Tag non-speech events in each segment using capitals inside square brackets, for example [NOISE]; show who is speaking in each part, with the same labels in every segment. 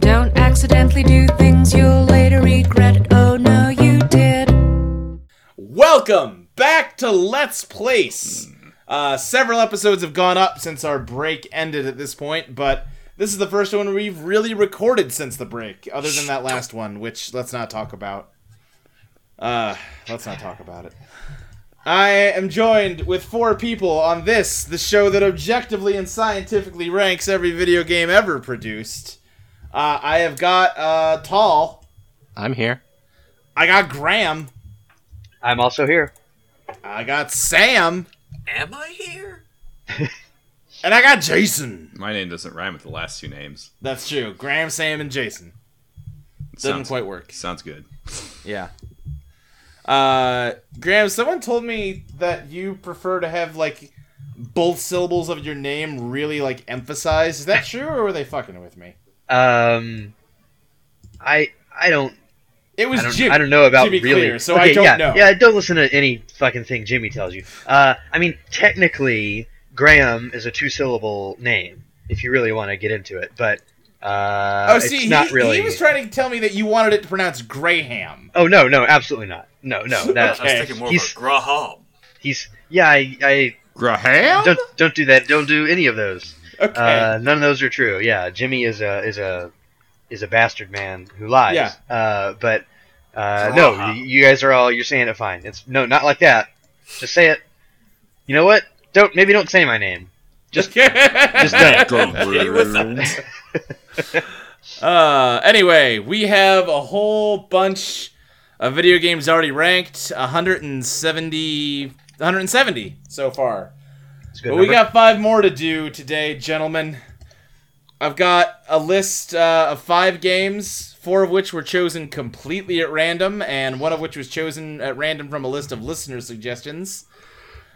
Speaker 1: Don't accidentally do things you'll later regret. Oh no, you did.
Speaker 2: Welcome back to Let's Place. Uh, several episodes have gone up since our break ended at this point, but this is the first one we've really recorded since the break, other than that last one, which let's not talk about. Uh, let's not talk about it. I am joined with four people on this, the show that objectively and scientifically ranks every video game ever produced. Uh, I have got uh, Tall.
Speaker 3: I'm here.
Speaker 2: I got Graham.
Speaker 4: I'm also here.
Speaker 2: I got Sam.
Speaker 5: Am I here?
Speaker 2: [LAUGHS] And I got Jason.
Speaker 6: My name doesn't rhyme with the last two names.
Speaker 2: That's true. Graham, Sam, and Jason.
Speaker 6: It
Speaker 2: Doesn't
Speaker 6: sounds,
Speaker 2: quite work.
Speaker 6: Sounds good.
Speaker 2: Yeah. Uh, Graham, someone told me that you prefer to have like both syllables of your name really like emphasized. Is
Speaker 4: [LAUGHS]
Speaker 2: that true, or were they fucking with me?
Speaker 4: Um, I I don't
Speaker 2: It was
Speaker 4: I don't,
Speaker 2: Jimmy.
Speaker 4: I don't know about
Speaker 2: to be
Speaker 4: really.
Speaker 2: clear, so I don't
Speaker 4: yeah,
Speaker 2: know.
Speaker 4: Yeah, don't listen to any fucking thing Jimmy tells you. Uh, I mean, technically, Graham is a two-syllable name if you really want to get into it, but uh,
Speaker 2: oh, see,
Speaker 4: it's not
Speaker 2: he,
Speaker 4: really.
Speaker 2: he was trying to tell me that you wanted it to pronounce Graham.
Speaker 4: oh no, no, absolutely not.
Speaker 2: [LAUGHS]
Speaker 4: No, no, that,
Speaker 2: Okay.
Speaker 5: I was thinking more
Speaker 4: He's-
Speaker 5: about Graham.
Speaker 4: he's yeah. I, I
Speaker 6: Graham?
Speaker 4: don't don't do that. Don't do any of those.
Speaker 2: Okay.
Speaker 4: Uh, none of those are true. Yeah, Jimmy is a is a is a bastard man who lies.
Speaker 2: Yeah.
Speaker 4: Uh, but uh, no,
Speaker 5: Wow.
Speaker 4: y- you guys are all you're saying it fine. It's no, not like that. Just say it. You know what? Don't maybe don't say my name.
Speaker 2: [LAUGHS]
Speaker 4: Just just don't.
Speaker 5: Hit you with that.
Speaker 2: Uh, anyway, we have a whole bunch of video games already ranked 170, 170 so far.
Speaker 4: It's a good
Speaker 2: But we
Speaker 4: number.
Speaker 2: got five more to do today, gentlemen. I've got a list uh, of five games, four of which were chosen completely at random, and one of which was chosen at random from a list of listener suggestions.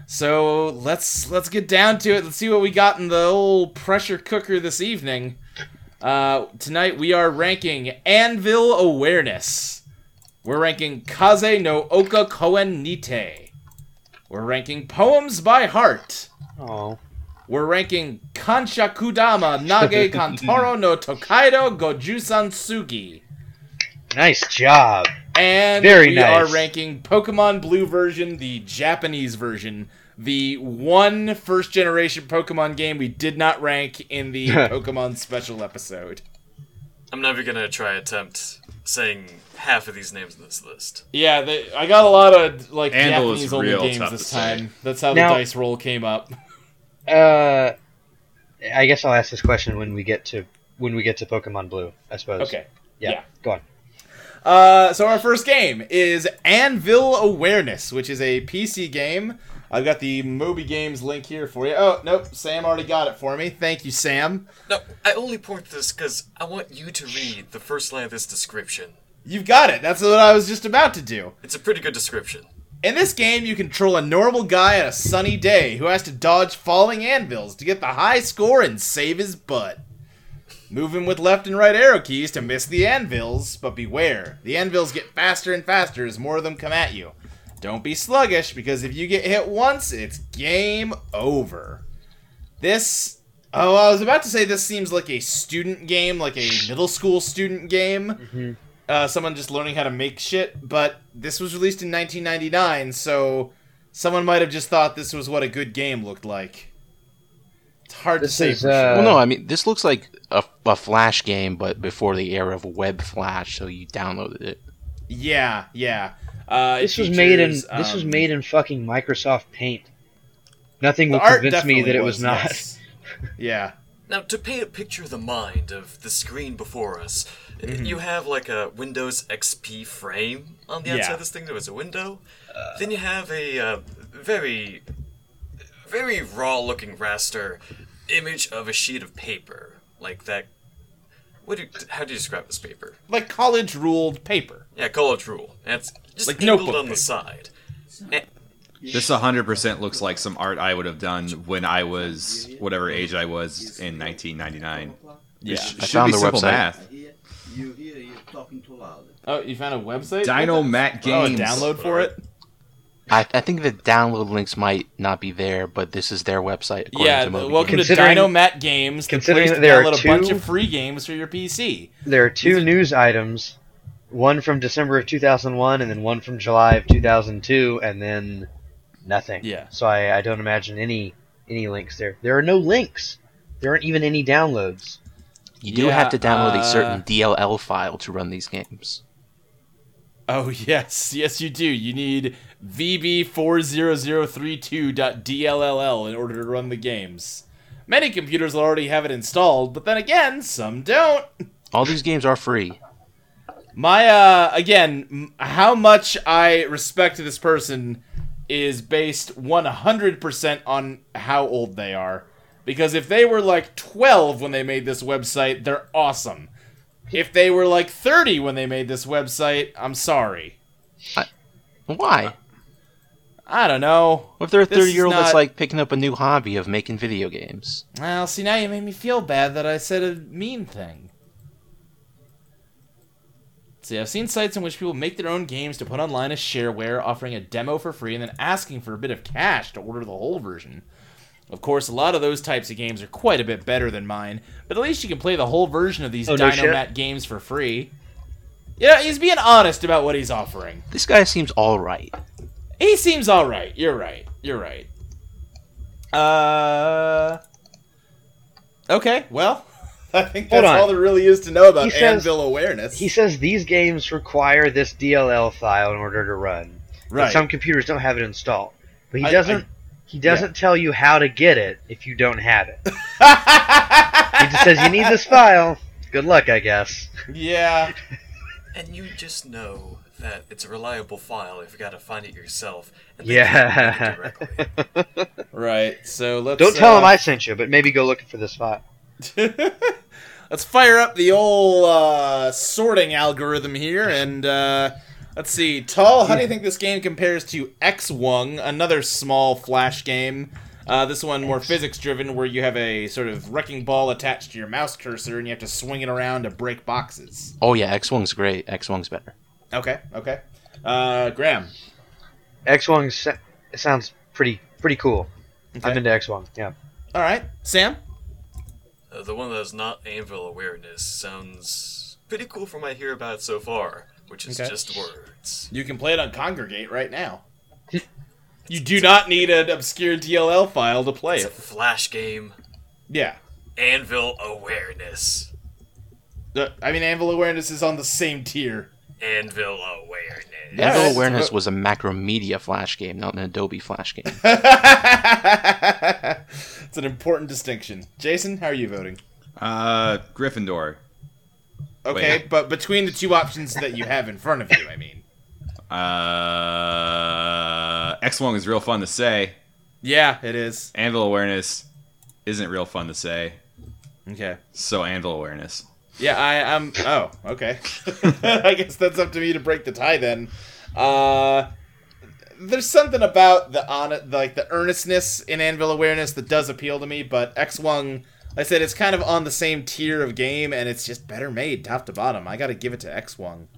Speaker 2: So let's let's get down to it. Let's see what we got in the old pressure cooker this evening. Uh, tonight we are ranking Anvil Awareness. We're ranking Kaze no Oka Koen Nite. We're ranking Poems by Heart.
Speaker 4: Oh,
Speaker 2: We're ranking Kanshakudama
Speaker 4: [LAUGHS]
Speaker 2: Nage Kantaro no Tokaido Gojusan Sugi.
Speaker 4: nice job.
Speaker 2: And
Speaker 4: Very
Speaker 2: we
Speaker 4: nice.
Speaker 2: are ranking Pokemon Blue version, the Japanese version, the one first generation Pokemon game we did not rank in
Speaker 4: [LAUGHS]
Speaker 2: the Pokemon special episode.
Speaker 5: I'm never gonna try attempt saying half of these names in this list.
Speaker 2: Yeah, they, I got a lot of like
Speaker 6: Anvil is
Speaker 2: Japanese only
Speaker 6: real
Speaker 2: games
Speaker 6: tough
Speaker 2: this
Speaker 6: to say.
Speaker 2: time. That's how
Speaker 4: Now-
Speaker 2: the dice roll came up. [LAUGHS]
Speaker 4: Uh, I guess I'll ask this question when we get to when we get to Pokemon Blue. I suppose.
Speaker 2: Okay.
Speaker 4: Yeah.
Speaker 2: yeah.
Speaker 4: Go on.
Speaker 2: Uh, so our first game is Anvil Awareness, which is a PC game. I've got the Moby Games link here for you. Oh nope, Sam already got it for me. Thank you, Sam.
Speaker 5: No, I only point this because I want you to read the first line of this description.
Speaker 2: You've got it. That's what I was just about to do.
Speaker 5: It's a pretty good description.
Speaker 2: In this game, you control a normal guy on a sunny day who has to dodge falling anvils to get the high score and save his butt. Move him with left and right arrow keys to miss the anvils, but beware. The anvils get faster and faster as more of them come at you. Don't be sluggish, because if you get hit once, it's game over. This. Oh, I was about to say this seems like a student game, like a middle school student game
Speaker 4: Mm-hmm.
Speaker 2: uh, someone just learning how to make shit, but this was released in 1999, so someone might have just thought this was what a good game looked like. It's hard to
Speaker 4: This
Speaker 2: say.
Speaker 4: is,
Speaker 2: for sure.
Speaker 4: uh,
Speaker 3: well, no, I mean this looks like a, a Flash game, but before the era of Web Flash, so you downloaded it.
Speaker 2: Yeah, yeah. Uh, it
Speaker 4: This was made in
Speaker 2: features,
Speaker 4: this was
Speaker 2: um,
Speaker 4: made in fucking Microsoft Paint. Nothing
Speaker 2: the
Speaker 4: will
Speaker 2: art
Speaker 4: convince me that
Speaker 2: definitely
Speaker 4: it was, not.
Speaker 2: yes. yeah.
Speaker 5: Now, to paint a picture of the mind of the screen before us,
Speaker 2: Mm-hmm.
Speaker 5: you have like a Windows XP frame on the outside
Speaker 2: Yeah.
Speaker 5: of this thing. There was a window. then you have a uh, very, very raw-looking raster image of a sheet of paper, like that. What do you, how do you describe this paper?
Speaker 2: Like college ruled paper.
Speaker 5: Yeah, college rule. And it's just
Speaker 2: Like
Speaker 5: angled
Speaker 2: notebook
Speaker 5: on
Speaker 2: paper.
Speaker 5: the side.
Speaker 6: This 100% looks like some art I would have done when I was whatever age I was in 1999.
Speaker 2: Yeah.
Speaker 6: It sh-
Speaker 3: I
Speaker 6: should
Speaker 3: found
Speaker 6: be
Speaker 3: the
Speaker 6: simple
Speaker 3: website.
Speaker 6: math.
Speaker 7: Here, you here, you're talking too loud.
Speaker 2: Oh, you found a website?
Speaker 6: Dino
Speaker 2: What the-
Speaker 6: Matt
Speaker 2: Oh, a
Speaker 6: Games.
Speaker 2: download for it?
Speaker 3: I, I think the download links might not be there, but this is their website. according
Speaker 2: yeah,
Speaker 3: to
Speaker 2: the-
Speaker 3: Moby
Speaker 2: welcome to
Speaker 4: Considering-
Speaker 2: Dino Mat Games. the
Speaker 4: considering
Speaker 2: place
Speaker 4: that
Speaker 2: to
Speaker 4: there are
Speaker 2: download a bunch
Speaker 4: two-
Speaker 2: of free games for your PC.
Speaker 4: There are two news items, one from December of 2001 and then one from July of 2002 and then nothing.
Speaker 2: Yeah.
Speaker 4: So I, I don't imagine any any links there. There are no links. There aren't even any downloads.
Speaker 3: You do
Speaker 2: Yeah,
Speaker 3: have to download a certain
Speaker 2: uh,
Speaker 3: DLL file to run these games.
Speaker 2: Oh [LAUGHS] yes, yes you do. You need VB40032.dll in order to run the games. Many computers will already have it installed, but then again, some don't.
Speaker 3: All these games are free.
Speaker 2: My uh, again, m- how much I respect this person is based 100% on how old they are. Because if they were like 12 when they made this website, they're awesome. If they were like 30 when they made this website, I'm sorry.
Speaker 3: Why?
Speaker 2: I don't know.
Speaker 3: What if they're a
Speaker 2: This is
Speaker 3: 30 year old that's
Speaker 2: not-
Speaker 3: like picking up a new hobby of making video games?
Speaker 2: Well, see, now you made me feel bad that I said a mean thing. See, I've seen sites in which people make their own games to put online as shareware, offering a demo for free and then asking for a bit of cash to order the whole version. Of course, a lot of those types of games are quite a bit better than mine, but at least you can play the whole version of these
Speaker 4: Oh,
Speaker 2: Dino
Speaker 4: no shit.
Speaker 2: Dynomat games for free. Yeah, he's being honest about what he's offering.
Speaker 3: This guy seems alright.
Speaker 2: He seems all right. You're right. You're right. Uh. Okay. Well, [LAUGHS] I think
Speaker 4: Hold
Speaker 2: that's
Speaker 4: on.
Speaker 2: all there really is to know about
Speaker 4: He says-
Speaker 2: Anvil awareness.
Speaker 4: He says these games require this DLL file in order to run. But
Speaker 2: right.
Speaker 4: Some computers don't have it installed. But he
Speaker 2: I-
Speaker 4: doesn't
Speaker 2: I-
Speaker 4: he doesn't tell you how to get it if you don't have it. He just says you need
Speaker 2: [LAUGHS]
Speaker 4: this file. Good luck, I guess.
Speaker 2: [LAUGHS] yeah.
Speaker 5: And you just know that it's a reliable file if you gotta find it yourself. And they can't find
Speaker 4: Yeah.
Speaker 5: it
Speaker 2: [LAUGHS]
Speaker 5: directly.
Speaker 2: Right. So let's.
Speaker 4: Don't tell
Speaker 2: uh,
Speaker 4: him I sent you, but maybe go looking for this file.
Speaker 2: [LAUGHS] let's fire up the old uh, sorting algorithm here and uh, let's see tall how do you think this game compares to x wung another small flash game uh, this one more physics driven where you have a sort of wrecking ball attached to your mouse cursor and you have to swing it around to break boxes
Speaker 3: Oh, yeah, X Wing's great. X Wing's better.
Speaker 2: okay okay uh, graham
Speaker 4: X Wing sa- sounds pretty pretty cool. I'm into X Wing. Yeah.
Speaker 2: all right sam
Speaker 5: Uh, the one that is not Anvil Awareness sounds pretty cool from what I hear about it so far, which is
Speaker 2: Okay.
Speaker 5: just words.
Speaker 2: you can play it on congregate right now you do not need an obscure dll file to play
Speaker 5: It's a
Speaker 2: it
Speaker 5: flash game.
Speaker 2: yeah
Speaker 5: Anvil Awareness.
Speaker 2: Uh, I mean, Anvil Awareness is on the same tier. [LAUGHS]
Speaker 5: Anvil Awareness.
Speaker 2: Yeah,
Speaker 3: Anvil
Speaker 2: that's-
Speaker 3: Awareness was a Macromedia Flash game, not an Adobe Flash game.
Speaker 2: it's an important distinction. Jason, how are you voting?
Speaker 6: Uh, Gryffindor.
Speaker 2: Okay,
Speaker 6: Wait.
Speaker 2: but between the two options that you have in front of you, I mean.
Speaker 6: Uh, X Wong is real fun to say.
Speaker 2: Yeah, it is.
Speaker 6: Anvil awareness isn't real fun to say.
Speaker 2: Okay.
Speaker 6: So anvil awareness.
Speaker 2: Yeah, I, I'm. Oh, okay. [LAUGHS] I guess that's up to me to break the tie then. Uh, there's something about the on like the earnestness in Anvil Awareness that does appeal to me, but X Wing, I said it's kind of on the same tier of game, and it's just better made top to bottom. I got to give it to X Wing.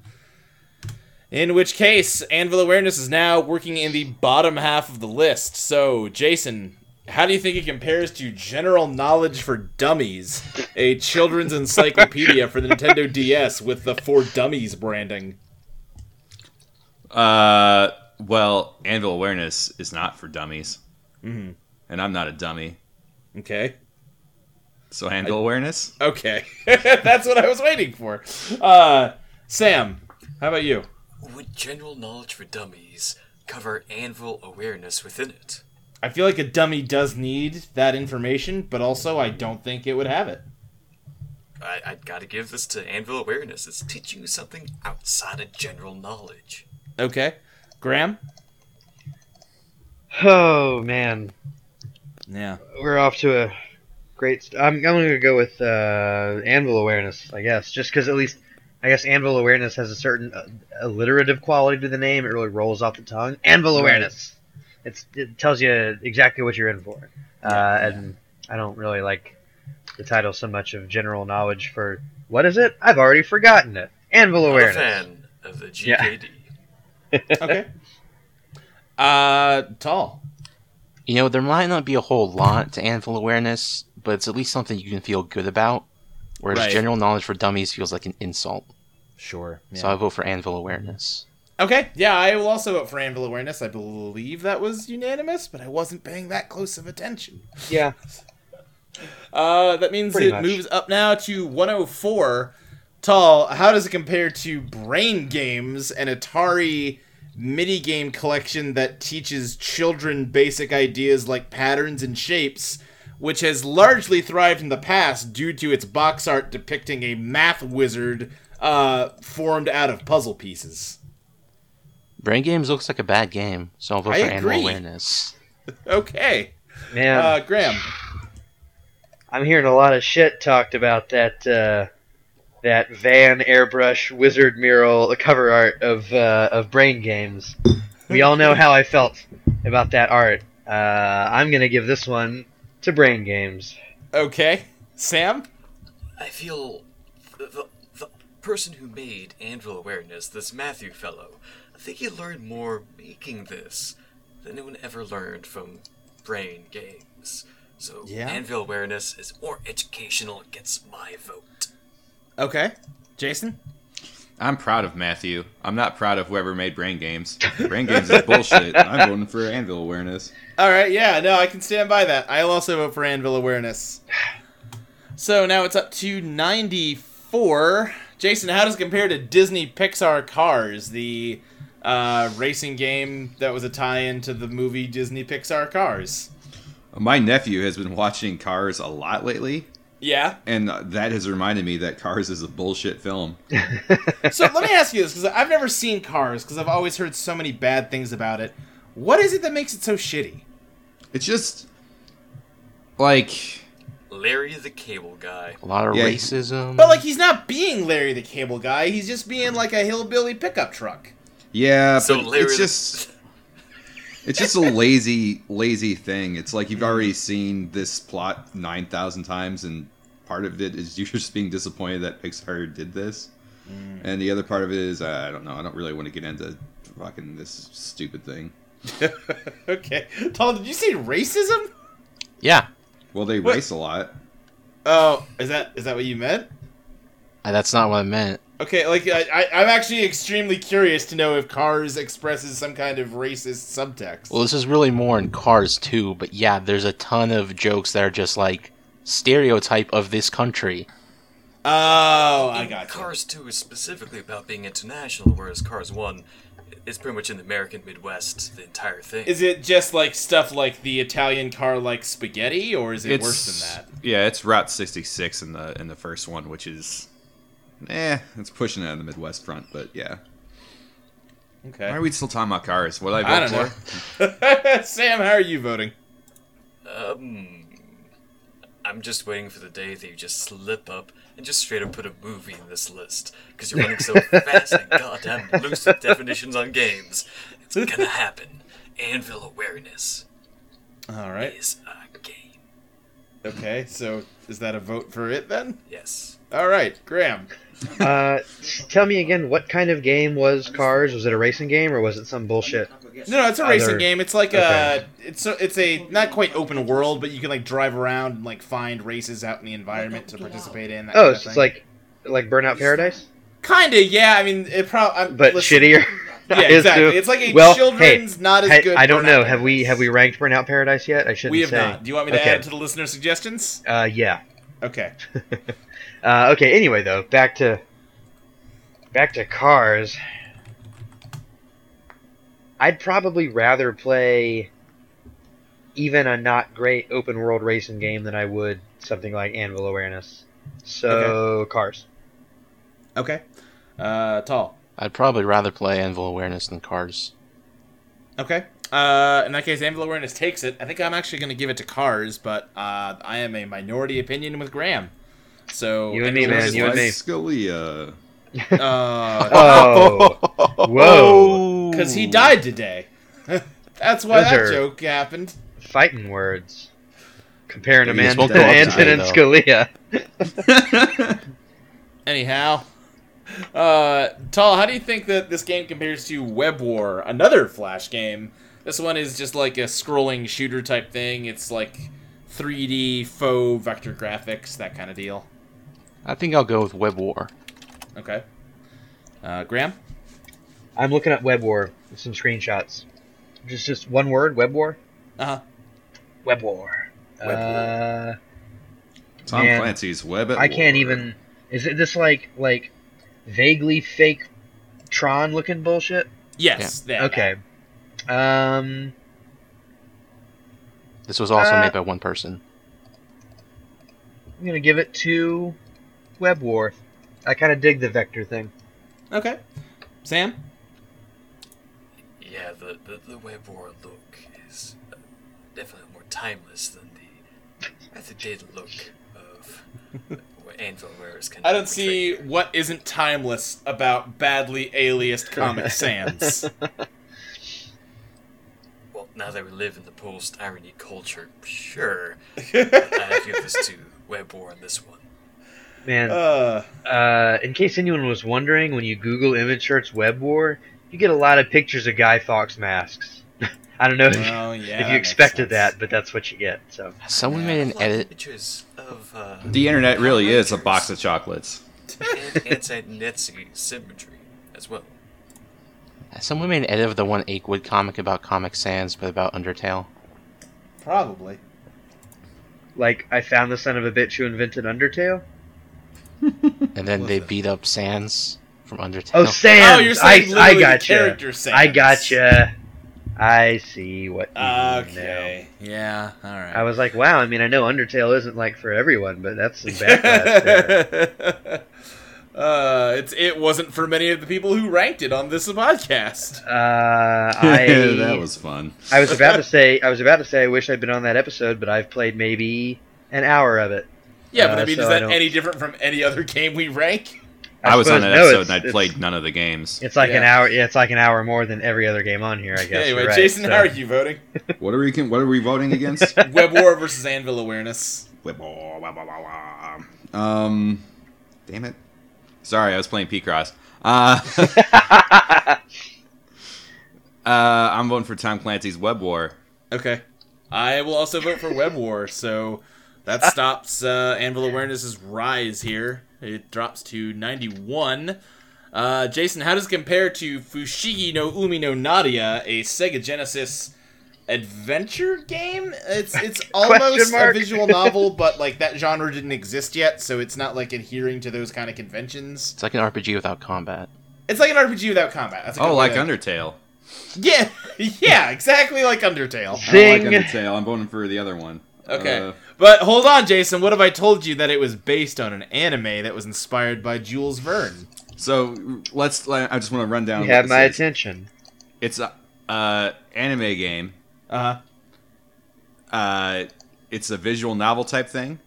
Speaker 2: In which case, Anvil Awareness is now working in the bottom half of the list. So, Jason, how do you think it compares to General Knowledge for Dummies, a children's encyclopedia for the Nintendo DS with the For Dummies branding?
Speaker 6: Uh, well, anvil awareness is not for dummies,
Speaker 2: Mm-hmm.
Speaker 6: and I'm not a dummy.
Speaker 2: Okay.
Speaker 6: So anvil awareness.
Speaker 2: Okay. [LAUGHS] That's what I was waiting for. Uh, Sam, how about you?
Speaker 5: Would General Knowledge for Dummies cover Anvil Awareness within it?
Speaker 2: I feel like a dummy does need that information, but also I don't think it would have it.
Speaker 5: I, I gotta give this to Anvil Awareness. It's teaching you something outside of general knowledge.
Speaker 2: Okay. Graham?
Speaker 4: Oh man,
Speaker 2: Yeah.
Speaker 4: we're off to a great. St- I'm I'm gonna go with uh, Anvil Awareness, I guess, just because at least I guess Anvil Awareness has a certain uh, alliterative quality to the name. It really rolls off the tongue. Anvil
Speaker 2: Right.
Speaker 4: Awareness. It's, it tells you exactly what you're in for, uh, and I don't really like the title so much of General Knowledge for what is it? I've already forgotten it. Anvil
Speaker 5: I'm a
Speaker 4: Awareness.
Speaker 5: fan of the
Speaker 4: Yeah.
Speaker 5: GKD.
Speaker 2: Okay. Uh, tall.
Speaker 3: You know, there might not be a whole lot to anvil awareness, but it's at least something you can feel good about. Whereas
Speaker 2: Right.
Speaker 3: general knowledge for dummies feels like an insult.
Speaker 2: Sure.
Speaker 3: So I vote for anvil awareness.
Speaker 2: Okay, yeah, I will also vote for Anvil Awareness. I believe that was unanimous, but I wasn't paying that close of attention.
Speaker 4: Yeah.
Speaker 2: Uh, that means
Speaker 4: Pretty
Speaker 2: it
Speaker 4: much.
Speaker 2: moves up now to 104. Tall, how does it compare to Brain Games, an Atari mini game collection that teaches children basic ideas like patterns and shapes, which has largely thrived in the past due to its box art depicting a math wizard uh, formed out of puzzle pieces?
Speaker 3: Brain games looks like a bad game, so I'll vote
Speaker 2: I
Speaker 3: for anvil
Speaker 2: agree.
Speaker 3: awareness.
Speaker 2: Okay.
Speaker 4: Man,
Speaker 2: Uh, Graham.
Speaker 4: I'm hearing a lot of shit talked about that uh, that van airbrush wizard mural the cover art of uh, of Brain Games. We all know how I felt about that art. Uh, I'm gonna give this one to Brain Games.
Speaker 2: Okay. Sam?
Speaker 5: I feel the, the, the person who made Anvil Awareness, this Matthew fellow, I think he learned more making this than anyone ever learned from Brain Games. So
Speaker 2: Yeah.
Speaker 5: Anvil Awareness is more educational. It gets my vote.
Speaker 2: Okay. Jason?
Speaker 6: I'm proud of Matthew. I'm not proud of whoever made Brain [LAUGHS] Games. Brain Games is bullshit. I'm voting for Anvil Awareness.
Speaker 2: All right, yeah, no, I can stand by that. I'll also vote for Anvil Awareness. So now it's up to 94. Jason, how does it compare to Disney Pixar Cars, the uh, racing game that was a tie in to the movie Disney Pixar Cars?
Speaker 6: My nephew has been watching Cars a lot lately,
Speaker 2: Yeah.
Speaker 6: and that has reminded me that Cars is a bullshit film.
Speaker 2: So let me ask you this because I've never seen Cars because I've always heard so many bad things about it. What is it that makes it so shitty?
Speaker 6: It's just like
Speaker 5: Larry the Cable Guy.
Speaker 3: A lot of
Speaker 6: Yeah, he-
Speaker 3: racism.
Speaker 2: But like he's not being Larry the Cable Guy, he's just being like a hillbilly pickup [LAUGHS] truck.
Speaker 6: yeah,
Speaker 5: So
Speaker 6: but
Speaker 5: Larry
Speaker 6: it's
Speaker 5: the-
Speaker 6: just it's just a lazy lazy thing. It's like you've already seen this plot 9,000 times and part of it is [LAUGHS] you're just being disappointed that Pixar did this. And the other part of it is uh, I don't know. I don't really want to get into fucking this stupid thing.
Speaker 2: okay. Tom, did you say racism?
Speaker 3: yeah,
Speaker 6: Well, they
Speaker 2: What?
Speaker 6: race a lot.
Speaker 2: Oh, is that is that what you meant?
Speaker 3: Uh, that's not what I meant.
Speaker 2: Okay, like I, I, I'm actually extremely curious to know if Cars expresses some kind of racist subtext.
Speaker 3: Well, this is really more in Cars too, but yeah, there's a ton of jokes that are just like stereotype of this country.
Speaker 2: oh, I got you.
Speaker 5: Cars 2 is specifically about being international, whereas Cars 1 is pretty much in the American Midwest, the entire thing.
Speaker 2: Is it just like stuff like the Italian car like spaghetti, or is it worse than that?
Speaker 6: Yeah, it's Route 66 in the in the first one, which is, eh, it's pushing it on the Midwest front. But yeah, why are
Speaker 2: Okay.
Speaker 6: we still talking about cars? What did I
Speaker 2: I
Speaker 6: vote
Speaker 2: don't
Speaker 6: for?
Speaker 2: know. [LAUGHS] Sam, how are you voting?
Speaker 5: Um, I'm just waiting for the day that you just slip up and just straight up put a movie in this list because you're running so fast and goddamn loose with definitions on games. It's gonna happen. Anvil awareness
Speaker 2: All right.
Speaker 5: is a game.
Speaker 2: Okay. So is that a vote for it then?
Speaker 5: Yes.
Speaker 2: All right, Graham.
Speaker 4: Uh, s- tell me again, what kind of game was Cars? Was it a racing game or was it some bullshit?
Speaker 2: No, no, it's a racing
Speaker 4: Either-
Speaker 2: game. It's like
Speaker 4: okay.
Speaker 2: a it's a, it's a not quite open world, but you can like drive around and like find races out in the environment to participate in. That
Speaker 4: Oh,
Speaker 2: kinda
Speaker 4: so it's
Speaker 2: thing.
Speaker 4: like like Burnout Paradise,
Speaker 2: kinda yeah. I mean, it probably
Speaker 4: but shittier.
Speaker 2: [LAUGHS] Yeah,
Speaker 4: Is
Speaker 2: exactly.
Speaker 4: too-
Speaker 2: It's like a
Speaker 4: well,
Speaker 2: children's
Speaker 4: hey,
Speaker 2: not as
Speaker 4: I,
Speaker 2: good.
Speaker 4: I don't
Speaker 2: Burnout
Speaker 4: know. Have we
Speaker 2: Paradise.
Speaker 4: have we ranked Burnout Paradise yet? I shouldn't
Speaker 2: We have
Speaker 4: say.
Speaker 2: not. Do you want me to
Speaker 4: Okay.
Speaker 2: add to the listener suggestions?
Speaker 4: Uh, yeah.
Speaker 2: Okay.
Speaker 4: Uh, okay. Anyway, though, back to back to cars. I'd probably rather play even a not great open world racing game than I would something like Anvil Awareness. So cars.
Speaker 2: Okay. Uh, tall.
Speaker 3: I'd probably rather play anvil awareness than Cars.
Speaker 2: Okay. Uh, in that case, Anvil Awareness takes it. I think I'm actually going to give it to Cars, but uh, I am a minority opinion with Graham. So
Speaker 4: You and me, man, you and me.
Speaker 6: Scalia.
Speaker 2: Because
Speaker 4: Oh,
Speaker 3: [LAUGHS]
Speaker 4: whoa.
Speaker 2: he died today. That's why
Speaker 4: Those
Speaker 2: that
Speaker 4: are-
Speaker 2: joke happened.
Speaker 4: fighting words. Comparing a
Speaker 6: You
Speaker 4: man
Speaker 6: just won't
Speaker 4: to
Speaker 6: go up to
Speaker 4: Antonin
Speaker 3: me, though.
Speaker 4: Scalia.
Speaker 2: Anyhow, uh, Tall, how do you think that this game compares to Web War, another Flash game? This one is just like a scrolling shooter type thing. It's like 3D faux vector graphics, that kind of deal.
Speaker 3: I think I'll go with Web War.
Speaker 2: Okay. Uh, Graham?
Speaker 4: I'm looking up Web War with some screenshots. Just just one word, Web War?
Speaker 2: Uh huh.
Speaker 4: Web War.
Speaker 5: War.
Speaker 4: Uh,
Speaker 6: Tom
Speaker 4: Man,
Speaker 6: Clancy's Web at
Speaker 4: I can't
Speaker 6: War.
Speaker 4: even. Is it this like like vaguely fake Tron looking bullshit?
Speaker 2: Yes. that-
Speaker 4: Okay. Um,
Speaker 3: This was also
Speaker 4: Uh,
Speaker 3: made by one person.
Speaker 4: I'm gonna give it to Web War. I kind of dig the vector thing.
Speaker 2: Okay. Sam?
Speaker 5: Yeah, the, the, the web war look is uh, definitely more timeless than the methodated look of uh, what Anvil wearers can.
Speaker 2: I don't
Speaker 5: portray.
Speaker 2: see what isn't timeless about badly aliased
Speaker 4: [LAUGHS]
Speaker 2: Comic Sans.
Speaker 5: Well, now that we live in the post irony culture,
Speaker 2: [LAUGHS]
Speaker 5: sure. Uh, I give this to web war on this one.
Speaker 4: Man,
Speaker 2: Uh,
Speaker 4: uh, in case anyone was wondering, when you Google image search Web War, you get a lot of pictures of Guy Fawkes masks. [LAUGHS] I don't know if,
Speaker 2: well, yeah,
Speaker 4: if
Speaker 2: that
Speaker 4: you
Speaker 2: makes
Speaker 4: expected
Speaker 2: sense.
Speaker 4: that, but that's what you get. So
Speaker 3: Someone
Speaker 2: Yeah.
Speaker 3: made
Speaker 5: A
Speaker 3: an
Speaker 5: lot of
Speaker 3: edit.
Speaker 5: Images of uh,
Speaker 6: The internet really is a box of chocolates. [LAUGHS]
Speaker 5: and anti-Nazi symmetry as well.
Speaker 3: Someone made an edit of the one Akewood comic about Comic Sans, but about Undertale.
Speaker 2: Probably.
Speaker 4: like I found the son of a bitch who invented Undertale.
Speaker 3: And then
Speaker 2: What's
Speaker 3: they
Speaker 2: that?
Speaker 3: beat up Sans from Undertale.
Speaker 4: Oh,
Speaker 2: Oh,
Speaker 4: Sans.
Speaker 2: you're
Speaker 4: I,
Speaker 2: saying
Speaker 4: I
Speaker 2: literally the
Speaker 4: gotcha.
Speaker 2: character Sans.
Speaker 4: I gotcha. I see what. You okay.
Speaker 2: Okay. Yeah,
Speaker 4: I
Speaker 2: alright.
Speaker 4: was like, wow. I mean, I know Undertale isn't like for everyone, but that's
Speaker 2: [LAUGHS]
Speaker 4: some
Speaker 6: [LAUGHS]
Speaker 4: backlash. there.
Speaker 2: uh, it's, it wasn't for many of the people who ranked it on this podcast.
Speaker 4: Uh, I
Speaker 6: that was fun.
Speaker 4: I was about to say. I was about to say. I wish I'd been on that episode, but I've played maybe an hour of it.
Speaker 2: Yeah, but
Speaker 4: Uh,
Speaker 2: I mean,
Speaker 4: so
Speaker 2: is
Speaker 4: I
Speaker 2: that
Speaker 4: don't-
Speaker 2: any different from any other game we rank?
Speaker 6: I, was on
Speaker 4: suppose-
Speaker 6: that
Speaker 4: no,
Speaker 6: episode
Speaker 4: it's-
Speaker 6: and I
Speaker 4: it's-
Speaker 6: played none of the
Speaker 4: [LAUGHS]
Speaker 6: games.
Speaker 4: It's like an
Speaker 2: Yeah.
Speaker 4: hour. Yeah, it's like an hour more than every other game on here. I guess.
Speaker 2: anyway,
Speaker 4: You're right,
Speaker 2: Jason,
Speaker 4: so-
Speaker 2: how are you voting?
Speaker 6: What are we? What are we voting
Speaker 4: [LAUGHS]
Speaker 6: against?
Speaker 2: Web War versus Anvil Awareness.
Speaker 6: um, damn it! Sorry, I was playing P Cross. Uh, [LAUGHS] uh, I'm voting for Tom Clancy's Web War.
Speaker 2: Okay. I will also vote for Web War, so
Speaker 6: [LAUGHS]
Speaker 2: that stops uh, Anvil Awareness's rise here. It drops to 91. Uh, Jason, how does it compare to Fushigi no Umi no Nadia, a Sega Genesis adventure game?
Speaker 6: [LAUGHS]
Speaker 2: It's it's almost a
Speaker 4: mark.
Speaker 2: visual novel, but like that genre didn't exist yet, so it's not like adhering to those kind of conventions.
Speaker 3: It's like an RPG without combat.
Speaker 2: It's like an RPG without combat. That's a good
Speaker 6: Oh,
Speaker 2: way
Speaker 6: like
Speaker 2: to-
Speaker 6: Undertale.
Speaker 2: [LAUGHS] yeah, yeah, exactly like Undertale.
Speaker 6: I don't
Speaker 4: Zing.
Speaker 6: like Undertale. I'm voting for the other one.
Speaker 2: Okay.
Speaker 6: Uh,
Speaker 2: but hold on, Jason. What if I told you that it was based on an anime that was inspired by Jules Verne?
Speaker 6: so let's. I just want to run down.
Speaker 4: You
Speaker 6: what
Speaker 4: have
Speaker 6: this
Speaker 4: my
Speaker 6: is.
Speaker 4: attention.
Speaker 6: It's a uh, anime game.
Speaker 2: Uh huh.
Speaker 6: Uh, it's a visual novel type thing.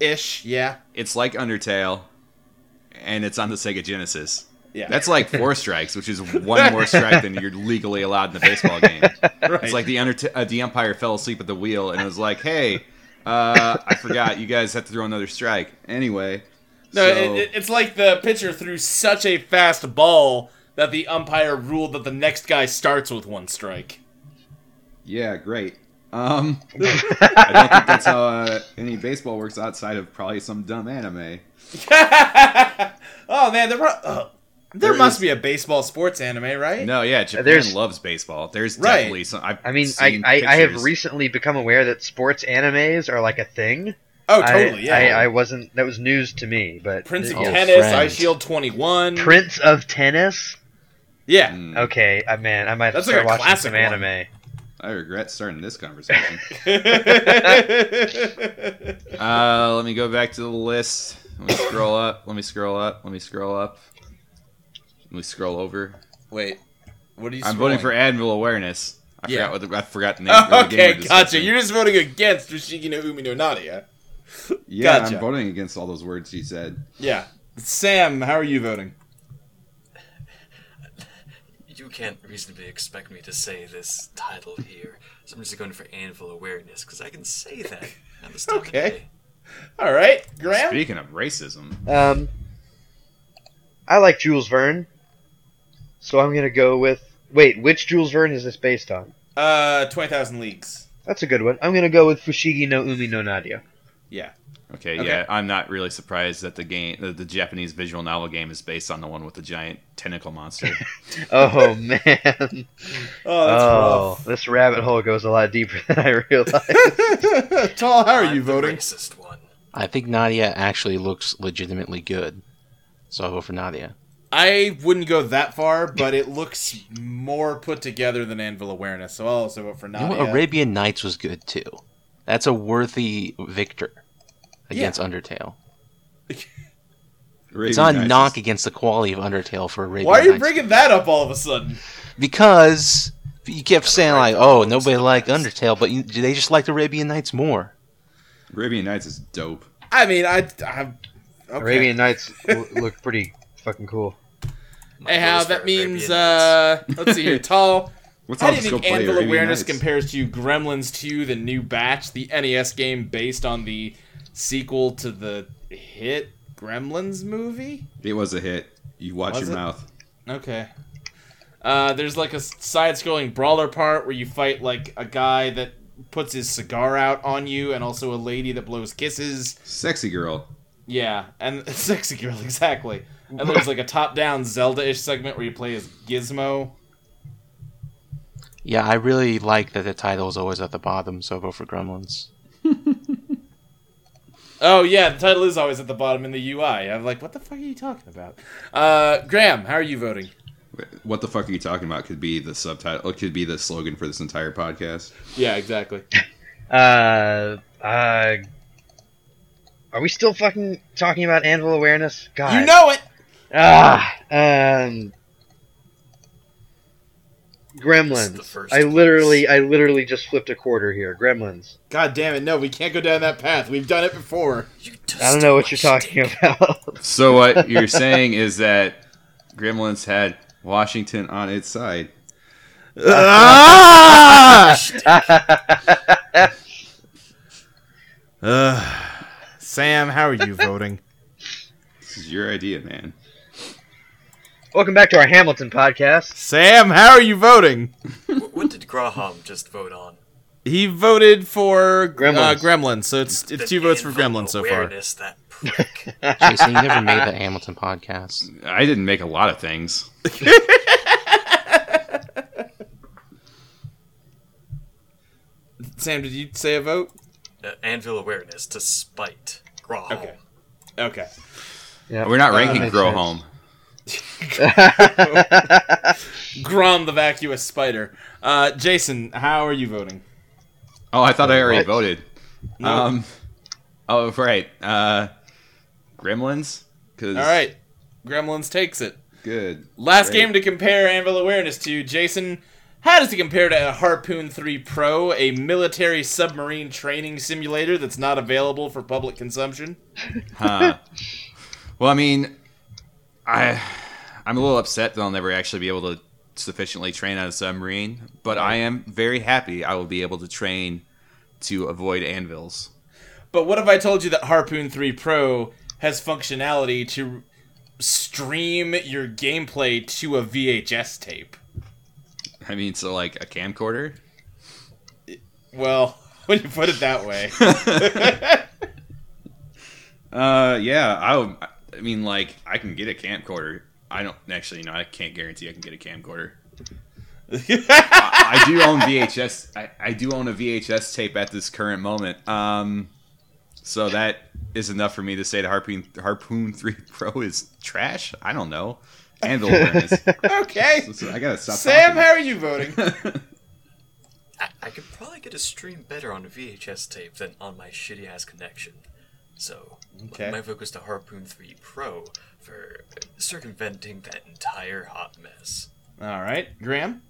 Speaker 2: Ish, yeah.
Speaker 6: It's like Undertale, and it's on the Sega Genesis.
Speaker 2: Yeah. [LAUGHS]
Speaker 6: That's like four strikes, which is one more strike than you're legally allowed in the baseball game.
Speaker 2: right.
Speaker 6: It's like the Undert- uh, the umpire fell asleep at the wheel and was like, "Hey, uh, I forgot. You guys have to throw another strike." Anyway,
Speaker 2: no,
Speaker 6: so-
Speaker 2: it, it- it's like the pitcher threw such a fast ball that the umpire ruled that the next guy starts with one strike. [LAUGHS]
Speaker 6: yeah, great. Um, I don't think that's how uh, any baseball works outside of probably some dumb anime.
Speaker 2: oh man, there, pro- oh, there,
Speaker 6: There
Speaker 2: must
Speaker 6: is-
Speaker 2: be a baseball sports anime, right?
Speaker 6: No, yeah, Japan
Speaker 4: There's-
Speaker 6: loves baseball. There's
Speaker 2: Right.
Speaker 6: definitely some. I've
Speaker 4: I mean, I,
Speaker 6: seen
Speaker 4: I, I have
Speaker 6: pictures.
Speaker 4: recently become aware that sports animes are like a thing.
Speaker 2: Oh,
Speaker 4: I-
Speaker 2: totally.
Speaker 4: I,
Speaker 2: yeah.
Speaker 4: I, wasn't. That was news to me. But
Speaker 2: Prince of
Speaker 3: Oh,
Speaker 2: Tennis,
Speaker 3: friend.
Speaker 2: Ice Shield Twenty One.
Speaker 4: Prince of Tennis.
Speaker 2: yeah.
Speaker 6: Mm,
Speaker 4: Okay, I man, I might have
Speaker 2: Hmm. That's
Speaker 4: to
Speaker 2: like a
Speaker 4: start watching
Speaker 2: classic
Speaker 4: some
Speaker 2: one.
Speaker 4: anime.
Speaker 6: I regret starting this
Speaker 4: [LAUGHS]
Speaker 6: conversation.
Speaker 2: [LAUGHS] okay.
Speaker 6: Uh, let me go back to the list. Let me scroll up. Let me scroll up. Let me scroll up. Let me scroll over.
Speaker 2: Wait, what are you?
Speaker 6: I'm voting
Speaker 2: scrolling?
Speaker 6: for Anvil Awareness. I
Speaker 2: Yeah.
Speaker 6: forgot what the,
Speaker 2: [LAUGHS]
Speaker 6: I forgot the name.
Speaker 2: Oh,
Speaker 6: of the game
Speaker 2: okay,
Speaker 6: we're
Speaker 2: gotcha.
Speaker 6: discussing.
Speaker 2: You're just voting against Rishiki no Umi no Nadia.
Speaker 6: yeah,
Speaker 2: gotcha.
Speaker 6: I'm voting against all those words you said.
Speaker 2: Yeah. Sam, how are you voting?
Speaker 5: You can't reasonably expect me to say this title here, so I'm just going for Anvil Awareness because I can say that at this time of
Speaker 2: Okay.
Speaker 5: day.
Speaker 2: All right, Graham.
Speaker 6: Speaking of racism,
Speaker 4: Um, I like Jules Verne, so I'm gonna go with. Wait, which Jules Verne is this based on?
Speaker 2: Uh, 20,000 Leagues.
Speaker 4: That's a good one. I'm gonna go with Fushigi no Umi no Nadia.
Speaker 2: Yeah.
Speaker 6: Okay,
Speaker 2: Okay.
Speaker 6: yeah, I'm not really surprised that the game, that the Japanese visual novel game, is based on the one with the giant tentacle monster.
Speaker 2: [LAUGHS]
Speaker 4: Oh man. That's
Speaker 2: Oh, that's
Speaker 4: oh, this rabbit hole goes a lot deeper [LAUGHS] than I realized.
Speaker 2: rough. [LAUGHS] Tall, how are
Speaker 5: I'm
Speaker 2: you
Speaker 5: the
Speaker 2: voting?
Speaker 5: Racist one.
Speaker 3: I think Nadia actually looks legitimately good, so I'll go for Nadia.
Speaker 2: I wouldn't go that far, but it looks more put together than Anvil Awareness, so I'll also vote for
Speaker 3: You know,
Speaker 2: Nadia.
Speaker 3: what? Arabian Nights was good too. That's a worthy victor against Undertale. It's not a knock against the quality of Undertale for Arabian
Speaker 2: Why are you
Speaker 3: Nights.
Speaker 2: bringing that up all of a sudden?
Speaker 3: Because you kept saying
Speaker 5: right
Speaker 3: like,
Speaker 5: to
Speaker 3: "Oh,
Speaker 5: vote,
Speaker 3: nobody
Speaker 5: so
Speaker 3: liked
Speaker 5: that's-
Speaker 3: Undertale," but you, they just liked Arabian Nights more.
Speaker 6: Arabian Nights is dope.
Speaker 2: I mean, I, I okay.
Speaker 4: Arabian Nights l- look pretty fucking cool.
Speaker 5: My
Speaker 2: Anyhow,
Speaker 5: vote's
Speaker 2: that
Speaker 5: for
Speaker 2: means
Speaker 5: Arabian
Speaker 2: uh, let's see here, Tall.
Speaker 6: What's
Speaker 2: How
Speaker 6: all
Speaker 2: do you
Speaker 6: this go
Speaker 2: think
Speaker 6: play
Speaker 2: Anvil
Speaker 6: Arabian
Speaker 2: Awareness
Speaker 6: Nights?
Speaker 2: compares to Gremlins 2, the new batch, the NES game based on the sequel to the hit Gremlins movie?
Speaker 6: It was a hit. You watch
Speaker 2: Was
Speaker 6: your
Speaker 2: it?
Speaker 6: mouth.
Speaker 2: Okay. Uh, there's like a side scrolling brawler part where you fight like a guy that puts his cigar out on you and also a lady that blows kisses.
Speaker 6: Sexy girl.
Speaker 2: Yeah, and [LAUGHS] sexy girl, exactly. And
Speaker 6: [LAUGHS]
Speaker 2: there's like a top down Zelda ish segment where you play as Gizmo.
Speaker 3: Yeah, I really like that the title is always at the bottom, so I'll go for Gremlins.
Speaker 2: Oh yeah, the title is always at the bottom in the UI. I'm like, what the fuck are you talking about? Uh, Graham, how are you voting?
Speaker 6: What the fuck are you talking about? Could be the subtitle. It could be the slogan for this entire podcast.
Speaker 2: Yeah, exactly.
Speaker 4: Uh, uh, are we still fucking talking about anvil awareness? God,
Speaker 2: You know it.
Speaker 4: Ah, um,
Speaker 5: This is the
Speaker 4: Gremlins.
Speaker 5: first
Speaker 4: I
Speaker 5: one.
Speaker 4: literally, I literally just flipped a quarter here. Gremlins.
Speaker 2: God damn it! No, we can't go down that path. We've done it before.
Speaker 5: You just
Speaker 4: I don't know what
Speaker 5: my
Speaker 4: you're talking
Speaker 5: shtick.
Speaker 4: about.
Speaker 6: So what you're saying is that Gremlins had Washington on its side.
Speaker 2: Sam, how are you voting? [LAUGHS]
Speaker 6: This is your idea, man.
Speaker 4: [LAUGHS] Welcome back to our Hamilton podcast.
Speaker 2: Sam, how are you voting?
Speaker 5: Wh- What did Graham just vote on?
Speaker 2: He voted for Gremlins. Uh,
Speaker 4: Gremlins.
Speaker 2: Gremlins, so it's it's
Speaker 5: That
Speaker 2: two votes for
Speaker 5: anvil
Speaker 2: Gremlins so far.
Speaker 5: awareness, That prick.
Speaker 3: Jason, you never [LAUGHS] made the Hamilton podcast.
Speaker 6: I didn't make a lot of things.
Speaker 2: Sam, did you say a vote?
Speaker 5: uh, anvil awareness to spite Graham.
Speaker 2: Okay. Okay.
Speaker 4: Yeah,
Speaker 6: We're not ranking
Speaker 4: makes
Speaker 6: Grow
Speaker 4: sense.
Speaker 6: Home.
Speaker 2: Grom the vacuous spider. Uh, Jason, how are you voting?
Speaker 6: Oh, I thought I already
Speaker 4: What?
Speaker 6: voted. Um, oh, right. Uh, Gremlins. Cause
Speaker 2: All right. Gremlins takes it.
Speaker 6: Good.
Speaker 2: Last
Speaker 6: Great.
Speaker 2: game to compare Anvil Awareness to, Jason. How does it compare to Harpoon 3 Pro, a military submarine training simulator that's not available for public consumption?
Speaker 6: Huh. well, I mean, I I'm a little upset that I'll never actually be able to sufficiently train on a submarine, but I am very happy I will be able to train to avoid anvils.
Speaker 2: But what if I told you that Harpoon 3 Pro has functionality to stream your gameplay to a VHS tape?
Speaker 6: I mean, so like a camcorder.
Speaker 2: Well, [LAUGHS] when you put it that
Speaker 6: [LAUGHS]
Speaker 2: way.
Speaker 6: Uh, yeah. I would- I mean, like I can get a camcorder. I don't actually. No, I can't guarantee I can get a camcorder. I, I do own VHS. I, I do own a VHS tape at this current moment. Um, so that is enough for me to say the Harpoon Harpoon Three [LAUGHS] Pro is trash. I don't know. Anvil awareness.
Speaker 2: okay.
Speaker 6: Listen, I gotta stop.
Speaker 2: Sam,
Speaker 6: talking.
Speaker 2: how are you
Speaker 6: [LAUGHS]
Speaker 2: voting?
Speaker 5: I, I could probably get a stream better on a VHS tape than on my shitty ass connection. So
Speaker 2: Okay.
Speaker 5: my vote goes to Harpoon 3 Pro for circumventing that entire hot mess.
Speaker 2: All right, Graham.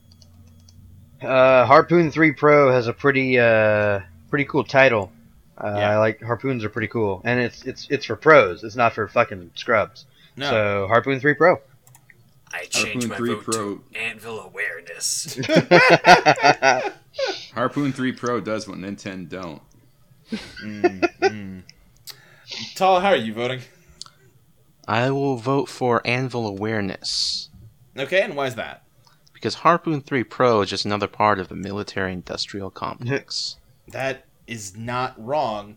Speaker 4: Uh, Harpoon Three Pro has a pretty, uh, pretty cool title. Uh,
Speaker 2: Yeah.
Speaker 4: I like harpoons are pretty cool, and it's it's it's for pros. It's not for fucking scrubs.
Speaker 2: No.
Speaker 4: So Harpoon Three Pro.
Speaker 5: I changed
Speaker 6: Harpoon
Speaker 5: my
Speaker 6: 3
Speaker 5: vote to
Speaker 6: Pro.
Speaker 5: Anvil Awareness.
Speaker 6: Harpoon Three Pro does what Nintendo don't.
Speaker 2: Tall, how are you voting?
Speaker 3: I will vote for Anvil Awareness
Speaker 2: Okay, and why is that?
Speaker 3: because Harpoon 3 Pro is just another part of the military industrial [LAUGHS] complex.
Speaker 2: That is not wrong.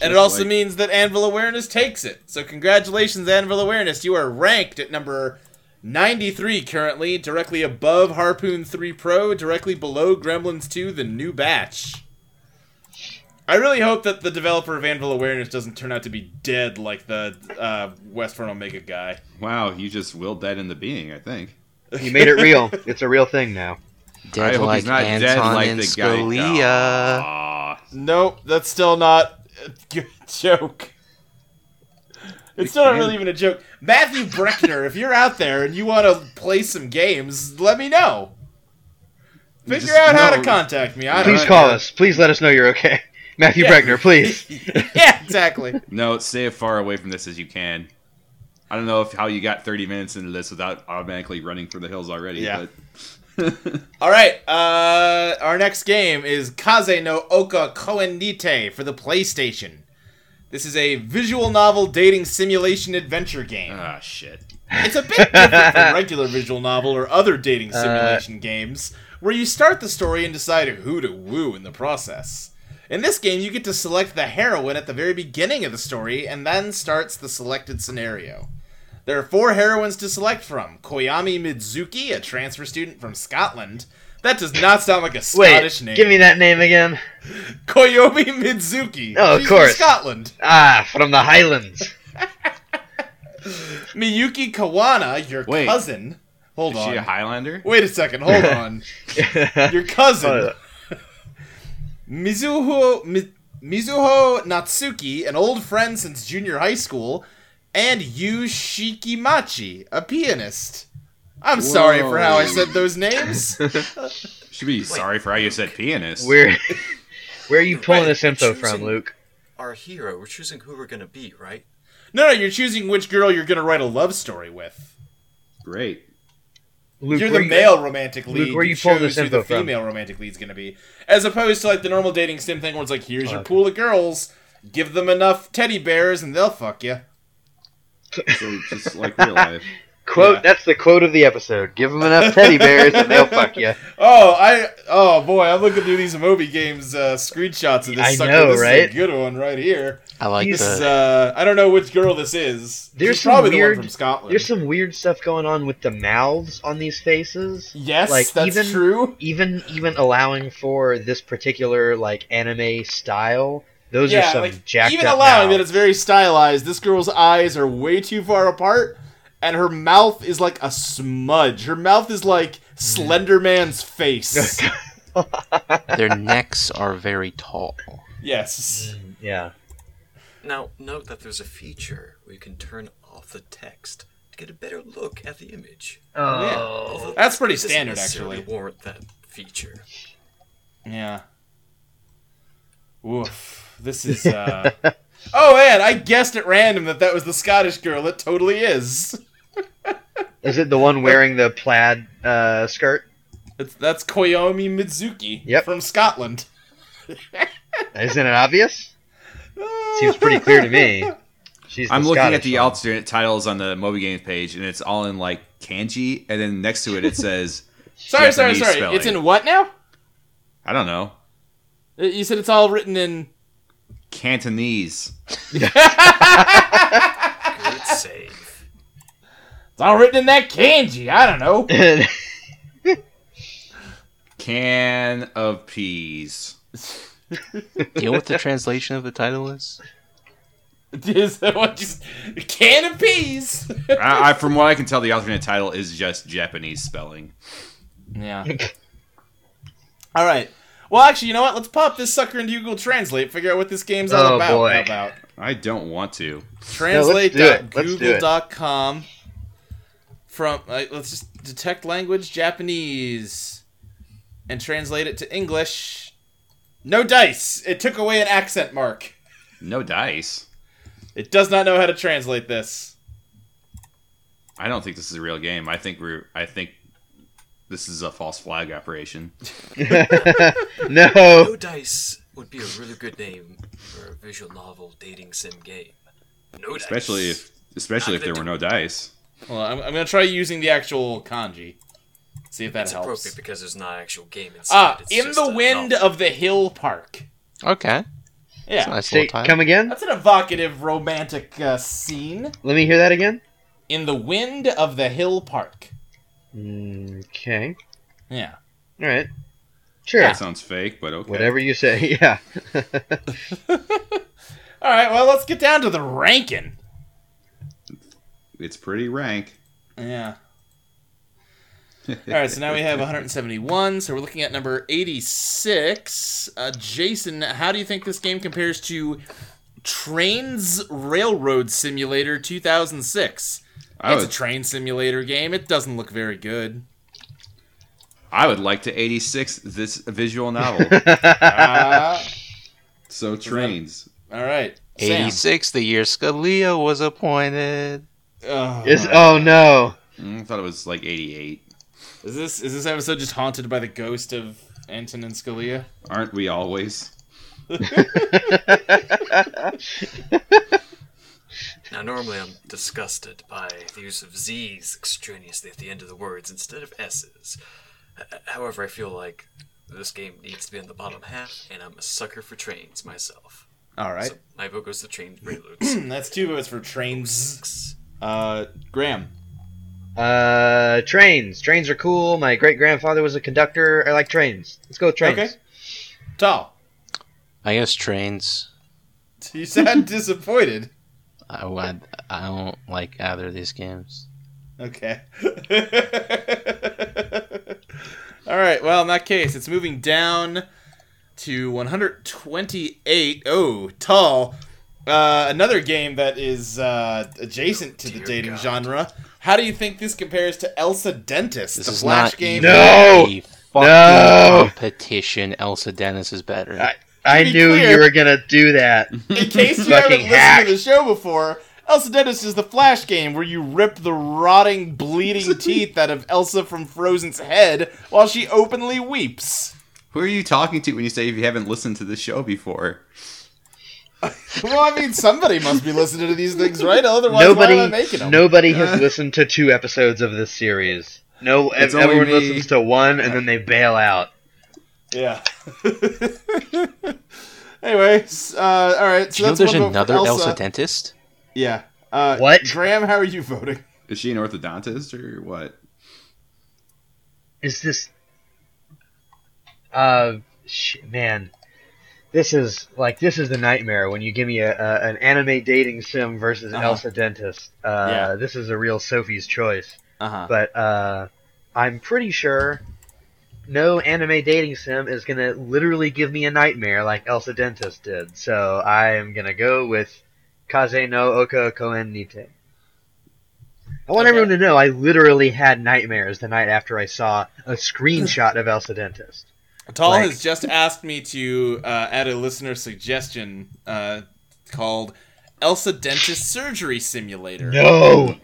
Speaker 2: And it
Speaker 6: Just
Speaker 2: also
Speaker 6: like-
Speaker 2: means that Anvil Awareness takes it. So congratulations, Anvil Awareness. You are ranked at number 93 currently, directly above Harpoon 3 Pro, directly below Gremlins 2, the new batch. I really hope that the developer of Anvil Awareness doesn't turn out to be dead like the uh, West Front Omega guy.
Speaker 6: Wow, you just willed that into being, I think.
Speaker 4: You made it [LAUGHS] real. It's a real thing now.
Speaker 3: Dead
Speaker 6: I hope
Speaker 3: like
Speaker 6: he's not dead
Speaker 3: Anton
Speaker 6: like
Speaker 3: and
Speaker 6: the guy.
Speaker 3: Scalia.
Speaker 2: Uh.
Speaker 6: Aw.
Speaker 2: Nope, that's still not a good [LAUGHS] joke. It's still not really even a joke. Matthew Breckner, if you're out there and you want to play some games, let me know. Figure
Speaker 6: Just-
Speaker 2: out how to
Speaker 6: no.
Speaker 2: contact me. I don't
Speaker 4: Please
Speaker 2: know.
Speaker 4: call us. Please let us know you're okay. [LAUGHS] Matthew
Speaker 2: Yeah. [LAUGHS]
Speaker 4: Bregner, please.
Speaker 2: yeah, exactly.
Speaker 6: No, stay as far away from this as you can. I don't know if how you got 30 minutes into this without automatically running for the hills already.
Speaker 2: Yeah.
Speaker 6: But
Speaker 2: [LAUGHS] All right, uh, our next game is Kaze no Oka Koenite for the PlayStation. This is a visual novel dating simulation adventure game.
Speaker 6: ah, shit.
Speaker 2: It's a bit different from regular visual novel or other dating
Speaker 4: Uh,
Speaker 2: simulation games, where you start the story and decide who to woo in the process. In this game, you get to select the heroine at the very beginning of the story, and then starts the selected scenario. There are four heroines to select from Koyami Mizuki, a transfer student from Scotland. That does not sound like a Scottish
Speaker 4: Wait,
Speaker 2: name.
Speaker 4: give me that name again.
Speaker 2: Koyomi Mizuki.
Speaker 4: Oh, of
Speaker 2: She's from
Speaker 4: course.
Speaker 2: Scotland.
Speaker 4: Ah, from the Highlands.
Speaker 2: Miyuki Kawana, your
Speaker 6: Wait.
Speaker 2: cousin. Hold
Speaker 6: Is
Speaker 2: on.
Speaker 6: she a Highlander?
Speaker 2: Wait a second,
Speaker 4: [LAUGHS]
Speaker 2: hold on. Your cousin, Mizuho, Mi- Mizuho Natsuki, an old friend since junior high school, and Yu Shikimachi, a pianist. I'm sorry for how I said those
Speaker 4: [LAUGHS]
Speaker 2: names.
Speaker 6: Should be sorry for how you said pianist.
Speaker 4: [LAUGHS] Where, where are you pulling
Speaker 5: Right,
Speaker 4: this info
Speaker 5: choosing-
Speaker 4: from, Luke?
Speaker 5: Our hero, we're choosing who we're gonna be, right?
Speaker 2: no, no, you're choosing which girl you're going to write a love story with. [LAUGHS]
Speaker 6: Great.
Speaker 4: Luke,
Speaker 2: you're
Speaker 4: where
Speaker 2: the
Speaker 4: you-
Speaker 2: male romantic lead.
Speaker 4: Luke, where you pulling
Speaker 2: chose
Speaker 4: this
Speaker 2: who the
Speaker 4: info from?
Speaker 2: female romantic lead's going to be, as opposed to like the normal dating sim thing where it's like, here's your
Speaker 4: Oh, Okay.
Speaker 2: pool of girls, give them enough teddy bears, and they'll fuck you.
Speaker 6: So just like real life.
Speaker 4: Quote.
Speaker 2: Yeah.
Speaker 4: That's the quote of the episode. Give them enough teddy bears and they'll
Speaker 2: [LAUGHS]
Speaker 4: fuck you.
Speaker 2: Oh, I oh boy, I'm looking through these Amobi games uh, screenshots of this
Speaker 4: I
Speaker 2: sucker.
Speaker 4: know,
Speaker 2: this
Speaker 4: right?
Speaker 2: is a good one right here.
Speaker 3: I like
Speaker 2: This is
Speaker 3: the.
Speaker 2: uh, I don't know which girl this is.
Speaker 4: There's
Speaker 2: She's
Speaker 4: some
Speaker 2: probably the
Speaker 4: weird-
Speaker 2: one from Scotland.
Speaker 4: There's some weird stuff going on with the mouths on these faces.
Speaker 2: yes,
Speaker 4: like,
Speaker 2: that's
Speaker 4: even-
Speaker 2: true.
Speaker 4: Even even allowing for this particular like anime style, those are
Speaker 2: yeah,
Speaker 4: some
Speaker 2: like
Speaker 4: jacked
Speaker 2: even
Speaker 4: up
Speaker 2: allowing that it's
Speaker 4: mouths.
Speaker 2: very stylized, this girl's eyes are way too far apart, and her mouth is like a smudge. Her mouth is like
Speaker 4: Mm-hmm.
Speaker 2: Slender
Speaker 4: [LAUGHS]
Speaker 2: Man's face.
Speaker 3: their necks are very tall.
Speaker 2: yes.
Speaker 4: yeah.
Speaker 5: Now, note that there's a feature where you can turn off the text to get a better look at the image.
Speaker 4: Oh,
Speaker 5: Although
Speaker 2: Oh, That's pretty
Speaker 5: it doesn't
Speaker 2: standard,
Speaker 5: necessarily
Speaker 2: actually.
Speaker 5: Warrant that feature.
Speaker 2: Yeah. Woof. This is.
Speaker 4: [LAUGHS]
Speaker 2: uh Oh man, I guessed at random that that was the Scottish girl. It totally is.
Speaker 4: Is it the one wearing the plaid uh, skirt?
Speaker 2: It's, that's Koyomi Mizuki
Speaker 4: Yep.
Speaker 2: from Scotland.
Speaker 4: Isn't it obvious? Seems pretty clear to me. She's.
Speaker 6: I'm
Speaker 4: the
Speaker 6: looking
Speaker 4: Scottish
Speaker 6: at the
Speaker 4: one.
Speaker 6: alternate titles on the Moby Games page, and it's all in like kanji, and then next to it
Speaker 2: [LAUGHS]
Speaker 6: it says,
Speaker 2: [LAUGHS] Sorry,
Speaker 6: Japanese
Speaker 2: sorry, sorry.
Speaker 6: spelling.
Speaker 2: It's in what now?
Speaker 6: I don't know,
Speaker 2: Uh, You said it's all written in.
Speaker 6: Cantonese.
Speaker 5: Good
Speaker 2: [LAUGHS]
Speaker 5: save.
Speaker 2: It's all written in that kanji. I don't
Speaker 4: [LAUGHS]
Speaker 2: know. [LAUGHS]
Speaker 6: Can of peas.
Speaker 3: Do you know [LAUGHS] what the translation of the title is?
Speaker 2: Is that what you s- can of peas? [LAUGHS]
Speaker 6: I, I, from what I can tell, the alternate title is just Japanese spelling.
Speaker 2: Yeah. All right. Well, actually, you know what? Let's pop this sucker into Google Translate. Figure out what this game's all
Speaker 4: Oh,
Speaker 2: about.
Speaker 4: boy.
Speaker 2: How about?
Speaker 6: I don't want to.
Speaker 4: do it. Let's do it.
Speaker 2: translate.google.com from uh, let's just detect language Japanese and translate it to English. No dice. It took away an accent mark.
Speaker 6: No dice.
Speaker 2: It does not know how to translate this.
Speaker 6: I don't think this is a real game. I think we're. I think this is a false flag operation.
Speaker 4: [LAUGHS] no.
Speaker 5: No Dice would be a really good name for a visual novel dating sim game. No
Speaker 6: Especially
Speaker 5: Dice.
Speaker 6: if, especially if there were no dice.
Speaker 2: Hold on, I'm, I'm gonna try using the actual kanji. See if that
Speaker 5: it's appropriate
Speaker 2: helps.
Speaker 5: because there's not an actual game inside.
Speaker 2: Ah,
Speaker 5: It's
Speaker 2: in
Speaker 5: just
Speaker 2: the
Speaker 5: a
Speaker 2: wind
Speaker 5: novel.
Speaker 2: of the hill park.
Speaker 3: Okay. That's a
Speaker 2: Yeah,
Speaker 3: nice
Speaker 4: Say,
Speaker 3: little title.
Speaker 4: come again?
Speaker 2: that's an evocative romantic uh, scene.
Speaker 4: Let me hear that again.
Speaker 2: In the wind of the hill park.
Speaker 4: Okay.
Speaker 2: Yeah.
Speaker 4: All right. Sure.
Speaker 6: That sounds fake, but okay.
Speaker 4: Whatever you say. [LAUGHS] Yeah.
Speaker 2: All right. Well, let's get down to the ranking.
Speaker 6: It's pretty rank.
Speaker 2: [LAUGHS] Yeah. All right, so now we have 171, so we're looking at number 86. Uh, Jason, how do you think this game compares to Trains Railroad Simulator 2006?
Speaker 6: [LAUGHS] I
Speaker 2: it's
Speaker 6: would,
Speaker 2: a train simulator game. It doesn't look very good.
Speaker 6: I would like to 86 this visual novel.
Speaker 2: Uh,
Speaker 6: so trains.
Speaker 2: [LAUGHS] all right. Sam.
Speaker 3: 86, the year Scalia was appointed.
Speaker 2: Ugh.
Speaker 4: Is oh no.
Speaker 6: Mm, I thought it was like 88.
Speaker 2: Is this is this episode just haunted by the ghost of Antonin Scalia?
Speaker 6: Aren't we always?
Speaker 5: Now, normally I'm disgusted by the use of Z's extraneously at the end of the words instead of S's. H- however, I feel like this game needs to be in the bottom half, and I'm a sucker for trains myself.
Speaker 2: All right.
Speaker 5: So my vote goes to train preludes.
Speaker 2: hmm, That's two votes for trains. Uh, Graham.
Speaker 4: Uh, trains. Trains are cool. My great grandfather was a conductor. I like trains. Let's go with trains.
Speaker 2: Okay. Tal.
Speaker 3: I guess trains.
Speaker 2: You sound [LAUGHS] disappointed.
Speaker 3: I, I, I don't like either of these games.
Speaker 2: Okay. [LAUGHS] All right. Well, in that case, it's moving down to 128. Oh, tall. Uh, another game that is uh, adjacent to the
Speaker 5: Oh, Dear
Speaker 2: dating
Speaker 5: God.
Speaker 2: genre. How do you think this compares to Elsa Dentist,
Speaker 3: This
Speaker 2: the
Speaker 3: is
Speaker 2: Flash
Speaker 3: not
Speaker 2: game?
Speaker 3: even
Speaker 4: No!
Speaker 3: a
Speaker 4: No!
Speaker 3: fucking competition. Elsa Dennis is better.
Speaker 4: I- I
Speaker 2: be
Speaker 4: knew
Speaker 2: clear-
Speaker 4: you were gonna do that.
Speaker 3: [LAUGHS]
Speaker 2: In case you haven't
Speaker 4: Fucking
Speaker 2: listened
Speaker 4: hack.
Speaker 2: to the show before, Elsa Dentist is the Flash game where you rip the rotting,
Speaker 5: [LAUGHS]
Speaker 2: bleeding teeth out of Elsa from Frozen's head while she openly weeps.
Speaker 6: Who are you talking to when you say if you haven't listened to this show before?
Speaker 2: Well, I mean, somebody must be listening to these things, right? Otherwise, why am I
Speaker 4: nobody,
Speaker 2: making them?
Speaker 4: nobody has
Speaker 6: Uh.
Speaker 4: listened to two episodes of this series. No,
Speaker 6: It's
Speaker 4: ev-
Speaker 6: only
Speaker 4: everyone
Speaker 6: me.
Speaker 4: listens to one and then they bail out.
Speaker 2: Yeah. [LAUGHS] Anyways, uh, all right. So
Speaker 3: Do you know
Speaker 2: that's one
Speaker 3: there's
Speaker 2: vote for
Speaker 3: another Elsa.
Speaker 2: Elsa.
Speaker 3: Dentist?
Speaker 2: yeah. Uh,
Speaker 4: What?
Speaker 2: Graham, how are you voting?
Speaker 6: Is she an orthodontist or what?
Speaker 4: Is this? Uh, sh- man, this is like this is the nightmare when you give me a, a an anime dating sim versus
Speaker 2: Uh-huh.
Speaker 4: Elsa Dentist. Uh,
Speaker 2: Yeah.
Speaker 4: this is a real Sophie's choice.
Speaker 2: Uh
Speaker 6: Uh-huh.
Speaker 2: huh.
Speaker 4: but uh, I'm pretty sure no anime dating sim is gonna literally give me a nightmare like Elsa Dentist did. So I am gonna go with Kaze no Oko Koen Nite. I want
Speaker 2: Okay.
Speaker 4: everyone to know I literally had nightmares the night after I saw a screenshot of Elsa Dentist.
Speaker 2: Tal
Speaker 4: Like-
Speaker 2: has just asked me to uh, add a listener suggestion uh, called Elsa Dentist Surgery Simulator.
Speaker 4: No!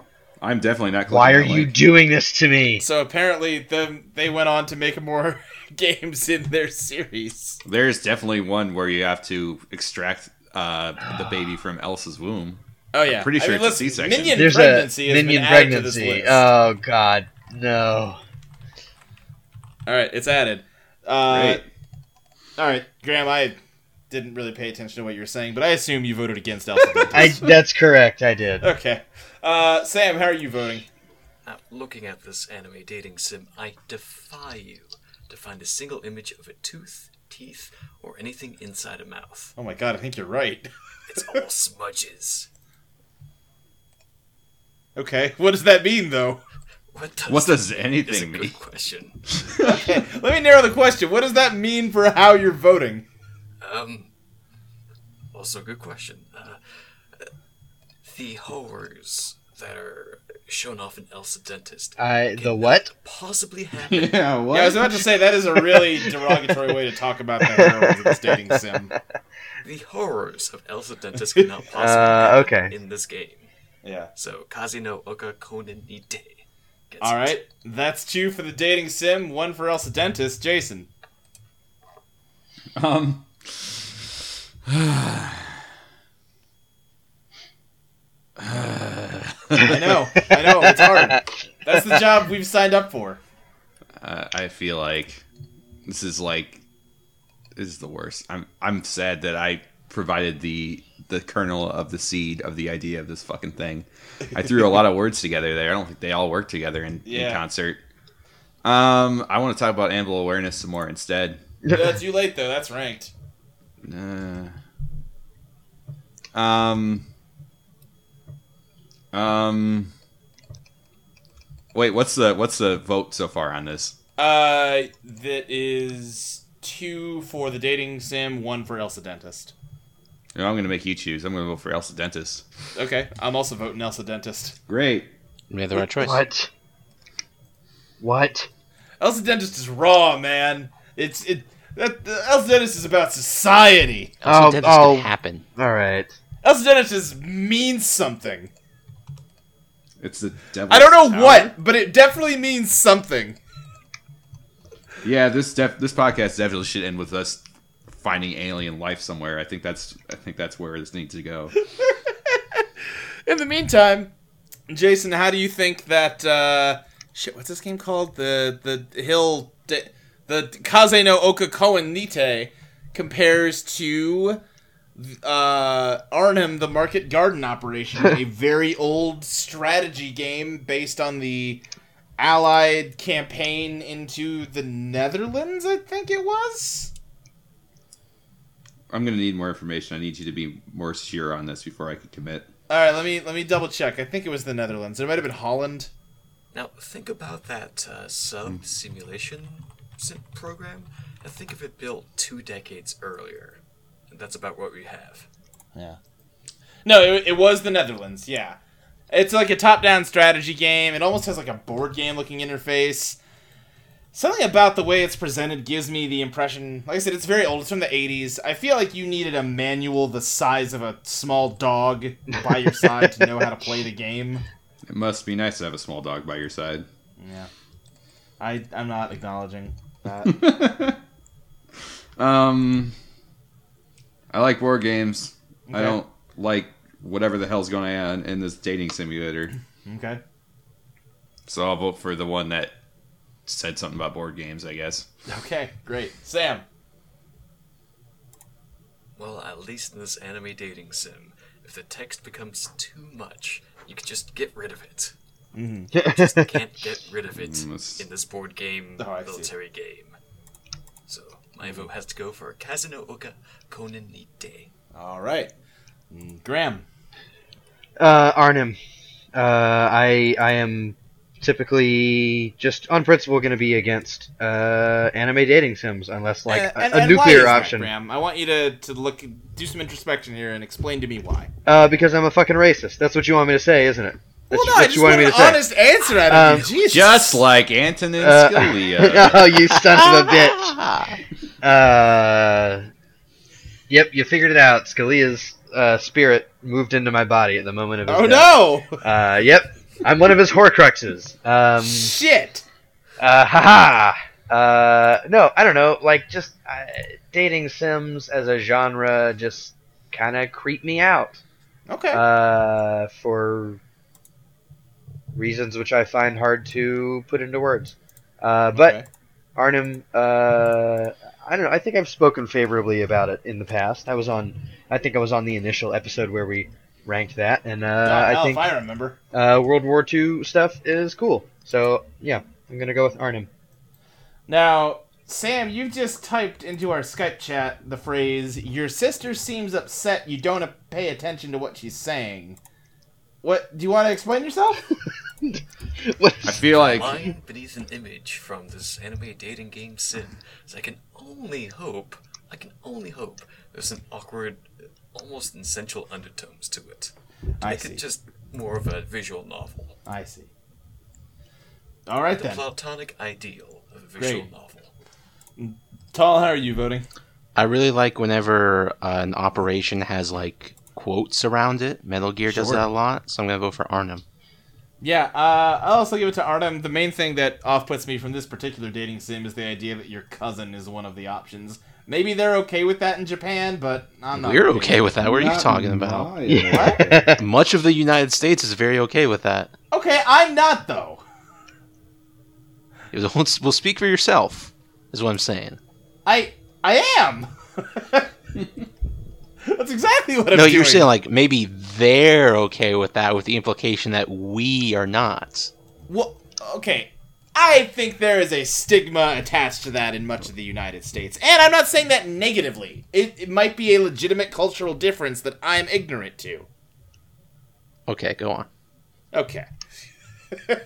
Speaker 6: I'm definitely not. clicking
Speaker 4: Why are
Speaker 6: that
Speaker 4: you
Speaker 6: link.
Speaker 4: doing this to me?
Speaker 2: So apparently, the, they went on to make more [LAUGHS] games in their series.
Speaker 6: There's definitely one where you have to extract uh, the baby from Elsa's womb.
Speaker 2: Oh yeah,
Speaker 6: pretty
Speaker 2: I
Speaker 6: sure
Speaker 2: mean,
Speaker 6: it's a
Speaker 2: listen,
Speaker 6: C-section.
Speaker 2: Minion
Speaker 4: There's
Speaker 2: pregnancy
Speaker 4: a
Speaker 2: has
Speaker 4: minion
Speaker 2: been added to this
Speaker 4: pregnancy.
Speaker 2: list.
Speaker 4: Oh god, no.
Speaker 2: All right, it's added. Uh,
Speaker 6: Great.
Speaker 2: All right, Graham, I didn't really pay attention to what you were saying, but I assume you voted against Elsa. Dentist.
Speaker 4: I, that's correct, I
Speaker 2: [LAUGHS]
Speaker 4: did.
Speaker 2: okay, uh, Sam, how are you voting?
Speaker 5: Now, looking at this anime dating sim, I defy you to find a single image of a tooth, teeth, or anything inside a mouth.
Speaker 2: Oh my god, I think you're right.
Speaker 5: It's
Speaker 4: [LAUGHS]
Speaker 5: all smudges.
Speaker 2: Okay, what does that mean though?
Speaker 5: What does,
Speaker 6: What does
Speaker 5: is a [LAUGHS]
Speaker 6: [LAUGHS] anything mean?
Speaker 5: good question.
Speaker 2: Okay, [LAUGHS] let me narrow the question. What does that mean for how you're voting?
Speaker 5: Um, also a good question. Uh, the horrors that are shown off in Elsa Dentist
Speaker 4: I, Uh, the what?
Speaker 5: possibly
Speaker 4: [LAUGHS]
Speaker 5: happen.
Speaker 6: Yeah, what?
Speaker 2: Yeah, I was about to say that is a really derogatory way to talk about the heroines of this dating sim.
Speaker 5: the horrors of Elsa
Speaker 4: [LAUGHS]
Speaker 5: Dentist cannot possibly
Speaker 4: Uh,
Speaker 5: happen
Speaker 4: okay.
Speaker 5: in this game.
Speaker 2: [LAUGHS] Yeah.
Speaker 5: So Kazino Oka Konen Nite. Gets
Speaker 2: All
Speaker 5: it.
Speaker 2: right, that's two for the dating sim, one for Elsa Dentist. Jason.
Speaker 6: Um,
Speaker 2: I know, I know, it's hard. That's the job we've signed up for.
Speaker 6: Uh, I feel like this is like this is the worst. I'm I'm sad that I provided the the kernel of the seed of the idea of this fucking thing. I threw a lot of words together there. I don't think they all work together in,
Speaker 2: Yeah.
Speaker 6: in concert. Um, I want to talk about Anvil awareness some more instead.
Speaker 2: That's you late though. That's ranked.
Speaker 6: Uh, um. Um. Wait, what's the what's the vote so far on this?
Speaker 2: Uh, that is two for the dating sim, one for Elsa Dentist.
Speaker 6: No, I'm gonna make you choose. I'm gonna vote for Elsa Dentist.
Speaker 2: Okay, I'm also voting Elsa Dentist.
Speaker 6: Great.
Speaker 3: Made the right choice.
Speaker 4: What? What?
Speaker 2: Elsa Dentist is raw, man. It's it. That, the, Elsa Dentist is about society.
Speaker 3: Also,
Speaker 4: Oh,
Speaker 3: dentist
Speaker 4: oh.
Speaker 3: could happen.
Speaker 4: All right.
Speaker 2: Elsa Dentist is, means something.
Speaker 6: It's the devil.
Speaker 2: I don't know what, but it definitely means something.
Speaker 6: Yeah, this def- this podcast definitely should end with us finding alien life somewhere. I think that's I think that's where this needs to [LAUGHS] go.
Speaker 2: In the meantime, Jason, how do you think that uh, shit? What's this game called? The the hill de, the Kaze no Oka Koen Nite compares to uh, Arnhem the Market Garden Operation, a very old strategy game based on the Allied campaign into the Netherlands. I think it was.
Speaker 6: I'm gonna need more information. I need you to be more sure on this before I can commit.
Speaker 2: All right, let me let me double check. I think it was the Netherlands. It might have been Holland.
Speaker 5: Now, think about that uh, sub simulation sim- program and think of it built two decades earlier. And that's about what we have.
Speaker 2: No, it, it was the Netherlands. Yeah, it's like a top-down strategy game. It almost has like a board game-looking interface. Something about the way it's presented gives me the impression. Like I said, it's very old. It's from the '80s. I feel like you needed a manual the size of a small dog by your side to know how to play the game.
Speaker 6: It must be nice to have a small dog by your side.
Speaker 2: Yeah, I I'm not acknowledging that.
Speaker 6: [LAUGHS] Um, I like war games. I
Speaker 2: Okay.
Speaker 6: don't like whatever the hell's going on in this dating simulator.
Speaker 2: okay.
Speaker 6: So I'll vote for the one that said something about board games. I guess.
Speaker 2: Okay. Great. Sam.
Speaker 5: Well, at least in this anime dating sim, if the text becomes too much, you can just get rid of it.
Speaker 2: Mm-hmm.
Speaker 5: just can't get rid of it
Speaker 6: Mm, that's-
Speaker 5: in this board game,
Speaker 2: Oh, I see. Mm-hmm.
Speaker 5: military game. So, my vote has to go for Kazuno Oka Konen Nite.
Speaker 2: All right. Mm, Graham.
Speaker 4: Uh, Arnim. Uh, I I am typically just on principle going to be against uh, anime dating sims unless like
Speaker 2: And-
Speaker 4: a,
Speaker 2: Uh, and-
Speaker 4: a
Speaker 2: and why is
Speaker 4: nuclear
Speaker 2: that,
Speaker 4: option.
Speaker 2: Graham? I want you to, to look do some introspection here and explain to me why.
Speaker 4: Uh, because I'm a fucking racist. That's what you want me to say, isn't it? That's
Speaker 2: well, no, I just want an honest answer out of you.
Speaker 4: Um,
Speaker 2: Jesus. Oh,
Speaker 6: Just like Antonin
Speaker 4: Uh, [LAUGHS]
Speaker 6: Scalia.
Speaker 4: oh, you
Speaker 2: [LAUGHS]
Speaker 4: son of a bitch. Uh, yep, you figured it out. Scalia's uh, spirit moved into my body at the moment of his
Speaker 2: oh
Speaker 4: death.
Speaker 2: no!
Speaker 4: Uh, yep, I'm one of his Horcruxes. Um,
Speaker 2: Shit.
Speaker 4: uh, haha. Uh, no, I don't know. Like, just uh, dating Sims as a genre just kind of creep me out
Speaker 2: Okay.
Speaker 4: uh, for reasons which I find hard to put into words. Uh, but
Speaker 2: Okay.
Speaker 4: Arnhem, uh, I don't know. I think I've spoken favorably about it in the past. I was on, I think I was on the initial episode where we ranked that, and uh,
Speaker 2: God, hell,
Speaker 4: I
Speaker 2: if
Speaker 4: think
Speaker 2: I remember.
Speaker 4: uh, World War II stuff is cool. So yeah, I'm gonna go with Arnhem.
Speaker 2: Now, Sam, you've just typed into our Skype chat the phrase "Your sister seems upset. You don't pay attention to what she's saying." What do you want to explain yourself?
Speaker 6: I feel like
Speaker 5: Lying beneath an image from this anime dating game sim. So I can only hope, I can only hope there's an awkward, almost sensual undertones to it. To
Speaker 2: I
Speaker 5: make
Speaker 2: see.
Speaker 5: it just more of a visual novel.
Speaker 2: I see. All right
Speaker 5: The
Speaker 2: then.
Speaker 5: platonic ideal of a visual
Speaker 2: Great.
Speaker 5: novel. [SIGHS]
Speaker 2: Tall, how are you voting?
Speaker 3: [LAUGHS] I really like whenever uh, an operation has like quotes around it. Metal Gear does
Speaker 6: Sure.
Speaker 3: that a lot, so I'm gonna vote for Arnhem.
Speaker 2: Yeah, uh, I'll also give it to Artem. The main thing that off puts me from this particular dating sim is the idea that your cousin is one of the options. Maybe they're okay with that in Japan, but I'm not.
Speaker 3: We're okay with that. What are you talking about?
Speaker 2: What?
Speaker 3: Much of the United States is very okay with that.
Speaker 2: okay, I'm not though.
Speaker 3: It was, well, well, speak for yourself, is what I'm saying.
Speaker 2: I I am. [LAUGHS] That's exactly what I'm
Speaker 3: no,
Speaker 2: doing.
Speaker 3: you're saying like maybe they're okay with that, with the implication that we are not.
Speaker 2: Well, okay. I think there is a stigma attached to that in much of the United States. And I'm not saying that negatively. It, it might be a legitimate cultural difference that I'm ignorant to.
Speaker 3: Okay, go on.
Speaker 2: Okay. [LAUGHS]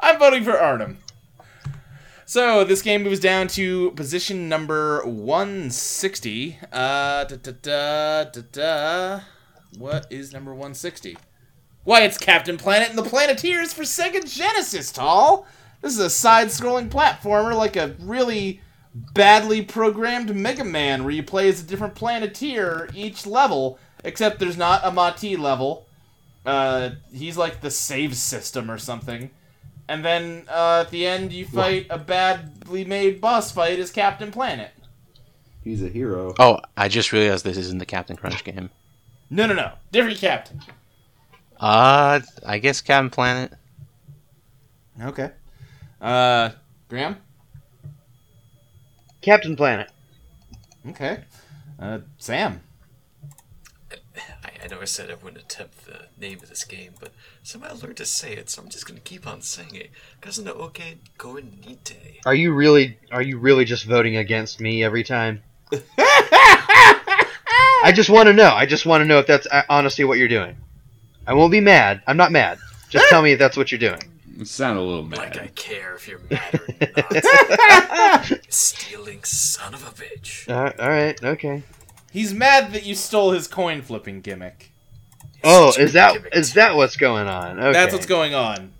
Speaker 2: I'm voting for Artem. So this game moves down to position number 160. Uh, da, da, da, da, da. What is number 160? Why, it's Captain Planet and the Planeteers for Sega Genesis, Tall! This is a side scrolling platformer like a really badly programmed Mega Man where you play as a different Planeteer each level, except there's not a Mati level uh, he's like the save system or something. And then uh, at the end, you fight a badly made boss fight as Captain Planet.
Speaker 6: He's a hero.
Speaker 3: Oh, I just realized this isn't the Captain Crunch game.
Speaker 2: No, no, no, different Captain.
Speaker 3: Uh, I guess Captain Planet.
Speaker 2: Okay. Uh, Graham.
Speaker 4: Captain Planet.
Speaker 2: Okay. Uh, Sam.
Speaker 5: I, I know I said I wouldn't attempt the name of this game, but somehow I learned to say it, so I'm just gonna keep on saying it. Kazuna Oke Gorenite.
Speaker 4: Are you really? Are you really just voting against me every time? I just want to know. I just want to know if that's uh, honestly what you're doing. I won't be mad. I'm not mad. Just tell me if that's what you're doing.
Speaker 6: You sound a little
Speaker 5: Like I
Speaker 6: mad.
Speaker 5: care if you're mad or not. [LAUGHS] Stealing son of a bitch.
Speaker 4: Uh, all right. Okay.
Speaker 2: He's mad that you stole his coin flipping gimmick.
Speaker 4: Oh,
Speaker 5: Such a
Speaker 4: is that
Speaker 5: gimmick.
Speaker 4: is that what's going on? Okay.
Speaker 2: That's what's going on.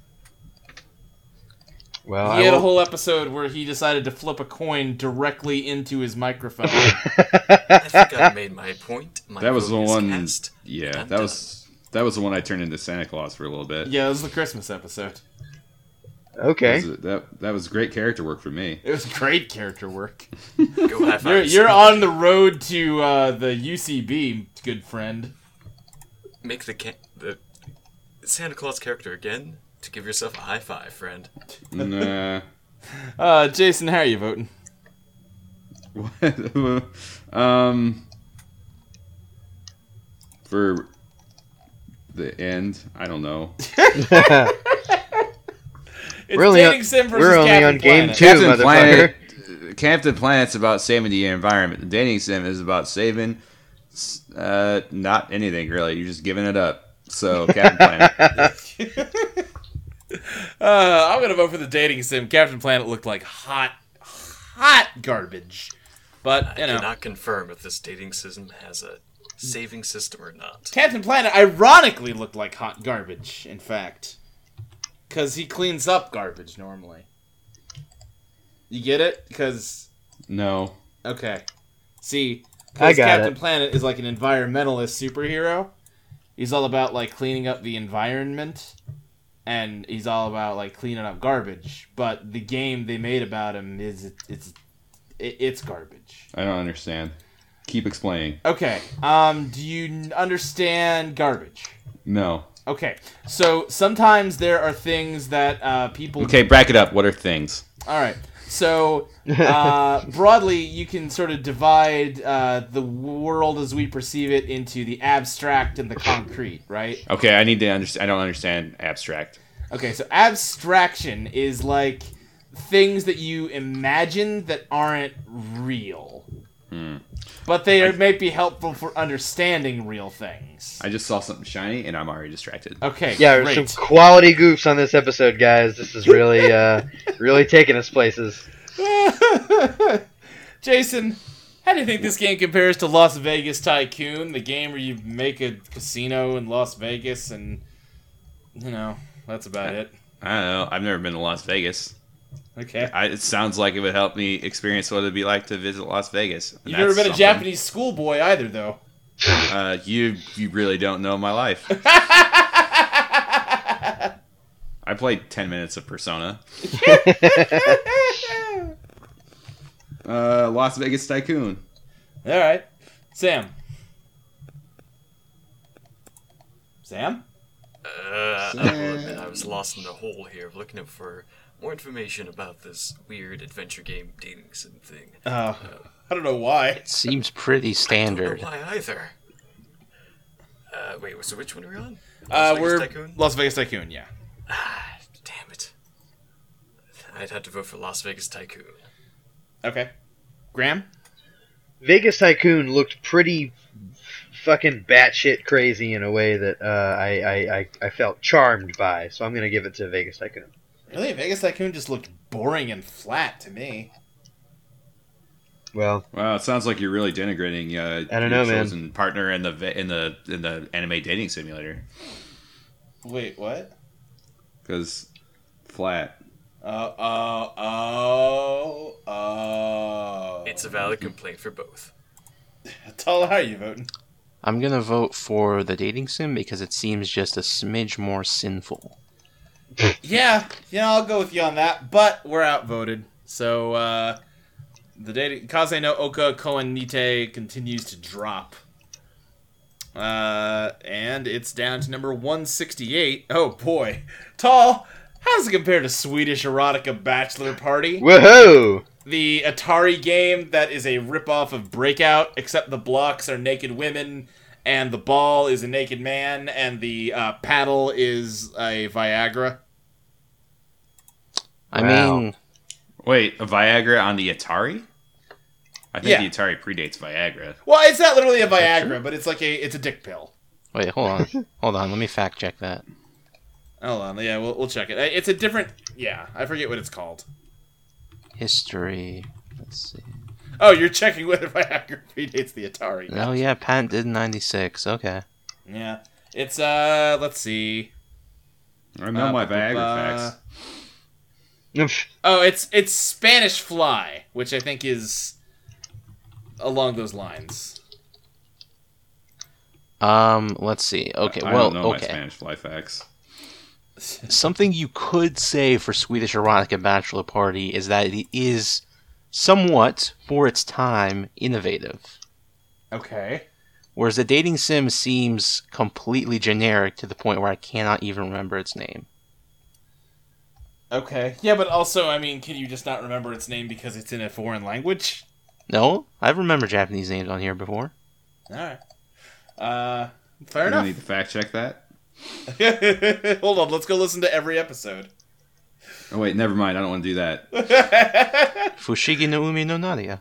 Speaker 4: Well,
Speaker 2: he
Speaker 4: I
Speaker 2: had a
Speaker 4: won't-
Speaker 2: whole episode where he decided to flip a coin directly into his microphone.
Speaker 5: I think I've made my point. My
Speaker 6: That was the
Speaker 5: vote is
Speaker 6: one.
Speaker 2: [LAUGHS]
Speaker 5: cast.
Speaker 6: Yeah,
Speaker 5: I'm
Speaker 6: that was that was the one I turned into Santa Claus for a little
Speaker 2: [LAUGHS]
Speaker 6: bit.
Speaker 2: yeah, it was the Christmas episode.
Speaker 6: That
Speaker 4: [LAUGHS] okay.
Speaker 6: was, that that was great character work for me.
Speaker 2: It was great character work.
Speaker 5: done. Go high five
Speaker 2: You're,
Speaker 5: yourself.
Speaker 2: you're on the road to uh, the UCB, good friend.
Speaker 5: Make the, ca- the Santa Claus character again to give yourself a high five, friend.
Speaker 4: [LAUGHS]
Speaker 6: nah.
Speaker 2: Uh, Jason, how are you voting?
Speaker 6: What? [LAUGHS] um, for the end, I don't know.
Speaker 2: It's
Speaker 4: We're only on-
Speaker 2: dating sim versus
Speaker 4: we're only
Speaker 2: Captain
Speaker 4: on game
Speaker 2: Planet.
Speaker 4: two.
Speaker 6: Captain
Speaker 4: motherfucker.
Speaker 6: Planet. Captain Planet's about saving the environment. The dating sim is about saving, s- uh, not anything really. You're just giving it up. So Captain Planet.
Speaker 2: Uh, I'm gonna vote for the dating sim. Captain Planet looked like hot, hot garbage. But
Speaker 5: I
Speaker 2: you know,
Speaker 5: cannot confirm if this dating system has a saving system or not.
Speaker 2: Captain Planet ironically looked like hot garbage. In fact, because he cleans up garbage normally. You get it? Because
Speaker 6: No.
Speaker 2: Okay. See,
Speaker 4: I
Speaker 2: because
Speaker 4: got
Speaker 2: Captain
Speaker 4: it.
Speaker 2: Planet is like an environmentalist superhero. He's all about like cleaning up the environment, and he's all about like cleaning up garbage. But the game they made about him is it, it's it, it's garbage.
Speaker 6: I don't understand. Keep explaining.
Speaker 2: Okay. Um. Do you n- understand garbage?
Speaker 6: No.
Speaker 2: Okay. So sometimes there are things that uh, people
Speaker 6: Okay, bracket up. What are things?
Speaker 2: All right. So uh, broadly, you can sort of divide uh, the world as we perceive it into the abstract and the concrete, right?
Speaker 6: Okay, I need to understand. I don't understand abstract.
Speaker 2: Okay, so abstraction is like things that you imagine that aren't real, but they are, may be helpful for understanding real things.
Speaker 6: I just saw something shiny and I'm already distracted.
Speaker 2: Okay,
Speaker 4: Yeah,
Speaker 2: great.
Speaker 4: there's some quality goofs on this episode, guys. This is really, uh, really taking us places.
Speaker 2: [LAUGHS] Jason, how do you think this game compares to Las Vegas Tycoon, the game where you make a casino in Las Vegas and you know, that's about it.
Speaker 6: I don't know. I've never been to Las Vegas.
Speaker 2: Okay.
Speaker 6: I, it sounds like it would help me experience what it'd be like to visit Las Vegas. and
Speaker 2: You've never
Speaker 6: that's
Speaker 2: been a
Speaker 6: something.
Speaker 2: Japanese schoolboy either though. [LAUGHS]
Speaker 6: Uh, you you really don't know my life. I played ten minutes of Persona. [LAUGHS] uh, Las Vegas Tycoon.
Speaker 2: All right. Sam. Sam?
Speaker 5: Uh, I will admit I was lost in the hole here of looking up for more information about this weird adventure game dating sim thing. I
Speaker 2: Uh, I don't know why.
Speaker 3: Seems pretty
Speaker 5: don't know
Speaker 3: standard.
Speaker 5: why either. Uh, wait, so which one are we on?
Speaker 2: Uh,
Speaker 5: Las Vegas
Speaker 2: we're
Speaker 5: Tycoon?
Speaker 2: Las Vegas Tycoon. Yeah.
Speaker 5: Ah, damn it. I'd have to vote for Las Vegas Tycoon.
Speaker 2: Okay. Graham.
Speaker 4: Vegas Tycoon looked pretty fucking batshit crazy in a way that uh, I, I, I I felt charmed by. So I'm gonna give it to Vegas Tycoon.
Speaker 2: Really, Vegas Tycoon just looked boring and flat to me.
Speaker 4: Well,
Speaker 6: Wow, it sounds like you're really denigrating uh,
Speaker 4: I don't
Speaker 6: your
Speaker 4: know, man.
Speaker 6: chosen partner in the va- in the in the anime dating simulator
Speaker 2: Wait, what?
Speaker 6: because flat.
Speaker 2: Uh, oh, oh, oh.
Speaker 5: It's a valid complaint for both.
Speaker 2: Tell how are you voting?
Speaker 3: I'm gonna vote for the dating sim because it seems just a smidge more sinful.
Speaker 2: Yeah, yeah, I'll go with you on that. But we're outvoted, so uh, the dating Kaze no Oka Koen Nite continues to drop, uh, and it's down to number one sixty eight. Oh boy, tall. How does it compare to Swedish erotica bachelor party?
Speaker 4: woohoo! [LAUGHS]
Speaker 2: the Atari game that is a ripoff of Breakout, except the blocks are naked women, and the ball is a naked man, and the uh, paddle is a Viagra.
Speaker 3: I
Speaker 6: Wow.
Speaker 3: mean,
Speaker 6: Wait, a Viagra on the Atari? I think
Speaker 2: Yeah.
Speaker 6: the Atari predates Viagra.
Speaker 2: Well, it's not literally a
Speaker 3: that
Speaker 2: Viagra, but it's like a it's a dick pill.
Speaker 3: wait, hold on, [LAUGHS] hold on. Let me fact check that.
Speaker 2: Hold on, yeah, we'll, we'll check it. Uh, It's a different, yeah, I forget what it's called.
Speaker 3: History. Let's see.
Speaker 2: Oh, you're checking whether [LAUGHS] Viagra predates the Atari.
Speaker 3: Oh yeah, patented in '96. Okay.
Speaker 2: Yeah, it's uh, let's see.
Speaker 6: I know
Speaker 2: Uh,
Speaker 6: my Viagra
Speaker 2: ba-ba-ba.
Speaker 6: facts.
Speaker 4: Oomph.
Speaker 2: Oh, it's it's Spanish Fly, which I think is along those lines.
Speaker 3: Um, let's see. Okay,
Speaker 6: I
Speaker 3: well,
Speaker 6: don't know my
Speaker 3: okay.
Speaker 6: Spanish fly facts.
Speaker 3: Something you could say for Swedish erotica bachelor party is that it is somewhat, for its time, innovative.
Speaker 2: Okay.
Speaker 3: Whereas the dating sim seems completely generic to the point where I cannot even remember its name.
Speaker 2: Okay. Yeah, but also, I mean, can you just not remember its name because it's in a foreign language?
Speaker 3: No, I've remembered Japanese names on here before.
Speaker 2: All right. Uh,
Speaker 6: I
Speaker 2: fair
Speaker 6: don't need to fact check that.
Speaker 2: enough. [LAUGHS] Hold on, let's go listen to every episode. [LAUGHS]
Speaker 6: Oh wait, never mind. I don't want to do that.
Speaker 2: All right,
Speaker 3: Fushigi no Umi no Naria.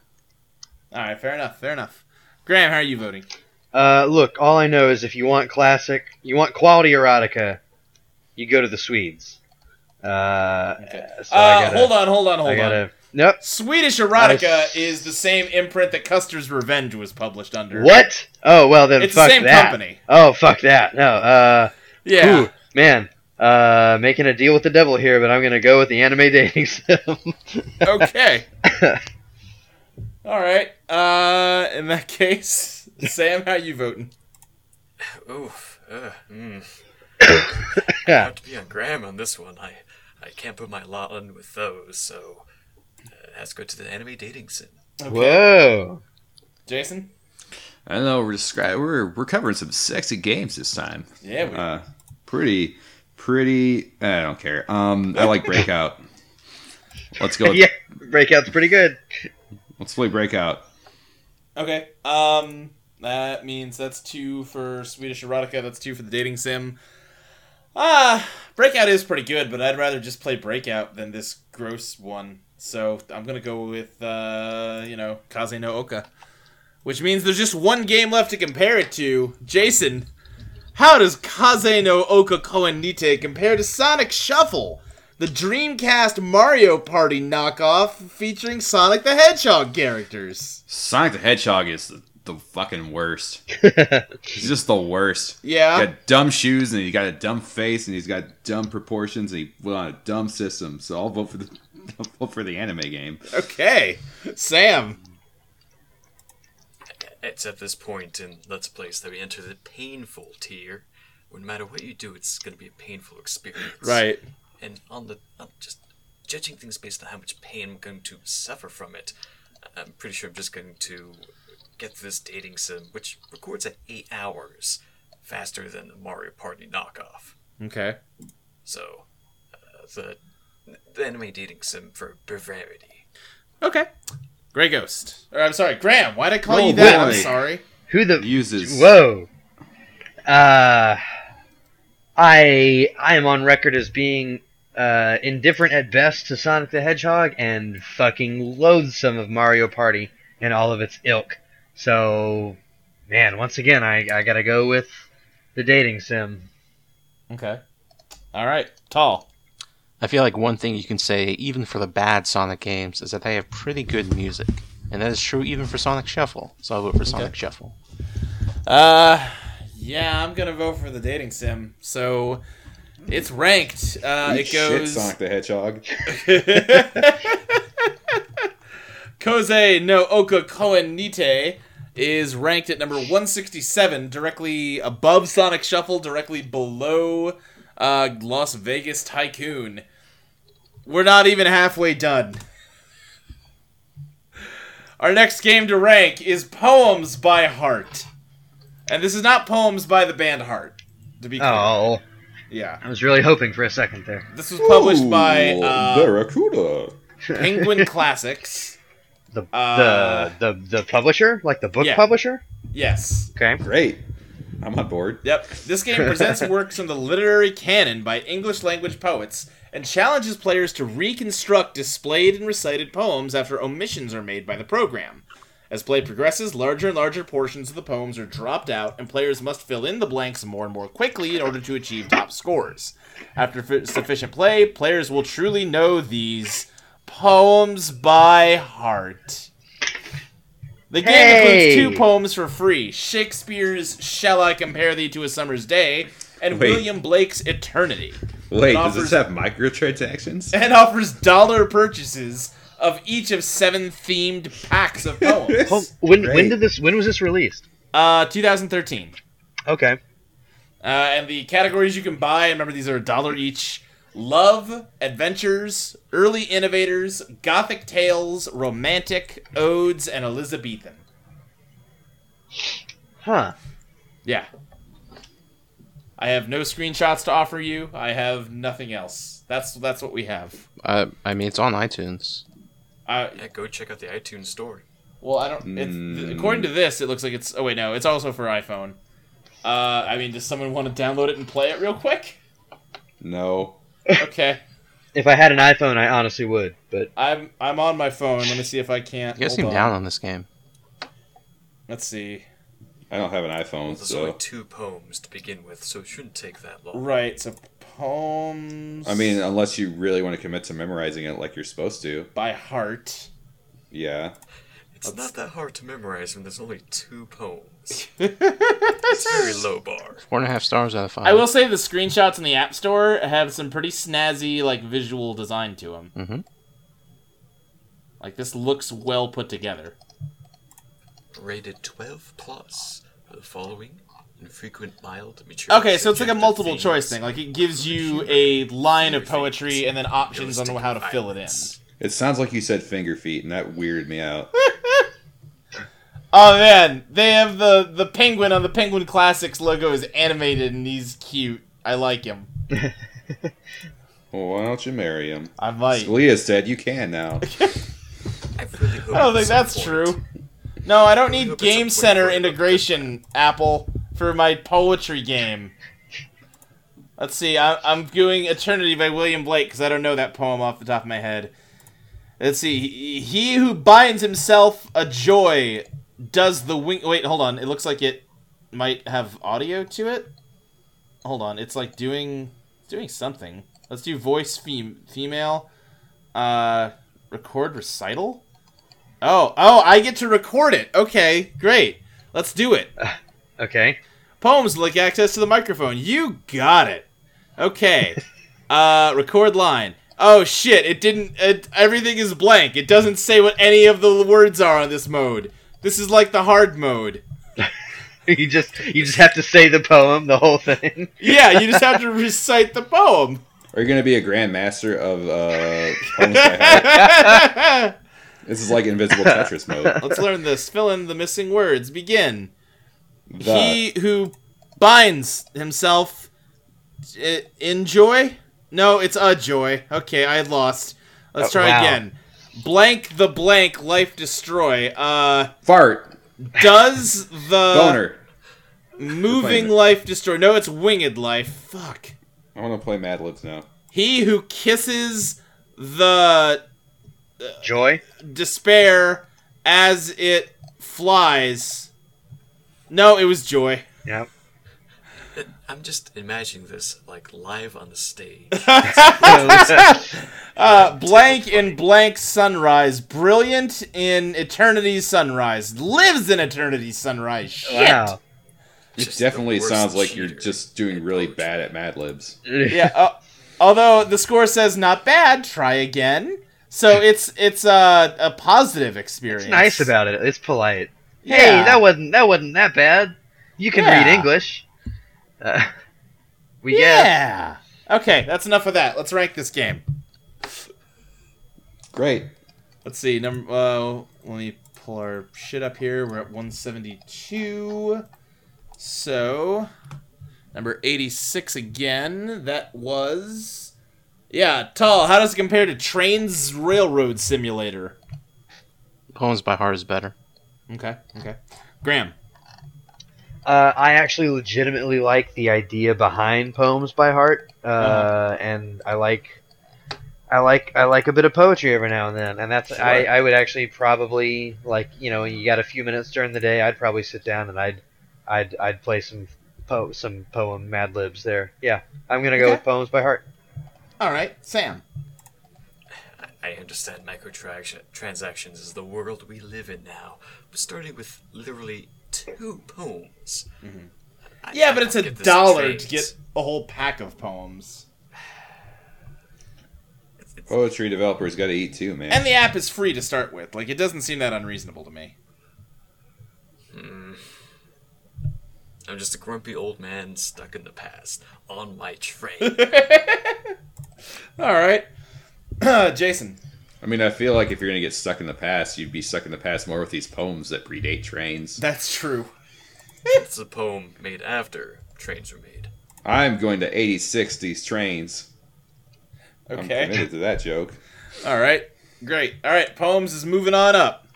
Speaker 2: fair enough, fair enough. Graham, how are you voting?
Speaker 4: Uh, look, all I know is if you want classic, you want quality erotica, you go to the Swedes. Uh, so I
Speaker 2: uh,
Speaker 4: gotta,
Speaker 2: hold on, hold on, hold
Speaker 4: I gotta,
Speaker 2: on.
Speaker 4: Nope.
Speaker 2: Swedish Erotica
Speaker 4: I-
Speaker 2: is the same imprint that Custer's Revenge was published under.
Speaker 4: What? Oh well, then
Speaker 2: It's the
Speaker 4: fuck
Speaker 2: same
Speaker 4: that.
Speaker 2: company.
Speaker 4: Oh fuck that. No. Uh,
Speaker 2: Yeah.
Speaker 4: ooh, man. Uh, making a deal with the devil here, but I'm gonna go with the anime dating [LAUGHS] sim. [LAUGHS]
Speaker 2: okay. All right. Uh, in that [LAUGHS] case, Sam, how you voting?
Speaker 5: Oof. Uh, mm. I
Speaker 4: Yeah.
Speaker 5: have to be on Graham on this one. I, I can't put my lot on with those, so uh, let's go to the anime dating sim.
Speaker 4: Whoa.
Speaker 2: Jason?
Speaker 6: I don't know. We're descri- we're we're covering some sexy games this time.
Speaker 2: Yeah, we
Speaker 6: Uh, pretty, pretty. I don't care. Um, I like Breakout.
Speaker 2: [LAUGHS]
Speaker 6: Let's go. With,
Speaker 4: yeah. Breakout's pretty good.
Speaker 6: Let's play Breakout.
Speaker 2: Okay. Um, that means that's two for Swedish erotica. That's two for the dating sim. Ah, Breakout is pretty good, but I'd rather just play Breakout than this gross one. So I'm gonna go with uh, you know, Kaze no Oka, which means there's just one game left to compare it to. Jason, how does Kaze no Oka Koen Nite compare to Sonic Shuffle, the Dreamcast Mario Party knockoff featuring Sonic the Hedgehog characters?
Speaker 6: Sonic the Hedgehog is the, the
Speaker 2: [LAUGHS]
Speaker 6: fucking worst. He's just the worst.
Speaker 2: Yeah.
Speaker 6: He got dumb shoes and he got a dumb face and he's got dumb proportions and he went on a dumb system. So I'll vote for the [LAUGHS] I'll vote for the anime game.
Speaker 2: Okay, Sam.
Speaker 5: It's at this point in Let's Plays that we enter the painful tier. No matter what you do, it's going to be a painful experience. And on the on just judging things based on how much pain I'm going to suffer from it, I'm pretty sure I'm just going to get this dating sim, which records at eight hours faster than the Mario Party knockoff.
Speaker 2: Okay.
Speaker 5: So, uh, the, the anime dating sim for brevity.
Speaker 2: Okay. Gray Ghost. Or, I'm sorry, Graham. Why'd I call
Speaker 6: Roll
Speaker 2: you that? I'm
Speaker 6: boy.
Speaker 2: sorry.
Speaker 4: Who the
Speaker 6: Uses.
Speaker 4: Whoa. Uh, I I am on record as being uh, indifferent at best to Sonic the Hedgehog and fucking loathsome of Mario Party and all of its ilk. So, man, once again, I, I gotta go with the dating sim.
Speaker 2: Okay. All right. Tall.
Speaker 3: I feel like one thing you can say, even for the bad Sonic games, is that they have pretty good music. And that is true even for Sonic Shuffle. So I vote for Sonic Shuffle.
Speaker 2: Uh, yeah, I'm gonna vote for the dating sim. So it's ranked. Uh, it
Speaker 6: Eat
Speaker 2: goes.
Speaker 6: Shit, Sonic the Hedgehog.
Speaker 2: Koze no Oka Koen Nite is ranked at number 167, directly above Sonic Shuffle, directly below uh, Las Vegas Tycoon. We're not even halfway done. [LAUGHS] Our next game to rank is Poems by Heart. And this is not Poems by the band Heart, to be clear.
Speaker 4: Oh,
Speaker 2: Yeah.
Speaker 4: I was really hoping for a second there.
Speaker 2: This was published by
Speaker 6: Ooh,
Speaker 2: uh,
Speaker 6: Barracuda.
Speaker 2: Penguin Classics.
Speaker 4: The
Speaker 2: Uh,
Speaker 4: the, the the publisher, like the book
Speaker 2: yeah.
Speaker 4: publisher.
Speaker 2: Yes.
Speaker 4: Okay.
Speaker 6: Great. I'm on board.
Speaker 2: Yep. This game presents works from the literary canon by English language poets and challenges players to reconstruct displayed and recited poems after omissions are made by the program. As play progresses, larger and larger portions of the poems are dropped out, and players must fill in the blanks more and more quickly in order to achieve top scores. After fi- sufficient play, players will truly know these poems by heart. The game
Speaker 4: Hey!
Speaker 2: includes two poems for free Shakespeare's Shall I Compare Thee to a Summer's Day and
Speaker 6: Wait.
Speaker 2: William Blake's Eternity,
Speaker 6: Wait,
Speaker 2: It
Speaker 6: does
Speaker 2: offers-
Speaker 6: this have microtransactions?
Speaker 2: [LAUGHS] and offers dollar purchases of each of seven themed packs of
Speaker 6: [LAUGHS]
Speaker 2: poems.
Speaker 4: Well, when when
Speaker 6: Great.
Speaker 4: did this? When was this released?
Speaker 2: Uh, 2013.
Speaker 4: Okay.
Speaker 2: Uh, and the categories you can buy, and remember these are a dollar each. Love, adventures, early innovators, gothic tales, romantic, odes, and Elizabethan.
Speaker 4: Huh.
Speaker 2: Yeah. I have no screenshots to offer you. I have nothing else. That's that's what we have.
Speaker 3: Uh, I mean, it's on iTunes.
Speaker 2: Uh,
Speaker 5: Yeah, go check out the iTunes store.
Speaker 2: well, I don't. It's,
Speaker 6: Hmm.
Speaker 2: th- according to this, it looks like it's. Oh wait, no, it's also for iPhone. Uh, I mean, does someone want to download it and play it real
Speaker 6: [LAUGHS]
Speaker 2: quick?
Speaker 6: No.
Speaker 2: Okay,
Speaker 4: If I had an iPhone, I honestly would, but
Speaker 2: I'm I'm on my phone. Let me see if I can't.
Speaker 3: You guys
Speaker 2: Hold
Speaker 3: seem
Speaker 2: on.
Speaker 3: down on this game.
Speaker 2: Let's see.
Speaker 6: I don't have an iPhone,
Speaker 5: There's only
Speaker 6: so
Speaker 5: two poems to begin with, so it shouldn't take that long.
Speaker 2: Right, so poems.
Speaker 6: I mean, uh, unless you really want to commit to memorizing it like you're supposed to.
Speaker 2: by heart.
Speaker 6: Yeah.
Speaker 5: It's not that hard to memorize when there's only two poems. it's very low bar.
Speaker 3: Four and a half stars out of five.
Speaker 2: I will say the screenshots in the App Store have some pretty snazzy, like, visual design to them.
Speaker 3: Mhm.
Speaker 2: Like, this looks well put together.
Speaker 5: Rated 12 plus for the following infrequent, mild, mature.
Speaker 2: Okay, so it's like a
Speaker 5: subjective
Speaker 2: multiple
Speaker 5: themes.
Speaker 2: choice thing. Like, it gives you a line of poetry and then options on
Speaker 5: Realistic
Speaker 2: how to fill it in.
Speaker 5: violence.
Speaker 6: It sounds like you said finger feet, and that weirded
Speaker 2: [LAUGHS]
Speaker 6: me out.
Speaker 2: Oh man, they have the the penguin on the Penguin Classics logo is animated and he's cute. I like him.
Speaker 6: well, why don't you marry him?
Speaker 2: I might.
Speaker 6: Scalia said you
Speaker 2: [LAUGHS]
Speaker 6: can now.
Speaker 5: I really hope
Speaker 2: I don't
Speaker 5: at
Speaker 2: think
Speaker 5: some
Speaker 2: that's
Speaker 5: point-
Speaker 2: true. No, I don't need
Speaker 5: hope it's a
Speaker 2: Game
Speaker 5: quick
Speaker 2: Center
Speaker 5: word.
Speaker 2: integration, Apple, for my poetry game. Let's see. I, I'm doing Eternity by William Blake because I don't know that poem off the top of my head. Let's see. He, he who binds himself a joy does the wing. Wait, hold on. It looks like it might have audio to it. Hold on. It's like doing doing something. Let's do voice fem- female. Uh, record recital. Oh, oh, I get to record it. Okay, great. Let's do it.
Speaker 4: okay. [LAUGHS]
Speaker 2: Poems like access to the microphone. You got it. Okay. Uh, record line. Oh shit! It didn't. It, everything is blank. It doesn't say what any of the words are on this mode. This is like the hard mode.
Speaker 4: you just you just have to say the poem, the whole thing. [LAUGHS]
Speaker 2: Yeah, you just have to [LAUGHS] recite the poem.
Speaker 6: Are you going to be a grandmaster of
Speaker 2: [LAUGHS]
Speaker 6: uh, poems by heart? This is like invisible
Speaker 2: [LAUGHS]
Speaker 6: Tetris mode.
Speaker 2: Let's learn this. Fill in the missing words. Begin.
Speaker 6: The,
Speaker 2: He who binds himself i- eh, in joy No, it's a joy. Okay, I lost. Let's
Speaker 4: Oh,
Speaker 2: try
Speaker 4: wow.
Speaker 2: again. Blank the blank life destroy. Uh,
Speaker 6: Fart.
Speaker 2: does
Speaker 4: [LAUGHS]
Speaker 2: the
Speaker 6: Boner.
Speaker 2: moving
Speaker 6: Wait.
Speaker 2: life destroy? No, it's winged life. Fuck.
Speaker 6: I want to play Mad Libs now.
Speaker 2: He who kisses the
Speaker 4: Joy.
Speaker 2: despair as it flies. No, it was joy.
Speaker 4: Yep.
Speaker 2: [LAUGHS]
Speaker 5: I'm just imagining this like live on the stage.
Speaker 2: Uh, blank in blank sunrise, brilliant in eternity sunrise, lives in eternity sunrise. Shit.
Speaker 4: [LAUGHS] wow.
Speaker 6: It
Speaker 5: Just the
Speaker 6: definitely
Speaker 5: worst
Speaker 6: sounds like you're
Speaker 5: cheater
Speaker 6: just doing really
Speaker 5: poetry.
Speaker 6: bad at Mad Libs.
Speaker 2: Yeah. Uh, although the score says not bad, try again. So it's it's a, a positive experience.
Speaker 4: It's nice about it. It's polite.
Speaker 2: Yeah.
Speaker 4: Hey, that wasn't that wasn't that bad. You can read
Speaker 2: Yeah.
Speaker 4: English. Uh, [LAUGHS] we guess.
Speaker 2: Yeah. Okay, that's enough of that. Let's rank this game.
Speaker 6: Great.
Speaker 2: Let's see. Number. Uh, let me pull our shit up here. We're at 172. So, number 86 again. That was. Yeah, Tall. How does it compare to Trains Railroad Simulator?
Speaker 3: Poems by Heart is better.
Speaker 2: Okay. Okay. Graham.
Speaker 4: Uh, I actually legitimately like the idea behind poems by heart, uh,
Speaker 2: Uh-huh.
Speaker 4: and I like, I like, I like a bit of poetry every now and then, and that's I,
Speaker 2: Sure.
Speaker 4: I would actually probably like you know you got a few minutes during the day, I'd probably sit down and I'd, I'd, I'd play some po- some poem Mad Libs there. Yeah, I'm gonna go
Speaker 2: Okay.
Speaker 4: with poems by heart.
Speaker 2: All right, Sam.
Speaker 5: I understand microtransactions transactions is the world we live in now, but starting with literally two poems. I-
Speaker 2: Mm-hmm. Yeah,
Speaker 5: I
Speaker 2: but it's
Speaker 5: don't
Speaker 2: a
Speaker 5: get this
Speaker 2: dollar to
Speaker 5: trades.
Speaker 2: get a whole pack of poems.
Speaker 6: Poetry developers got to eat too, man.
Speaker 2: And the app is free to start with. Like, it doesn't seem that unreasonable to me.
Speaker 5: I'm just a grumpy old man stuck in the past on my train.
Speaker 2: All right. [CLEARS THROAT] Jason.
Speaker 6: I mean, I feel like if you're gonna get stuck in the past, you'd be stuck in the past more with these poems that predate trains.
Speaker 2: That's true.
Speaker 5: it's a poem made after trains were made.
Speaker 6: I'm going to 86 these trains. I'm
Speaker 2: Okay.
Speaker 6: committed to that joke.
Speaker 2: All right. Great. All right. Poems is moving on up.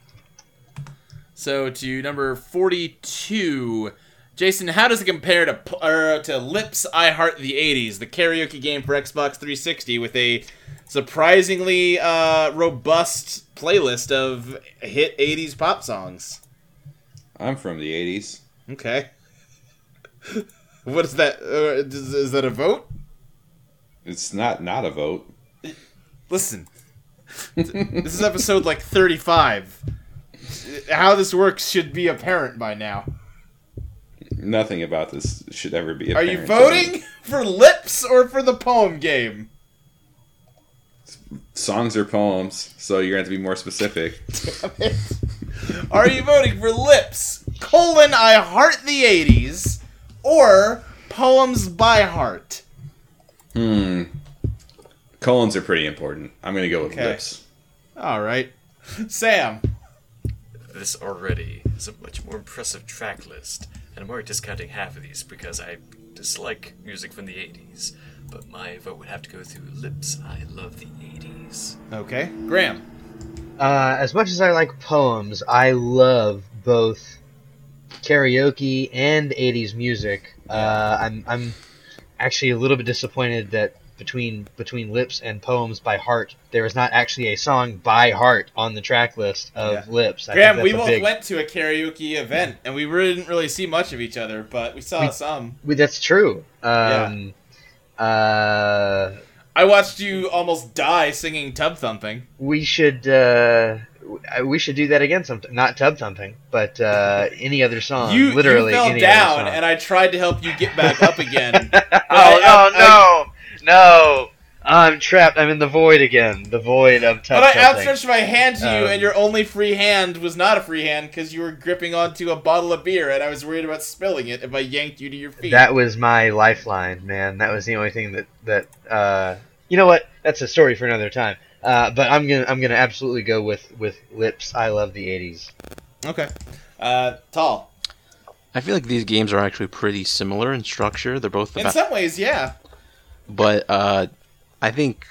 Speaker 2: So to number 42. Jason, how does it compare to p- or to Lips I Heart the 80s, the karaoke game for Xbox 360 with a surprisingly uh, robust playlist of hit 80s pop songs?
Speaker 6: I'm from the 80s.
Speaker 2: Okay. [LAUGHS] what is that? Uh, is, is that a vote?
Speaker 6: It's not not a vote.
Speaker 2: Listen, this is episode like 35. How this works should be apparent by now.
Speaker 6: Nothing about this should ever be.
Speaker 2: Are you
Speaker 6: apparent.
Speaker 2: voting for lips or for the poem game?
Speaker 6: Songs are poems, so you're gonna have to be more specific.
Speaker 2: Are you voting for lips? Colon, I heart the 80s, or poems by heart?
Speaker 6: Hmm. Colons are pretty important. I'm gonna go with
Speaker 2: Okay.
Speaker 6: lips.
Speaker 2: All right, Sam.
Speaker 5: This already is a much more impressive track list, and I'm already discounting half of these because I dislike music from the 80s. But my vote would have to go through Lips I Love the 80s.
Speaker 2: Okay, Graham.
Speaker 4: Uh, as much as I like poems, I love both karaoke and 80s music. Uh, I'm, I'm actually a little bit disappointed that between between lips and poems by heart, there is not actually a song by heart on the track list of
Speaker 2: Yeah.
Speaker 4: lips. I
Speaker 2: Graham,
Speaker 4: think
Speaker 2: we
Speaker 4: that's a
Speaker 2: both
Speaker 4: big-
Speaker 2: went to a karaoke event, and we really didn't really see much of each other, but we saw
Speaker 4: We-
Speaker 2: some.
Speaker 4: we- that's true. Um, uh,
Speaker 2: I watched you almost die singing tub thumping.
Speaker 4: we should uh, w- we should do that again sometime. Not tub thumping, but uh, any other song.
Speaker 2: you
Speaker 4: literally
Speaker 2: you fell
Speaker 4: any other
Speaker 2: down,
Speaker 4: song.
Speaker 2: and I tried to help you get back up
Speaker 4: [LAUGHS]
Speaker 2: again.
Speaker 4: Oh,
Speaker 2: I-
Speaker 4: no, no, no! I'm trapped. I'm in the void again. The void of tough.
Speaker 2: But I
Speaker 4: something.
Speaker 2: outstretched my hand to you,
Speaker 4: Um,
Speaker 2: and your only free hand was not a free hand because you were gripping onto a bottle of beer, and I was worried about spilling it if I yanked you to your feet.
Speaker 4: That was my lifeline, man. That was the only thing that that. Uh, you know what? That's a story for another time. Uh, but I'm gonna I'm gonna absolutely go with with lips. I love the '80s.
Speaker 2: okay. Uh, tall.
Speaker 3: I feel like these games are actually pretty similar in structure. They're both
Speaker 2: In
Speaker 3: about,
Speaker 2: some ways, yeah.
Speaker 3: but uh, I think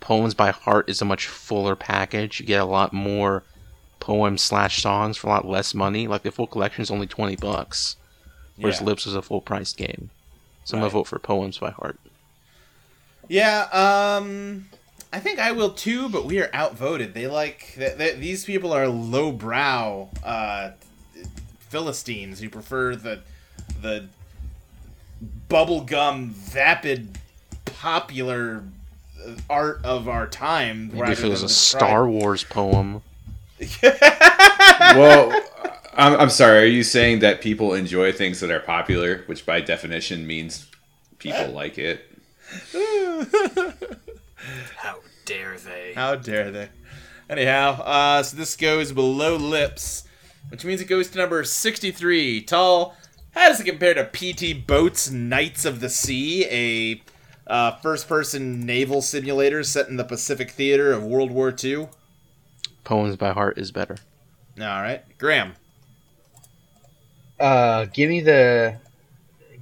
Speaker 3: Poems by Heart is a much fuller package. You get a lot more poems slash songs for a lot less money. Like the full collection is only twenty bucks, whereas
Speaker 2: Yeah.
Speaker 3: Lips was a full price game. So I'm
Speaker 2: Right.
Speaker 3: gonna vote for Poems by Heart.
Speaker 2: Yeah, um, I think I will too, but we are outvoted. They like th- th- these people are lowbrow uh, philistines who prefer the the bubblegum vapid popular uh, art of our time.
Speaker 3: Maybe
Speaker 2: rather
Speaker 3: if it was
Speaker 2: than
Speaker 3: a
Speaker 2: the
Speaker 3: Star
Speaker 2: tri-
Speaker 3: Wars poem,
Speaker 6: well, I'm, I'm sorry. Are you saying that people enjoy things that are popular, which by definition means people like it?
Speaker 3: [LAUGHS]
Speaker 2: [LAUGHS]
Speaker 5: How dare they?
Speaker 2: How dare they? Anyhow, uh, so this goes below lips, which means it goes to number 63. Tall, how does it compare to P.T. Boat's Knights of the Sea, a uh, first person naval simulator set in the Pacific theater of World War II? All
Speaker 3: Poems by Heart is better.
Speaker 2: right. Graham.
Speaker 4: Uh, give me the,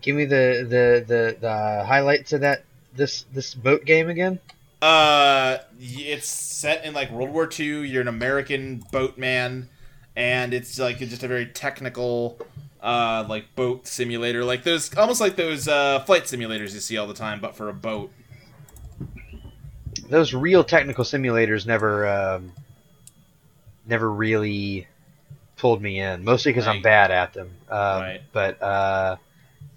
Speaker 4: give me the the the, the highlights of that this this boat game again.
Speaker 2: Uh, y- it's set in like World War II. You're an American boatman, and it's like just a very technical, uh, like boat simulator, like those almost like those uh, flight simulators you see all the time, but for a boat.
Speaker 4: Those real technical simulators never um, never really pulled me in, mostly because I'm
Speaker 2: Right.
Speaker 4: bad at them. Um,
Speaker 2: Right.
Speaker 4: But uh,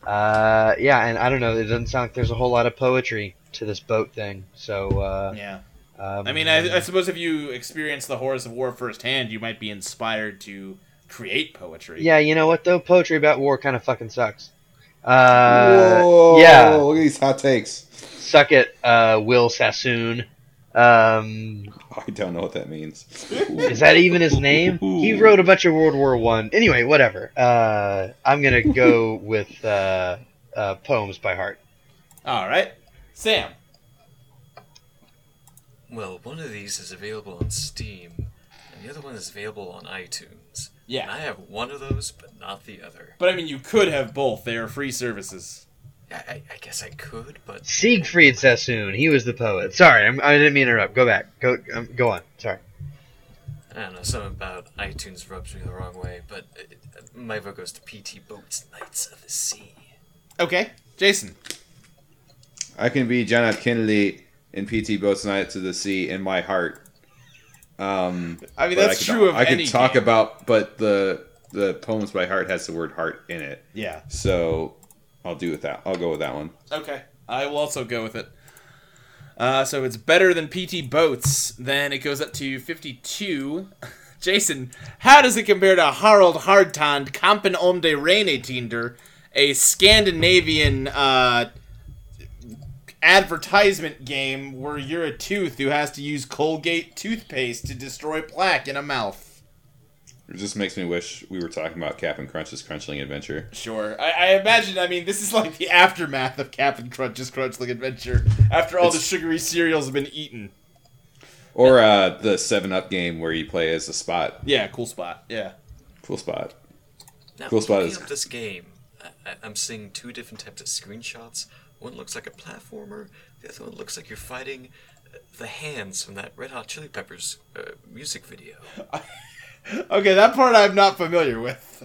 Speaker 4: uh, yeah, and I don't know. It doesn't sound like there's a whole lot of poetry to this boat thing. So uh,
Speaker 2: Yeah,
Speaker 4: um,
Speaker 2: I mean, I, I suppose if you experience the horrors of war firsthand, you might be inspired to create poetry.
Speaker 4: yeah, you know what though? Poetry about war kind of fucking sucks. Uh, yeah.
Speaker 6: Look at these hot takes.
Speaker 4: Suck it, uh, Will Sassoon. Um,
Speaker 6: Oh, I don't know what that means.
Speaker 4: is that even his name? He wrote a bunch of World War One. Anyway, whatever. Uh, I'm
Speaker 6: [LAUGHS]
Speaker 4: gonna go with uh, uh, poems by heart.
Speaker 2: All right, Sam.
Speaker 5: Well, one of these is available on Steam, and the other one is available on iTunes. And
Speaker 2: Yeah,
Speaker 5: I have one of those, but not the other.
Speaker 2: but I mean, you could have both. They are free services.
Speaker 5: I, I, I guess I could, but
Speaker 4: Siegfried Sassoon. He was the poet. Sorry, I'm, I didn't mean to interrupt. Go back. Go um, go on. Sorry.
Speaker 5: I don't know. Something about iTunes rubs me the wrong way. But it, it- my vote goes to PT Boats Knights of the Sea.
Speaker 2: Okay, Jason.
Speaker 6: I can be John F. Kennedy in PT Boats Night to the Sea in my heart. Um,
Speaker 2: I mean,
Speaker 6: but
Speaker 2: that's
Speaker 6: I could,
Speaker 2: true of
Speaker 6: I could
Speaker 2: any
Speaker 6: talk
Speaker 2: game.
Speaker 6: about, but the the poems by heart has the word heart in it,
Speaker 2: Yeah.
Speaker 6: so I'll do with that. I'll go with that one.
Speaker 2: Okay. I will also go with it. Uh, so it's better than PT Boats. Then it goes up to 52. [LAUGHS] Jason, how does it compare to Harald Hardtand Kampen om de Reine Tinder, a Scandinavian uh, advertisement game where you're a tooth who has to use Colgate toothpaste to destroy plaque in a mouth?
Speaker 6: It just makes me wish we were talking about Captain Crunch's Crunchling Adventure.
Speaker 2: Sure. I, I imagine, I mean, this is like the aftermath of Captain Crunch's Crunchling Adventure after all the
Speaker 6: It's-
Speaker 2: sugary cereals have been eaten.
Speaker 6: Or uh, the Seven Up game where you play as a spot.
Speaker 2: Yeah, cool spot. Yeah.
Speaker 6: Cool spot.
Speaker 5: Now,
Speaker 6: Cool spot
Speaker 5: looking
Speaker 6: is-
Speaker 5: up this game, I, I, I'm seeing two different types of screenshots. One looks like a platformer. The other one looks like you're fighting uh, the hands from that Red Hot Chili Peppers uh, music video.
Speaker 2: Okay, that part I'm not familiar with.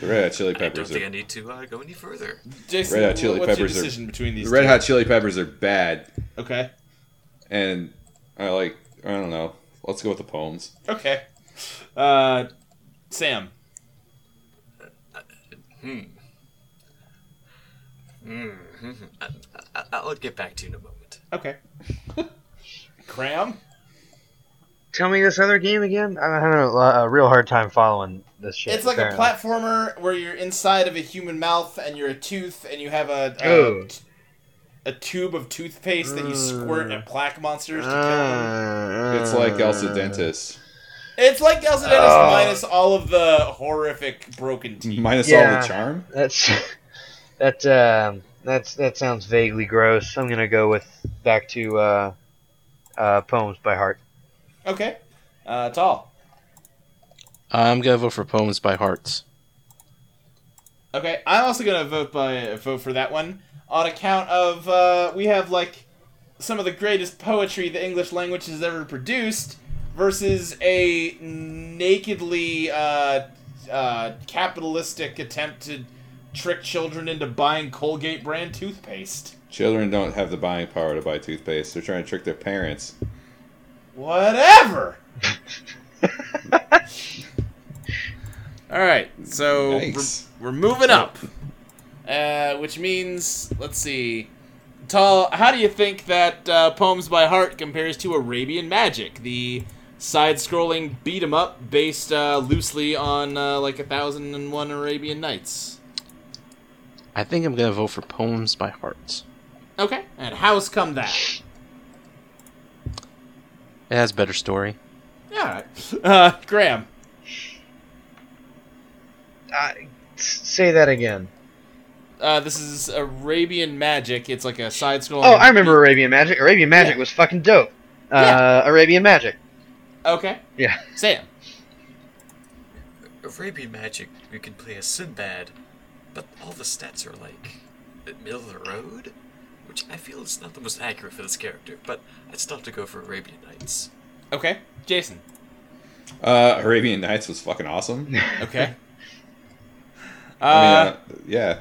Speaker 6: The Red Hot Chili
Speaker 5: I don't
Speaker 6: Peppers.
Speaker 5: think I
Speaker 6: Are,
Speaker 5: need to uh, go any further.
Speaker 2: Jason,
Speaker 6: Red Hot Chili
Speaker 2: what's your
Speaker 6: Peppers are-
Speaker 2: decision between
Speaker 6: the
Speaker 2: these?
Speaker 6: Red
Speaker 2: two?
Speaker 6: Hot Chili Peppers are bad,
Speaker 2: Okay.
Speaker 6: and I like. I don't know. Let's go with the poems.
Speaker 2: Okay. Uh, Sam.
Speaker 5: I, I'll get back to you in a moment.
Speaker 2: Okay. [LAUGHS] Cram.
Speaker 4: Tell me this other game again. I'm having a, a real hard time following this shit.
Speaker 2: It's like a
Speaker 4: apparently.
Speaker 2: platformer where you're inside of a human mouth and you're a tooth and you have a a,
Speaker 4: Oh.
Speaker 2: a tube of toothpaste that you squirt at plaque monsters to kill them.
Speaker 4: Uh,
Speaker 6: It's like Elsa Dentis.
Speaker 2: It's like Elsa Dennis
Speaker 4: Oh.
Speaker 2: minus all of the horrific broken teeth.
Speaker 6: Minus all
Speaker 4: Yeah.
Speaker 6: the charm?
Speaker 4: That's [LAUGHS] that. Um, that's that sounds vaguely gross. I'm gonna go with back to uh, uh, poems by heart.
Speaker 2: Okay. Uh, tall.
Speaker 3: I'm gonna vote for Poems by Heart.
Speaker 2: Okay, I'm also gonna vote by vote for that one. on account of uh, we have like some of the greatest poetry the English language has ever produced versus a nakedly uh, uh, capitalistic attempt to trick children into buying Colgate brand toothpaste.
Speaker 6: Children don't have the buying power to buy toothpaste. They're trying to trick their parents.
Speaker 2: Whatever. [LAUGHS] All right, so we're,
Speaker 6: Yikes.
Speaker 2: we're moving up, uh, which means let's see. Tall, how do you think that uh, Poems by Heart compares to Arabian Magic, the side-scrolling beat 'em up based uh, loosely on uh, like a thousand and one Arabian Nights?
Speaker 3: I think I'm gonna vote for Poems by Heart.
Speaker 2: Okay, and how's come that?
Speaker 3: It has better story.
Speaker 2: All right, uh, Graham.
Speaker 4: Uh, s- say that again.
Speaker 2: Uh, this is Arabian Magic. It's like a side-scrolling.
Speaker 4: Oh, I remember Arabian Magic. Arabian Magic
Speaker 2: Yeah.
Speaker 4: was fucking dope. Uh,
Speaker 2: Yeah.
Speaker 4: Arabian Magic.
Speaker 2: Okay,
Speaker 4: Yeah.
Speaker 2: Sam.
Speaker 5: Arabian Magic, you can play as Sinbad, but all the stats are like at middle of the road, which I feel is not the most accurate for this character. But I'd still have to go for Arabian Nights.
Speaker 2: Okay, Jason.
Speaker 6: Uh, Arabian Nights was fucking awesome.
Speaker 2: [LAUGHS] Okay. Uh,
Speaker 6: I mean, uh, yeah.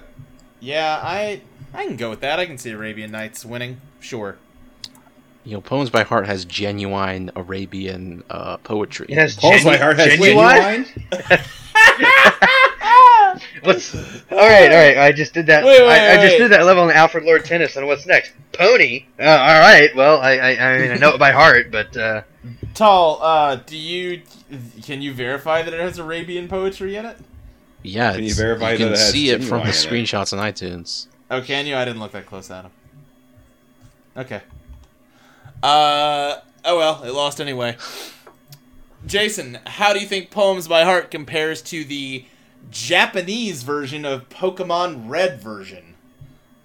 Speaker 2: yeah, I I can go with that. I can see Arabian Nights winning. Sure.
Speaker 3: You know, Poems by Heart has genuine Arabian uh, poetry.
Speaker 4: It has
Speaker 6: Paul's my
Speaker 4: genu-
Speaker 6: heart has
Speaker 4: genuine.
Speaker 6: genuine.
Speaker 4: [LAUGHS] What's... All right, all right. I just did that.
Speaker 2: Wait, wait,
Speaker 4: I, I just
Speaker 2: wait.
Speaker 4: did that level on Alfred Lord Tennyson. and what's next? Pony. Uh, all right. Well, I, I, I mean, I know it by heart, but uh,
Speaker 2: Tall, uh, do you can you verify that it has Arabian poetry in it?
Speaker 3: Yeah,
Speaker 6: Can you
Speaker 3: it's-
Speaker 6: verify
Speaker 3: you can
Speaker 6: that it has
Speaker 3: see it from
Speaker 6: genuine in
Speaker 3: the
Speaker 6: it?
Speaker 3: screenshots on iTunes.
Speaker 2: Oh, can you? I didn't look that close at him. Okay. Uh, oh well, it lost anyway. Jason, how do you think Poems by Heart compares to the Japanese version of Pokemon Red version?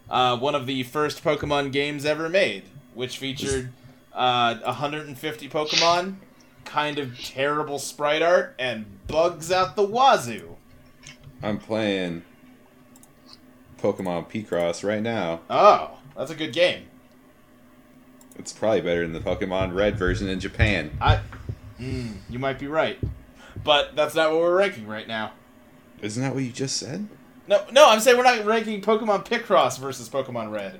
Speaker 2: Uh, one of the first Pokemon games ever made, which featured uh, 150 Pokemon, kind of terrible sprite art, and bugs out the wazoo.
Speaker 6: I'm playing Pokemon Picross right now.
Speaker 2: Oh, that's a good game.
Speaker 6: It's probably better than the Pokemon Red version in Japan.
Speaker 2: I, mm, you might be right, but that's not what we're ranking right now.
Speaker 6: Isn't that what you just said?
Speaker 2: No, no, I'm saying we're not ranking Pokemon Picross versus Pokemon Red.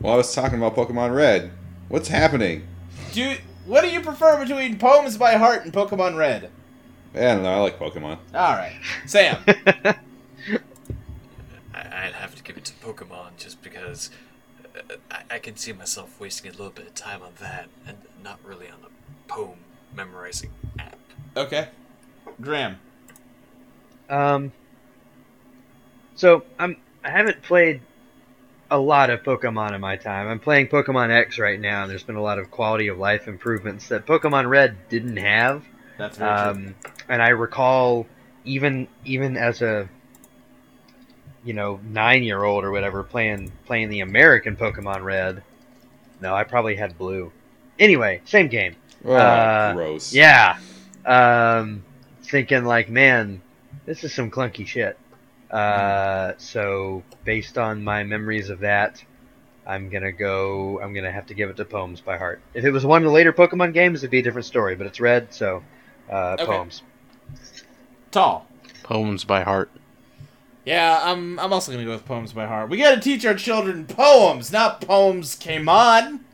Speaker 6: Well, I was talking about Pokemon Red. What's happening?
Speaker 2: Do what do you prefer between Poems by Heart and Pokemon Red?
Speaker 6: I don't know. I like Pokemon.
Speaker 2: All right, [LAUGHS] Sam.
Speaker 5: I- I'd have to give it to Pokemon just because uh, I-, I can see myself wasting a little bit of time on that and not really on a poem memorizing app.
Speaker 2: Okay, Graham.
Speaker 4: Um, so I'm I haven't played a lot of Pokemon in my time. I'm playing Pokemon X right now, and there's been a lot of quality of life improvements that Pokemon Red didn't have.
Speaker 2: That's very true.
Speaker 4: Um, and I recall even even as a you know nine year old or whatever playing playing the American Pokemon Red. No, I probably had Blue. Anyway, same game.
Speaker 6: Oh,
Speaker 4: Uh,
Speaker 6: gross.
Speaker 4: Yeah. Um, thinking like, man, this is some clunky shit. Uh, so based on my memories of that, I'm gonna go. I'm gonna have to give it to Poems by Heart. If it was one of the later Pokemon games, it'd be a different story. But it's red, so uh,
Speaker 2: Okay.
Speaker 4: Poems.
Speaker 2: Tall.
Speaker 3: Poems by Heart.
Speaker 2: Yeah, I'm. I'm also gonna go with Poems by Heart. We gotta teach our children poems, not poems. Came on.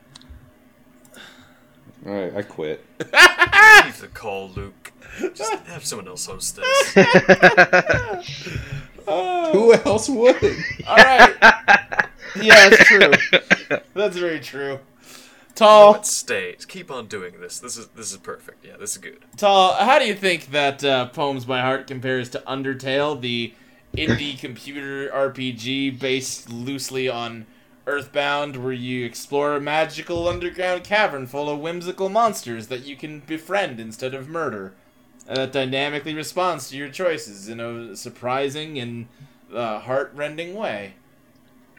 Speaker 6: All right, I quit.
Speaker 5: Leave the call, Luke. Just have someone else host this.
Speaker 2: Oh.
Speaker 6: Who else would?
Speaker 2: All right. yeah, that's true. That's very true. Tall.
Speaker 5: Let's stay. Keep on doing this. This is this is perfect. Yeah, this is good.
Speaker 2: Tall, how do you think that uh, Poems by Heart compares to Undertale, the indie computer RPG based loosely on Earthbound, where you explore a magical underground cavern full of whimsical monsters that you can befriend instead of murder? and That dynamically responds to your choices in a surprising and uh, heartrending way.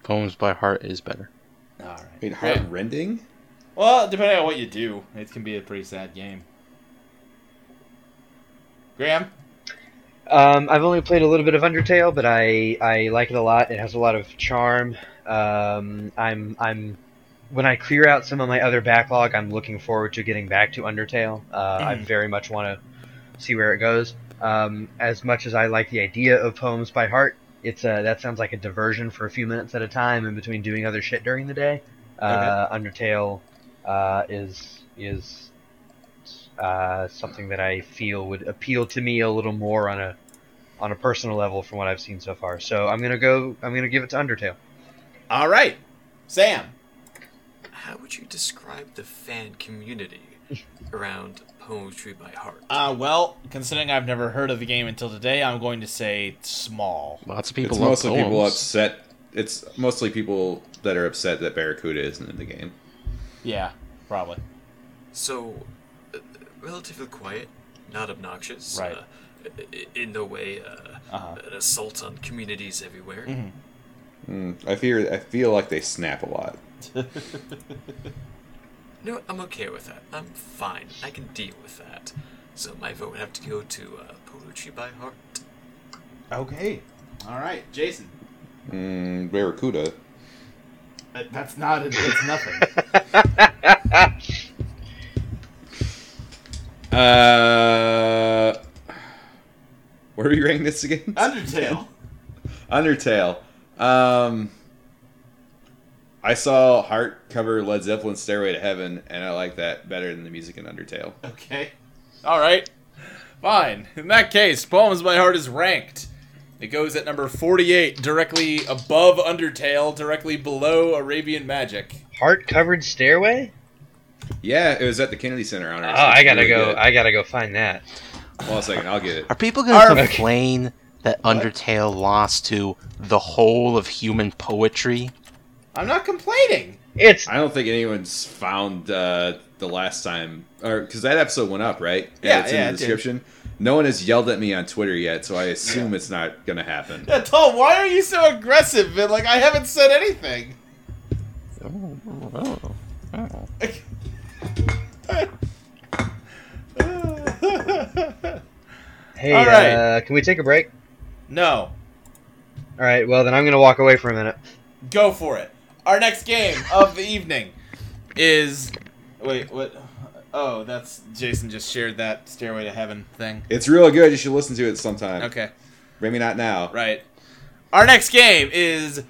Speaker 3: Poems by Heart is better.
Speaker 2: All right.
Speaker 6: Wait,
Speaker 2: Great.
Speaker 6: heartrending?
Speaker 2: Well, depending on what you do, it can be a pretty sad game. Graham?
Speaker 4: Um, I've only played a little bit of Undertale, but I, I like it a lot. It has a lot of charm. Um, I'm I'm when I clear out some of my other backlog, I'm looking forward to getting back to Undertale. Uh, I very much want to see where it goes. Um, as much as I like the idea of poems by heart, it's uh that sounds like a diversion for a few minutes at a time in between doing other shit during the day. Uh, Undertale uh, is is uh, something that I feel would appeal to me a little more on a on a personal level from what I've seen so far. So I'm gonna go. I'm gonna give it to Undertale.
Speaker 2: All right, Sam.
Speaker 5: How would you describe the fan community around Poetry by Heart?
Speaker 2: Uh, well, considering I've never heard of the game until today, I'm going to say small.
Speaker 3: Lots of
Speaker 6: It's
Speaker 3: people love
Speaker 6: mostly people
Speaker 3: poems.
Speaker 6: upset. It's mostly people that are upset that Barracuda isn't in the game.
Speaker 2: Yeah, probably.
Speaker 5: So, uh, relatively quiet, not obnoxious.
Speaker 2: Right.
Speaker 5: Uh, i- i- in no way uh,
Speaker 2: Uh-huh. Mm-hmm.
Speaker 5: an assault on communities everywhere.
Speaker 6: I fear. I feel like they snap a lot.
Speaker 5: No, I'm okay with that. I'm fine. I can deal with that. So my vote would have to go to uh, Poetry by Heart.
Speaker 2: Okay. All right, Jason.
Speaker 6: Mm, Barracuda.
Speaker 2: Uh, That's not. it- It's nothing.
Speaker 6: Uh, where are we ranking this again?
Speaker 2: [LAUGHS] Undertale.
Speaker 6: Undertale. Um, I saw Heart cover Led Zeppelin's "Stairway to Heaven," and I like that better than the music in Undertale.
Speaker 2: Okay. All right. Fine. In that case, Poems by Heart is ranked. It goes at number 48, directly above Undertale, directly below Arabian Magic.
Speaker 4: Heart covered stairway.
Speaker 6: Yeah, it was at the Kennedy Center. On
Speaker 4: Oh, I gotta go. I gotta go find that.
Speaker 6: Well, a second, I'll get it.
Speaker 3: Are people going
Speaker 2: Are-
Speaker 3: to complain that Undertale lost to the whole of human poetry?
Speaker 2: I'm not complaining.
Speaker 4: It's
Speaker 6: I don't think anyone's found uh, the last time, or because that episode went up, right?
Speaker 2: Yeah,
Speaker 6: it's
Speaker 2: yeah,
Speaker 6: in
Speaker 2: it
Speaker 6: the
Speaker 2: did.
Speaker 6: description. No one has yelled at me on Twitter yet, so I assume it's not gonna happen.
Speaker 2: Yeah, Tom, why are you so aggressive? man? Like, I haven't said anything.
Speaker 4: hey.
Speaker 2: All right.
Speaker 4: Uh, can we take a break?
Speaker 2: [LAUGHS] no.
Speaker 4: All right. Well, then I'm gonna walk away for a minute.
Speaker 2: Go for it. Our next game of the evening is. Wait, what? Oh, that's. Jason just shared that Stairway to Heaven thing.
Speaker 6: It's real good. You should listen to it sometime.
Speaker 2: Okay.
Speaker 6: Maybe not now.
Speaker 2: Right. Our next game is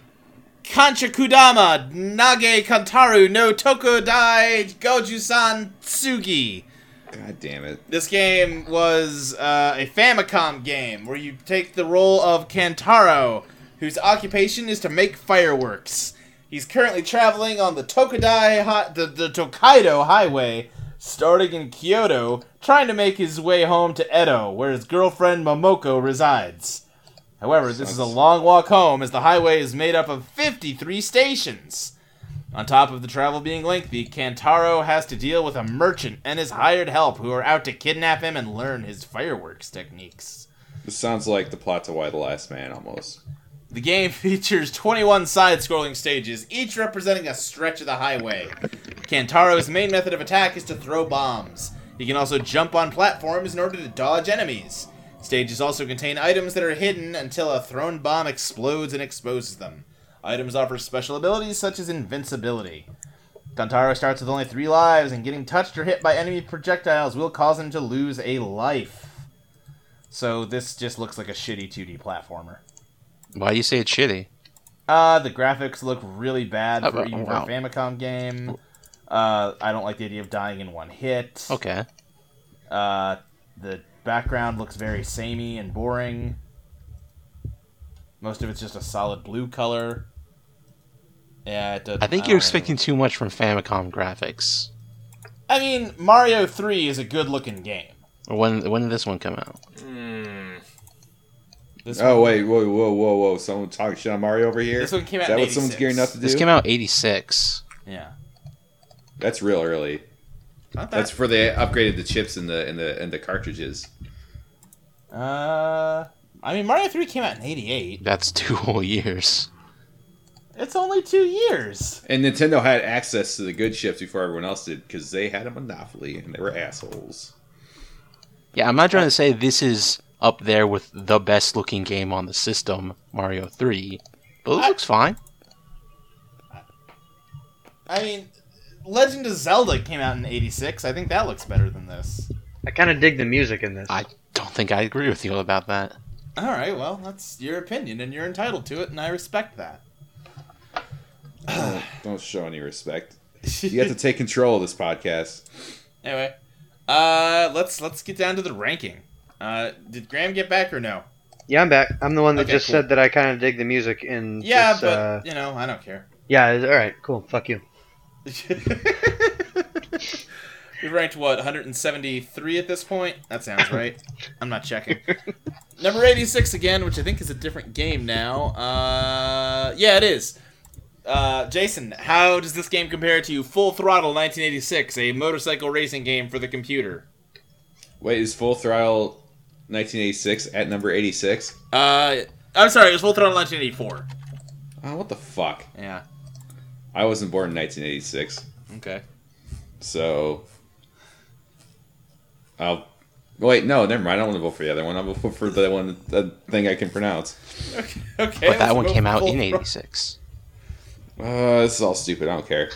Speaker 2: Kanchakudama Nage Kantaru no Tokudai Gojusan Tsugi.
Speaker 6: God damn it.
Speaker 2: This game was uh, a Famicom game where you take the role of Kantaro, whose occupation is to make fireworks. He's currently traveling on the Tokudai hi- the, the Tokaido Highway, starting in Kyoto, trying to make his way home to Edo, where his girlfriend Momoko resides. However, this is a long walk home as the highway is made up of 53 stations. On top of the travel being lengthy, Kantaro has to deal with a merchant and his hired help who are out to kidnap him and learn his fireworks techniques.
Speaker 6: This sounds like the plot to Why the Last Man almost.
Speaker 2: The game [LAUGHS] features 21 side scrolling stages, each representing a stretch of the highway. Kantaro's main method of attack is to throw bombs. He can also jump on platforms in order to dodge enemies. Stages also contain items that are hidden until a thrown bomb explodes and exposes them. Items offer special abilities such as invincibility. Kantaro starts with only three lives, and getting touched or hit by enemy projectiles will cause him to lose a life. So this just looks like a shitty 2D platformer.
Speaker 3: Why do you say it's shitty?
Speaker 2: Uh, the graphics look really bad
Speaker 3: Oh,
Speaker 2: for
Speaker 3: uh,
Speaker 2: even
Speaker 3: wow.
Speaker 2: for a Famicom game. Uh, I don't like the idea of dying in one hit.
Speaker 3: Okay.
Speaker 2: Uh, the background looks very samey and boring. Most of it's just a solid blue color. Yeah, it does.
Speaker 3: I think
Speaker 2: don't
Speaker 3: you're
Speaker 2: really-
Speaker 3: expecting too much from Famicom graphics.
Speaker 2: I mean, Mario Three is a good-looking game.
Speaker 3: When when did this one come out?
Speaker 5: Hmm.
Speaker 2: This
Speaker 6: Oh wait, whoa, whoa, whoa, whoa! Someone talking shit on Mario over here.
Speaker 2: This one came out
Speaker 6: Is that
Speaker 2: in
Speaker 6: what someone's
Speaker 2: 86.
Speaker 6: gearing up to do?
Speaker 3: This came out '86.
Speaker 2: yeah,
Speaker 6: That's real early.
Speaker 2: not
Speaker 6: That's where they upgraded the chips in the in the in the cartridges.
Speaker 2: Uh, I mean, Mario Three came out in '88.
Speaker 3: That's [LAUGHS] two whole years.
Speaker 2: It's only two years.
Speaker 6: And Nintendo had access to the good chips before everyone else did because they had a monopoly and they were assholes.
Speaker 3: Yeah, I'm not trying to say this is up there with the best looking game on the system, Mario 3. But it looks fine.
Speaker 2: I mean, Legend of Zelda came out in '86. I think that looks better than this.
Speaker 4: I kind of dig the music in this.
Speaker 3: I don't think I agree with you about that.
Speaker 2: All right, well, that's your opinion, and you're entitled to it, and I respect that.
Speaker 6: Don't, don't show any respect. You have to take control of this podcast.
Speaker 2: [LAUGHS] anyway, uh, let's let's get down to the ranking. Uh, did Graham get back or no?
Speaker 4: Yeah, I'm back. I'm the one that
Speaker 2: Okay,
Speaker 4: just
Speaker 2: cool.
Speaker 4: said that I kind of dig the music in.
Speaker 2: Yeah,
Speaker 4: this,
Speaker 2: but
Speaker 4: uh,
Speaker 2: you know, I don't care.
Speaker 4: yeah. All right, cool. Fuck you.
Speaker 2: we ranked what 173 at this point. That sounds right. I'm not
Speaker 3: [LAUGHS]
Speaker 2: checking. Number 86 again, which I think is a different game now. Uh, yeah, it is. Uh, Jason, how does this game compare to Full Throttle 1986, a motorcycle racing game for the computer?
Speaker 6: Wait, is Full Throttle 1986 at number 86?
Speaker 2: Uh, I'm sorry, it was Full Throttle 1984.
Speaker 6: Oh, what the fuck?
Speaker 2: Yeah.
Speaker 6: I wasn't born in 1986,
Speaker 2: Okay.
Speaker 6: so. I'll. Wait, no, never mind. I don't want to vote for the other one. I'll vote for the one, the thing I can pronounce.
Speaker 2: [LAUGHS] Okay. okay
Speaker 3: But that
Speaker 2: let's
Speaker 3: one
Speaker 2: go
Speaker 3: came
Speaker 2: for
Speaker 3: out
Speaker 2: Full [LAUGHS]
Speaker 3: in
Speaker 2: Throttle.
Speaker 3: 86.
Speaker 6: Uh, this is all stupid. I don't care.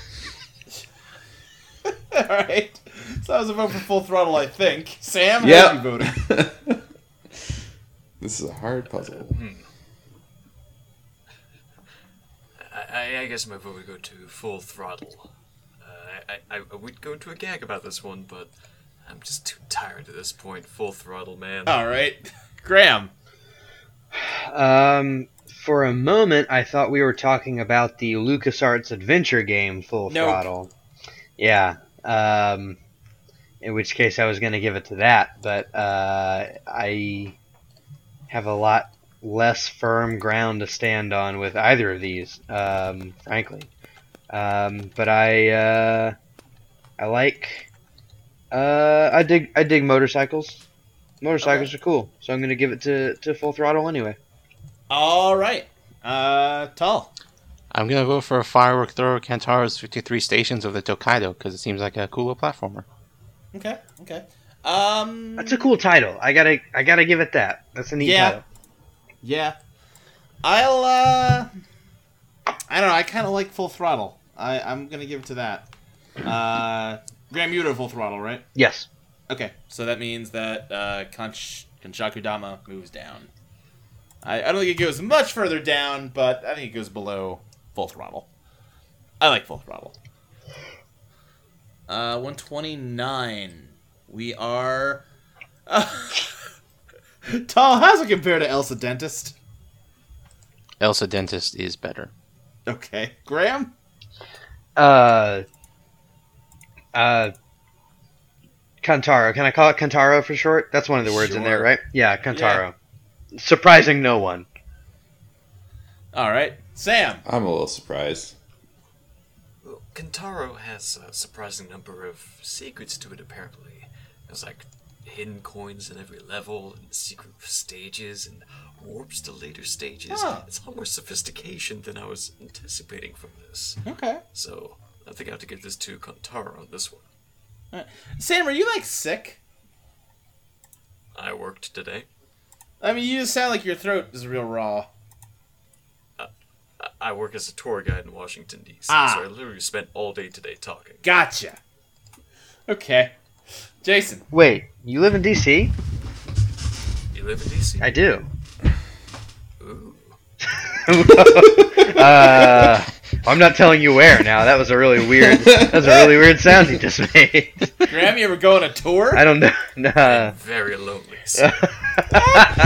Speaker 2: All right. So I was a vote for Full Throttle, I think. Sam, how
Speaker 6: Yep.
Speaker 2: you voting?
Speaker 6: [LAUGHS] this is a hard puzzle.
Speaker 5: I, I- I guess my vote would go to full throttle. Uh, I, I, I would go into a gag about this one, but I'm just too tired at this point. Full throttle, man.
Speaker 2: All right, Graham.
Speaker 4: Um, for a moment, I thought we were talking about the LucasArts adventure game Full
Speaker 2: Nope.
Speaker 4: Throttle. Yeah. Um, in which case, I was going to give it to that, but uh, I have a lot less firm ground to stand on with either of these, um, frankly. Um, but I, uh, I like. Uh, I dig. I dig motorcycles. Motorcycles are cool, so I'm going to give it to, to Full Throttle anyway.
Speaker 2: All right, uh, Tall.
Speaker 3: [LAUGHS] I'm going to vote for a firework thrower Kantaro's 53 Stations of the Tokaido because it seems like a cooler platformer.
Speaker 2: Okay, okay. Um,
Speaker 4: That's a cool title. I gotta, I gotta give it that. That's a neat
Speaker 2: Yeah.
Speaker 4: title.
Speaker 2: yeah. I'll. uh... I don't know. I kind of like Full Throttle. I I'm gonna give it to that. Uh, Graham, you to Full Throttle, right?
Speaker 4: Yes.
Speaker 2: Okay, so that means that uh, Kanch Kanshakudama moves down. I, I don't think it goes much further down, but I think it goes below full throttle. I like full throttle. Uh, 129. We are. uh, [LAUGHS] Tall, how's it compare to Elsa Dentist?
Speaker 3: Elsa Dentist is better.
Speaker 2: Okay. Graham?
Speaker 4: Uh. Uh. Kantaro. Can I call it Kantaro for short? That's one of the words in there,
Speaker 2: Sure.
Speaker 4: right? Yeah, Kantaro. Surprising no one.
Speaker 2: Alright. Sam?
Speaker 6: I'm a little surprised.
Speaker 5: Well, Kentaro has a surprising number of secrets to it, apparently. There's like hidden coins in every level, and secret stages, and warps to later stages.
Speaker 2: Huh.
Speaker 5: It's a lot more sophistication than I was anticipating from this.
Speaker 2: Okay.
Speaker 5: So, I think I have to give this to Kentaro on this one.
Speaker 2: Sam, are you like sick?
Speaker 5: I worked today.
Speaker 2: I mean, you just sound like your throat is real raw.
Speaker 5: I, I work as a tour guide in Washington, D.C.,
Speaker 2: Ah.
Speaker 5: so I literally spent all day today talking.
Speaker 2: Gotcha. Okay. Jason.
Speaker 4: Wait, you live in D.C.?
Speaker 5: You live in D.C.?
Speaker 2: [LAUGHS]
Speaker 4: I do. [LAUGHS]
Speaker 5: Ooh.
Speaker 4: Uh, I'm not telling you where now. That was a really weird. That was a really weird sound you just [LAUGHS] made.
Speaker 2: Graham, you ever go on a tour?
Speaker 4: I don't know.
Speaker 2: uh,
Speaker 4: Nah.
Speaker 5: Very
Speaker 2: [LAUGHS]
Speaker 5: lonely. so-
Speaker 2: [LAUGHS]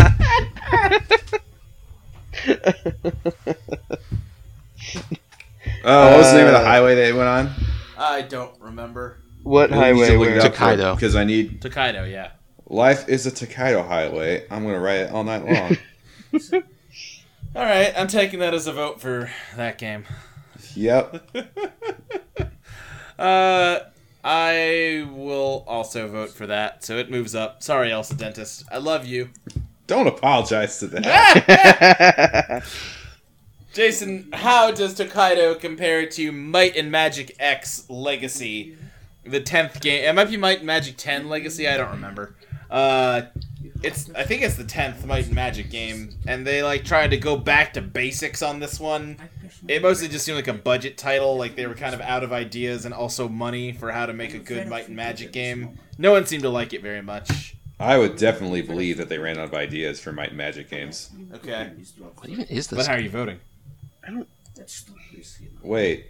Speaker 6: Oh, what was the name of the highway they went on?
Speaker 2: I don't remember.
Speaker 4: What highway? Where?
Speaker 3: Tokaido.
Speaker 6: Because I need
Speaker 2: Tokaido, yeah.
Speaker 6: life is a Tokaido highway. I'm gonna write it all
Speaker 2: [LAUGHS]
Speaker 6: night long.
Speaker 2: All right, I'm taking that as a vote for that game.
Speaker 6: yep.
Speaker 2: Uh, I will also vote for that, so it moves up. Sorry, Elsa Dentist. I love you.
Speaker 6: Don't apologize to that.
Speaker 2: Jason, how does Tokaido compare to Might and Magic X Legacy, the tenth game? It might be Might and Magic Ten Legacy. I don't remember. Uh, it's I think it's the tenth Might and Magic game, and they like tried to go back to basics on this one. It mostly just seemed like a budget title, like they were kind of out of ideas and also money for how to make a good Might and Magic game. No one seemed to like it very much.
Speaker 6: I would definitely believe that they ran out of ideas for Might and Magic games.
Speaker 2: Okay,
Speaker 3: What even is
Speaker 2: but
Speaker 3: this?
Speaker 2: how are you voting?
Speaker 6: Wait.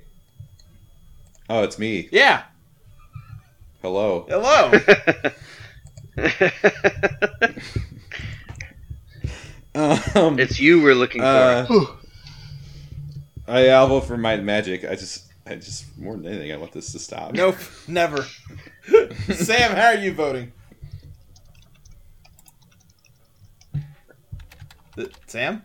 Speaker 6: Oh, it's me.
Speaker 2: Yeah,
Speaker 6: Hello.
Speaker 2: hello.
Speaker 6: Um,
Speaker 4: [LAUGHS] it's you we're looking for.
Speaker 6: uh, I I'll vote for Might and Magic. I just, I just more than anything, I want this to stop.
Speaker 2: nope, never. Sam, how are you voting? Th- Sam?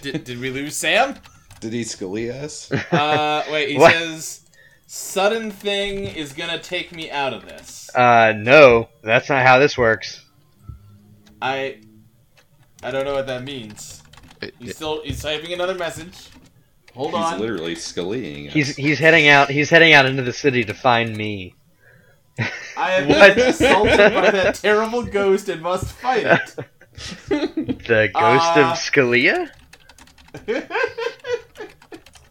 Speaker 2: did, did we lose Sam?
Speaker 6: Did he Scalia us?
Speaker 2: Uh, wait, he
Speaker 4: What?
Speaker 2: says, sudden thing is gonna take me out of this.
Speaker 4: Uh, no, that's not how this works.
Speaker 2: I, I don't know what that means.
Speaker 3: It-
Speaker 2: He's
Speaker 3: it-
Speaker 2: still, he's typing another message. Hold
Speaker 6: He's
Speaker 2: on.
Speaker 6: literally Scallying us.
Speaker 4: He's he's heading out. He's heading out into the city to find me.
Speaker 2: I have
Speaker 4: What?
Speaker 2: been assaulted by that terrible ghost and must fight it.
Speaker 4: The ghost
Speaker 2: Uh,
Speaker 4: of [LAUGHS] Scalia.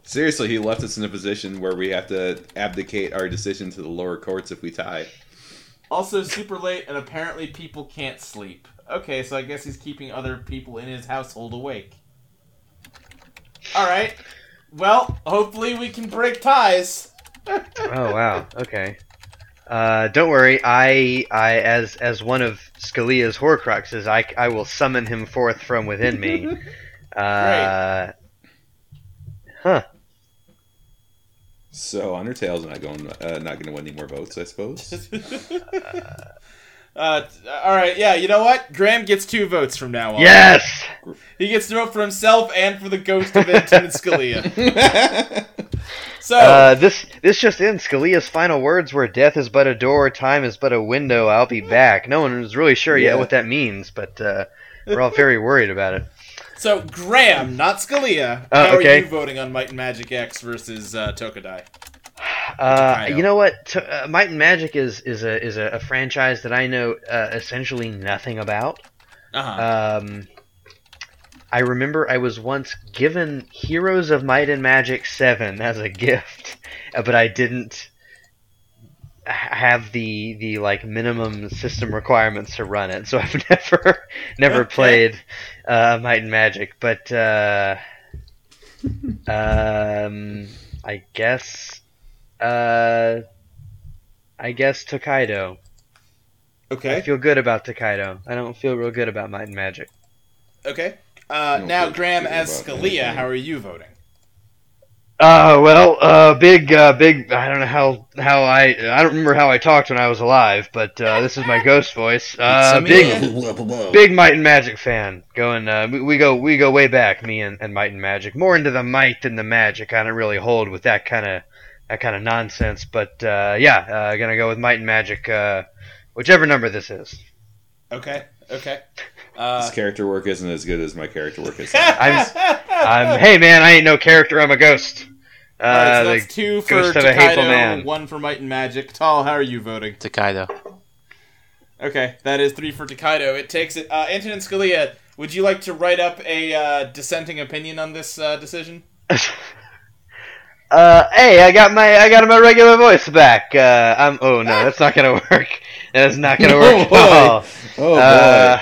Speaker 6: Seriously, he left us in a position where we have to abdicate our decision to the lower courts if we tie.
Speaker 2: also super late and apparently people can't sleep. Okay, so I guess he's keeping other people in his household awake. All right. Well, hopefully we can break ties.
Speaker 4: Oh wow. Okay. Uh, don't worry. I I as as one of Scalia's Horcruxes, I I will summon him forth from within [LAUGHS] me. Uh,
Speaker 6: So Undertale's not going, uh, not going to win any more votes, I suppose.
Speaker 2: Uh, all right, yeah. You know what? Graham gets two votes from now on.
Speaker 4: Yes.
Speaker 2: he gets to vote for himself and for the ghost of
Speaker 4: [LAUGHS]
Speaker 2: Antonin Scalia. [LAUGHS] So
Speaker 4: Uh, this this just in. Scalia's final words were, "Death is but a door, time is but a window. I'll be back." No one is really sure
Speaker 6: Yeah.
Speaker 4: yet what that means, but uh, we're all very worried about it.
Speaker 2: So Graham, not Scalia.
Speaker 4: Uh,
Speaker 2: how
Speaker 4: okay.
Speaker 2: are you voting on Might and Magic X versus uh, Tokadai?
Speaker 4: Uh,
Speaker 2: Tokaido.
Speaker 4: you know what? T- uh, Might and Magic is is a is a, a franchise that I know uh, essentially nothing about.
Speaker 2: Uh-huh.
Speaker 4: Um, I remember I was once given Heroes of Might and Magic Seven as a gift, uh, but I didn't h- have the the like minimum system requirements to run it, so [LAUGHS] I've never never
Speaker 2: Okay.
Speaker 4: played uh, Might and Magic. But uh, um, I guess uh, I guess Tokaido. I
Speaker 2: Okay.
Speaker 4: feel good about Tokaido. I don't feel real good about Might and Magic.
Speaker 2: Okay. Uh,
Speaker 6: You don't
Speaker 2: now
Speaker 6: feel
Speaker 2: Graham
Speaker 6: good
Speaker 2: as
Speaker 6: about
Speaker 2: Scalia,
Speaker 6: anything.
Speaker 2: how are you voting?
Speaker 4: Uh, well, uh, big, uh, big. I don't know how how I I don't remember how I talked when I was alive, but uh, this is my ghost voice. Uh,
Speaker 3: It's a
Speaker 4: big, big Might and Magic fan. Going, uh, we, we go we go way back. Me and, and Might and Magic, more into the might than the magic. I don't really hold with that kind of that kind of nonsense. But uh, yeah, uh, gonna go with Might and Magic, uh, whichever number this is.
Speaker 2: Okay. Okay.
Speaker 6: His
Speaker 2: Uh,
Speaker 6: character work isn't as good as my character
Speaker 2: [LAUGHS]
Speaker 6: work is.
Speaker 4: I'm I'm hey man, I ain't no character. I'm a ghost. Uh,
Speaker 2: all right, so
Speaker 4: the-
Speaker 2: that's two for
Speaker 4: Ghost of a
Speaker 2: Tokaido,
Speaker 4: Hateful Man.
Speaker 2: one for Might and Magic. Tall, how are you voting?
Speaker 3: Takedo.
Speaker 2: Okay, that is three for Takedo. It takes it. Uh, Antonin Scalia, would you like to write up a uh, dissenting opinion on this uh, decision?
Speaker 4: Uh, hey, I got my I got my regular voice back. Uh, I'm. Oh no, that's not gonna work. [LAUGHS] That's not gonna work.
Speaker 6: Oh,
Speaker 4: at all.
Speaker 6: Oh boy!
Speaker 4: Uh,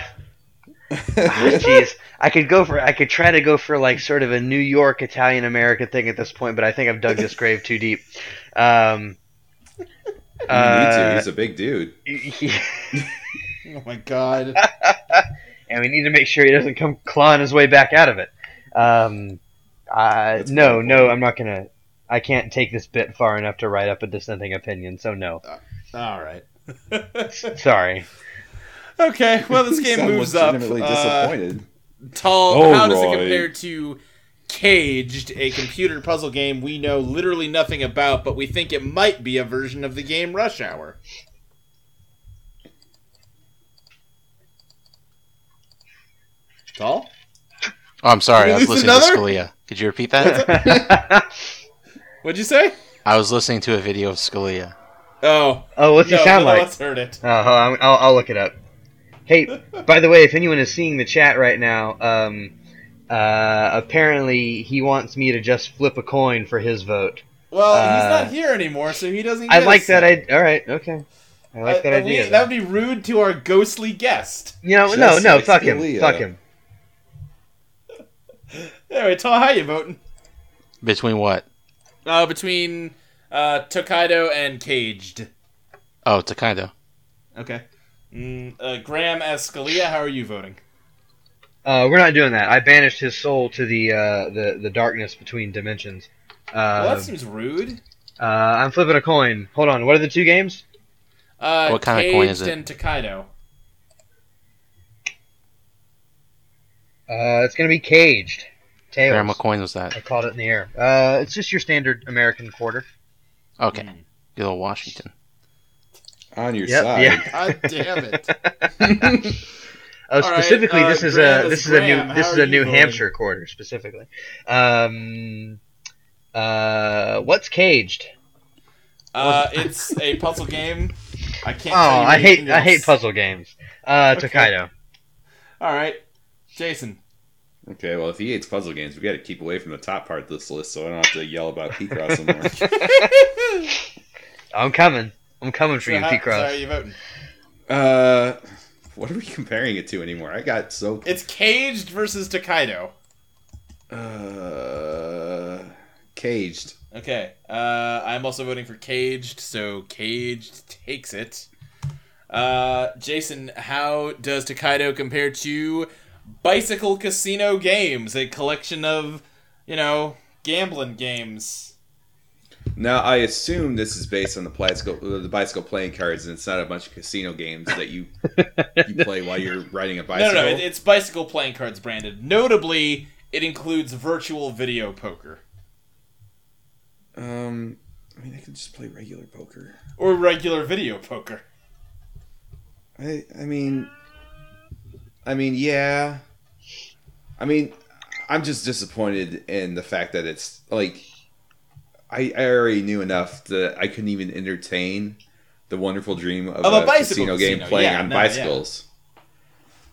Speaker 4: Jeez, I could go for I could try to go for like sort of a New York Italian American thing at this point, but I think I've dug this grave too deep. Um,
Speaker 6: you need to.
Speaker 4: uh, [LAUGHS]
Speaker 6: He's a big dude.
Speaker 2: Oh my god.
Speaker 4: and we need to make sure he doesn't come clawing his way back out of it. Um, uh,
Speaker 6: That's
Speaker 4: no,
Speaker 6: pretty cool.
Speaker 4: no, I'm not gonna. I can't take this bit far enough to write up a dissenting opinion, so no.
Speaker 2: [LAUGHS] All right.
Speaker 4: Sorry.
Speaker 2: okay. Well, [LAUGHS] this
Speaker 6: [LAUGHS] He
Speaker 2: game
Speaker 6: sounds
Speaker 2: moves up.
Speaker 6: Legitimately
Speaker 2: Uh,
Speaker 6: disappointed.
Speaker 2: Tall.
Speaker 6: All
Speaker 2: how does it
Speaker 6: right.
Speaker 2: compare to Caged, a computer puzzle game we know literally nothing about, but we think it might be a version of the game Rush Hour? Tall.
Speaker 3: Oh, I'm sorry.
Speaker 2: Did
Speaker 3: I
Speaker 2: we
Speaker 3: was
Speaker 2: lose
Speaker 3: listening to
Speaker 2: another?
Speaker 3: Scalia. Could you repeat that?
Speaker 2: What'd you say?
Speaker 3: I was listening to a video of Scalia.
Speaker 2: Oh.
Speaker 4: Oh, what's
Speaker 2: no,
Speaker 4: he sound
Speaker 2: no,
Speaker 4: like?
Speaker 2: Let's heard it.
Speaker 4: Oh, I'll, I'll, I'll look it up. Hey, by the way, if anyone is seeing the chat right now, um, uh, apparently he wants me to just flip a coin for his vote.
Speaker 2: Well, he's
Speaker 4: Uh,
Speaker 2: not here anymore, so he doesn't.
Speaker 4: I
Speaker 2: get
Speaker 4: like
Speaker 2: us.
Speaker 4: that. I all right, okay. I like that
Speaker 2: Uh, we-
Speaker 4: idea.
Speaker 2: that would be rude to our ghostly guest.
Speaker 4: you know, no,
Speaker 6: Just
Speaker 4: no,
Speaker 6: like
Speaker 4: fuck him,
Speaker 6: Scalia.
Speaker 4: fuck him.
Speaker 2: Anyway, Tom, how you voting?
Speaker 3: Between what?
Speaker 2: Uh, between uh, Tokaido and Caged.
Speaker 3: Oh, Takedo.
Speaker 2: Okay. Mm, uh, Graham as Scalia, how are you voting?
Speaker 4: Uh, we're not doing that. I banished his soul to the uh, the the darkness between dimensions.
Speaker 2: well,
Speaker 4: Uh,
Speaker 2: that seems rude.
Speaker 4: uh, I'm flipping a coin. Hold on. What are the two games?
Speaker 2: Uh,
Speaker 3: What kind of
Speaker 2: Caged
Speaker 3: coin is it?
Speaker 2: and Tokaido.
Speaker 4: Uh, it's gonna be caged. Tails.
Speaker 3: Graham, what coin was
Speaker 4: I
Speaker 3: that?
Speaker 4: caught it in the air. Uh, it's just your standard American quarter.
Speaker 3: Okay. Good old Washington.
Speaker 6: On your
Speaker 4: Yep,
Speaker 6: side.
Speaker 4: yeah.
Speaker 6: [LAUGHS]
Speaker 2: God
Speaker 4: [LAUGHS]
Speaker 2: damn it. All
Speaker 4: Oh,
Speaker 2: right,
Speaker 4: specifically,
Speaker 2: uh,
Speaker 4: this is
Speaker 2: Graham
Speaker 4: a
Speaker 2: is
Speaker 4: this is a
Speaker 2: Graham.
Speaker 4: new this
Speaker 2: How
Speaker 4: is
Speaker 2: are
Speaker 4: a
Speaker 2: you
Speaker 4: New
Speaker 2: voting?
Speaker 4: Hampshire quarter specifically. Um, uh, what's caged?
Speaker 2: Uh, it's a puzzle game. I can't.
Speaker 4: Oh,
Speaker 2: tell you
Speaker 4: I hate
Speaker 2: anything
Speaker 4: I hate
Speaker 2: else.
Speaker 4: puzzle games. Uh,
Speaker 2: Okay.
Speaker 4: Tokaido.
Speaker 2: All right, Jason.
Speaker 6: Okay, well, if he hates puzzle games, we got to keep away from the top part of this list so I don't have to yell about Picross anymore.
Speaker 4: I'm coming. I'm coming for
Speaker 2: So
Speaker 4: you,
Speaker 2: how,
Speaker 4: P
Speaker 2: so how are
Speaker 4: Cross.
Speaker 2: you voting?
Speaker 6: Uh, what are we comparing it to anymore? I got so.
Speaker 2: It's Caged versus Tokaido.
Speaker 6: Uh, caged.
Speaker 2: Okay. Uh, I'm also voting for Caged, so Caged takes it. Uh, Jason, how does Tokaido compare to Bicycle Casino Games, a collection of, you know, gambling games?
Speaker 6: Now I assume this is based on the bicycle, the bicycle playing cards, and it's not a bunch of casino games that you you play while you're riding
Speaker 2: [LAUGHS]
Speaker 6: a
Speaker 2: No,
Speaker 6: bicycle.
Speaker 2: no, no. It, it's bicycle playing cards branded. Notably, it includes virtual video poker
Speaker 6: Um, I mean, I can just play regular poker.
Speaker 2: or regular video poker.
Speaker 6: I, I mean, I mean, yeah. I mean, I'm just disappointed in the fact that it's like I, I already knew enough that I couldn't even entertain the wonderful dream of,
Speaker 2: Of a
Speaker 6: a,
Speaker 2: bicycle
Speaker 6: casino game
Speaker 2: casino.
Speaker 6: playing
Speaker 2: Yeah,
Speaker 6: on
Speaker 2: no, yeah.
Speaker 6: bicycles.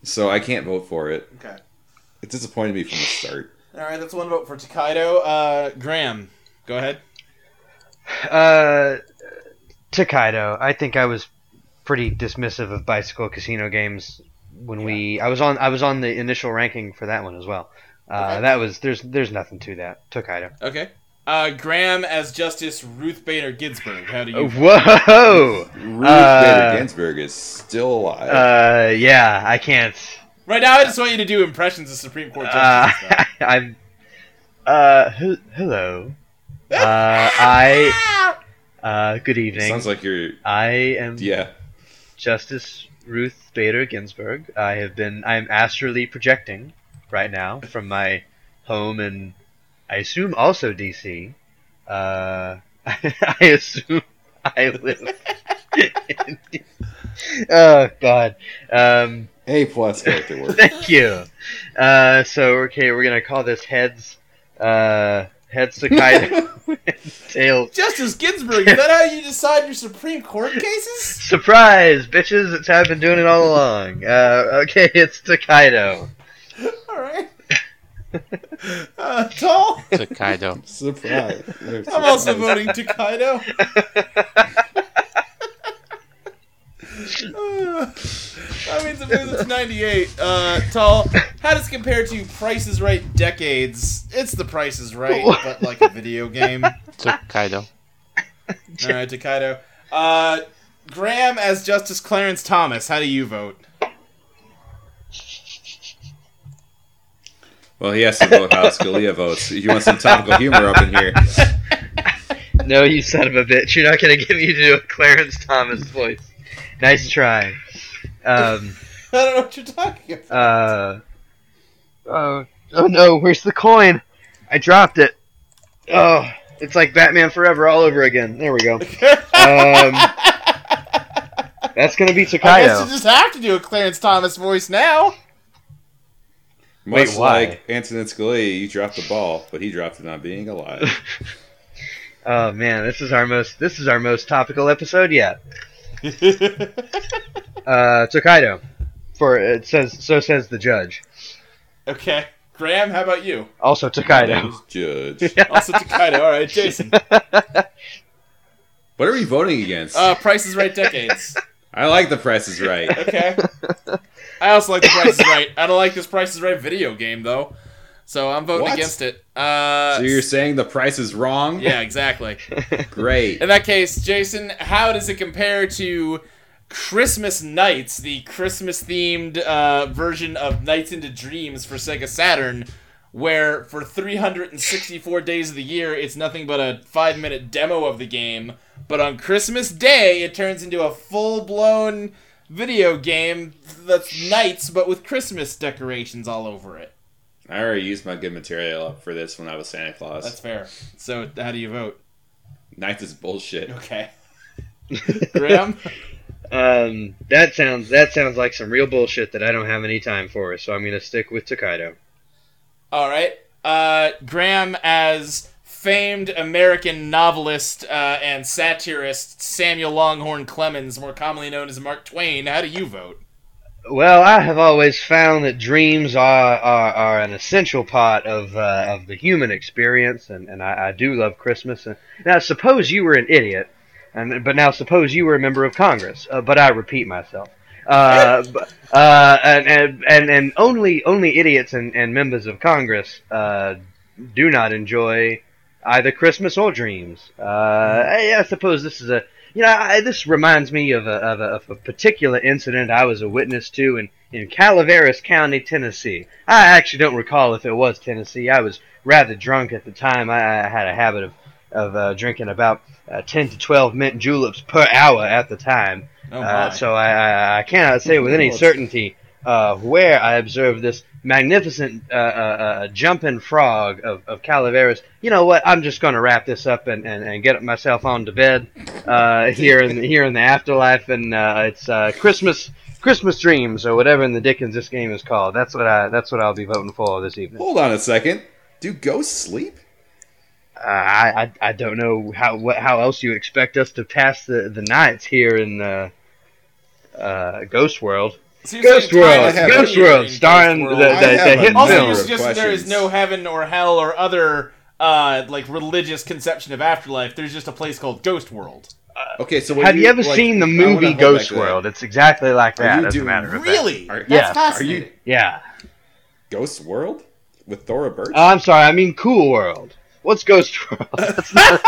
Speaker 6: So I can't vote for it.
Speaker 2: Okay.
Speaker 6: It disappointed me from the start.
Speaker 2: All right, that's one vote for Tokaido. Uh, Graham, go ahead.
Speaker 4: Uh, Tokaido. I think I was pretty dismissive of bicycle casino games when we. I was on. I was on the initial ranking for that one as well. Uh,
Speaker 2: Okay.
Speaker 4: That was there's there's nothing to that. Tokaido.
Speaker 2: Okay. Uh, Graham as Justice Ruth Bader Ginsburg. How do you?
Speaker 4: Oh. Whoa.
Speaker 6: Ruth
Speaker 4: Uh,
Speaker 6: Bader Ginsburg is still alive.
Speaker 4: [LAUGHS] Uh, yeah. I can't.
Speaker 2: Right now, I just want you to do impressions of Supreme Court
Speaker 4: Uh,
Speaker 2: justices. though.
Speaker 4: [LAUGHS] I'm. Uh, he- hello. Uh, I. Uh, good evening.
Speaker 6: Sounds like you're.
Speaker 4: I am
Speaker 6: Yeah.
Speaker 4: Justice Ruth Bader Ginsburg. I have been. I am astrally projecting right now from my home in, I assume also DC. Uh, [LAUGHS] I assume I live. in D- oh God. Um,
Speaker 6: A plus character
Speaker 2: [LAUGHS]
Speaker 6: work.
Speaker 4: Thank you. Uh, so okay, we're gonna call this heads. Uh, heads Sakaido. [LAUGHS] tails.
Speaker 2: [LAUGHS] Justice Ginsburg. Is that how you decide your Supreme Court cases?
Speaker 4: Surprise, bitches! It's how I've been doing it all along. Uh, okay, it's Takaido.
Speaker 2: All right. Uh, Tall.
Speaker 3: Takedo.
Speaker 6: Surprise.
Speaker 2: I'm also voting Tokaido. Uh, that means it moves up to 98. Uh, Tall, how does it compare to Price is Right Decades? It's the Price is Right, but like a video game. All
Speaker 3: Takedo.
Speaker 2: right, Tokaido. Uh, Graham as Justice Clarence Thomas, how do you vote?
Speaker 6: Well, he has to vote how Scalia votes. You want some topical humor up in here?
Speaker 4: No, you son of a bitch! You're not gonna get me to do a Clarence Thomas voice. Nice try. Um.
Speaker 2: I don't know what you're talking about.
Speaker 4: Uh. Oh. Oh no! Where's the coin? I dropped it. Oh, it's like Batman Forever all over again. There we go. Um. That's gonna be
Speaker 2: I guess you
Speaker 4: Takaido.
Speaker 2: just have to do a Clarence Thomas voice now.
Speaker 6: Much
Speaker 4: Wait, why? [LAUGHS]
Speaker 6: like Antonin Scalia, you dropped the ball, but he dropped it on being alive.
Speaker 4: Oh man, this is our most this is our most topical episode yet. Uh, Tokaido, for it says so says the judge.
Speaker 2: okay. Graham, how about you?
Speaker 4: Also Tokaido. [LAUGHS]
Speaker 6: Judge.
Speaker 2: Also Takedo. All right, Jason.
Speaker 6: What are we voting against?
Speaker 2: Uh, Price is Right decades.
Speaker 6: I like the Price is Right.
Speaker 4: [LAUGHS]
Speaker 2: Okay. I also like the Price is Right. I don't like this Price is Right video game though, so I'm voting
Speaker 6: What?
Speaker 2: against it. Uh,
Speaker 6: So you're saying the price is wrong?
Speaker 2: yeah, exactly.
Speaker 6: Great.
Speaker 2: In that case, Jason, how does it compare to Christmas Nights, the Christmas themed uh, version of Nights into Dreams for Sega Saturn, where for 364 days of the year it's nothing but a five minute demo of the game, but on Christmas Day it turns into a full blown video game that's nights but with Christmas decorations all over it?
Speaker 6: I already used my good material up for this when I was Santa Claus.
Speaker 2: That's fair. So, how do you vote?
Speaker 6: Ninth is bullshit.
Speaker 2: Okay. [LAUGHS] Graham?
Speaker 4: Um, that sounds that sounds like some real bullshit that I don't have any time for, so I'm gonna stick with Tokaido.
Speaker 2: All right. Uh, Graham as famed American novelist uh, and satirist Samuel Longhorn Clemens, more commonly known as Mark Twain. How do you vote?
Speaker 4: Well, I have always found that dreams are are, are an essential part of uh, of the human experience, and, and I, I do love Christmas. And now, suppose you were an idiot, and but now suppose you were a member of Congress. Uh, but I repeat myself. Uh, b- uh, and, and and and only only idiots and, and members of Congress uh, do not enjoy either Christmas or dreams. Uh,
Speaker 2: Hmm.
Speaker 4: I, I suppose this is a you know, I, this reminds me of a, of, a, of a particular incident I was a witness to in, in Calaveras County, Tennessee. I actually don't recall if it was Tennessee. I was rather drunk at the time. I, I had a habit of, of uh, drinking about uh, 10 to 12 mint juleps per hour at the time.
Speaker 2: Oh,
Speaker 4: Uh,
Speaker 2: my.
Speaker 4: so I, I, I cannot say with any certainty uh, where I observed this magnificent uh, uh, uh, jumping frog of, of Calaveras. You know what? I'm just going to wrap this up and, and, and get myself on to bed uh, here in the, here in the afterlife, and uh, it's uh, Christmas Christmas dreams or whatever in the Dickens this game is called. That's what I that's what I'll be voting for this evening.
Speaker 6: Hold on a second. Do ghosts sleep?
Speaker 4: Uh, I, I I don't know how what how else you expect us to pass the, the nights here in uh, uh, Ghost World.
Speaker 2: Seems like
Speaker 4: Ghost
Speaker 2: time
Speaker 4: World,
Speaker 2: is
Speaker 6: have-
Speaker 4: Ghost
Speaker 2: continuing in
Speaker 4: World,
Speaker 2: Ghost
Speaker 4: starring the,
Speaker 2: World.
Speaker 4: the,
Speaker 6: I have
Speaker 4: the hit
Speaker 6: a
Speaker 2: Also,
Speaker 6: number
Speaker 2: you
Speaker 6: of
Speaker 4: film.
Speaker 2: suggest there is
Speaker 6: questions.
Speaker 2: no heaven or hell or other uh, like religious conception of afterlife. There's just a place called Ghost World.
Speaker 6: Okay, so when
Speaker 4: Uh, Have you ever
Speaker 6: like,
Speaker 4: seen the
Speaker 6: I wanna
Speaker 4: movie
Speaker 6: hold back
Speaker 4: Ghost
Speaker 6: to that.
Speaker 4: World? It's exactly like
Speaker 6: Are
Speaker 4: that.
Speaker 6: you
Speaker 4: As a
Speaker 6: doing-
Speaker 4: matter of fact.
Speaker 2: Really?
Speaker 6: Are-
Speaker 2: That's
Speaker 4: Yeah.
Speaker 6: Are you
Speaker 2: fascinating.
Speaker 4: Yeah.
Speaker 6: Ghost World with Thora Birch?
Speaker 4: Uh, I'm sorry. I mean Cool World. What's Ghost World? That's not-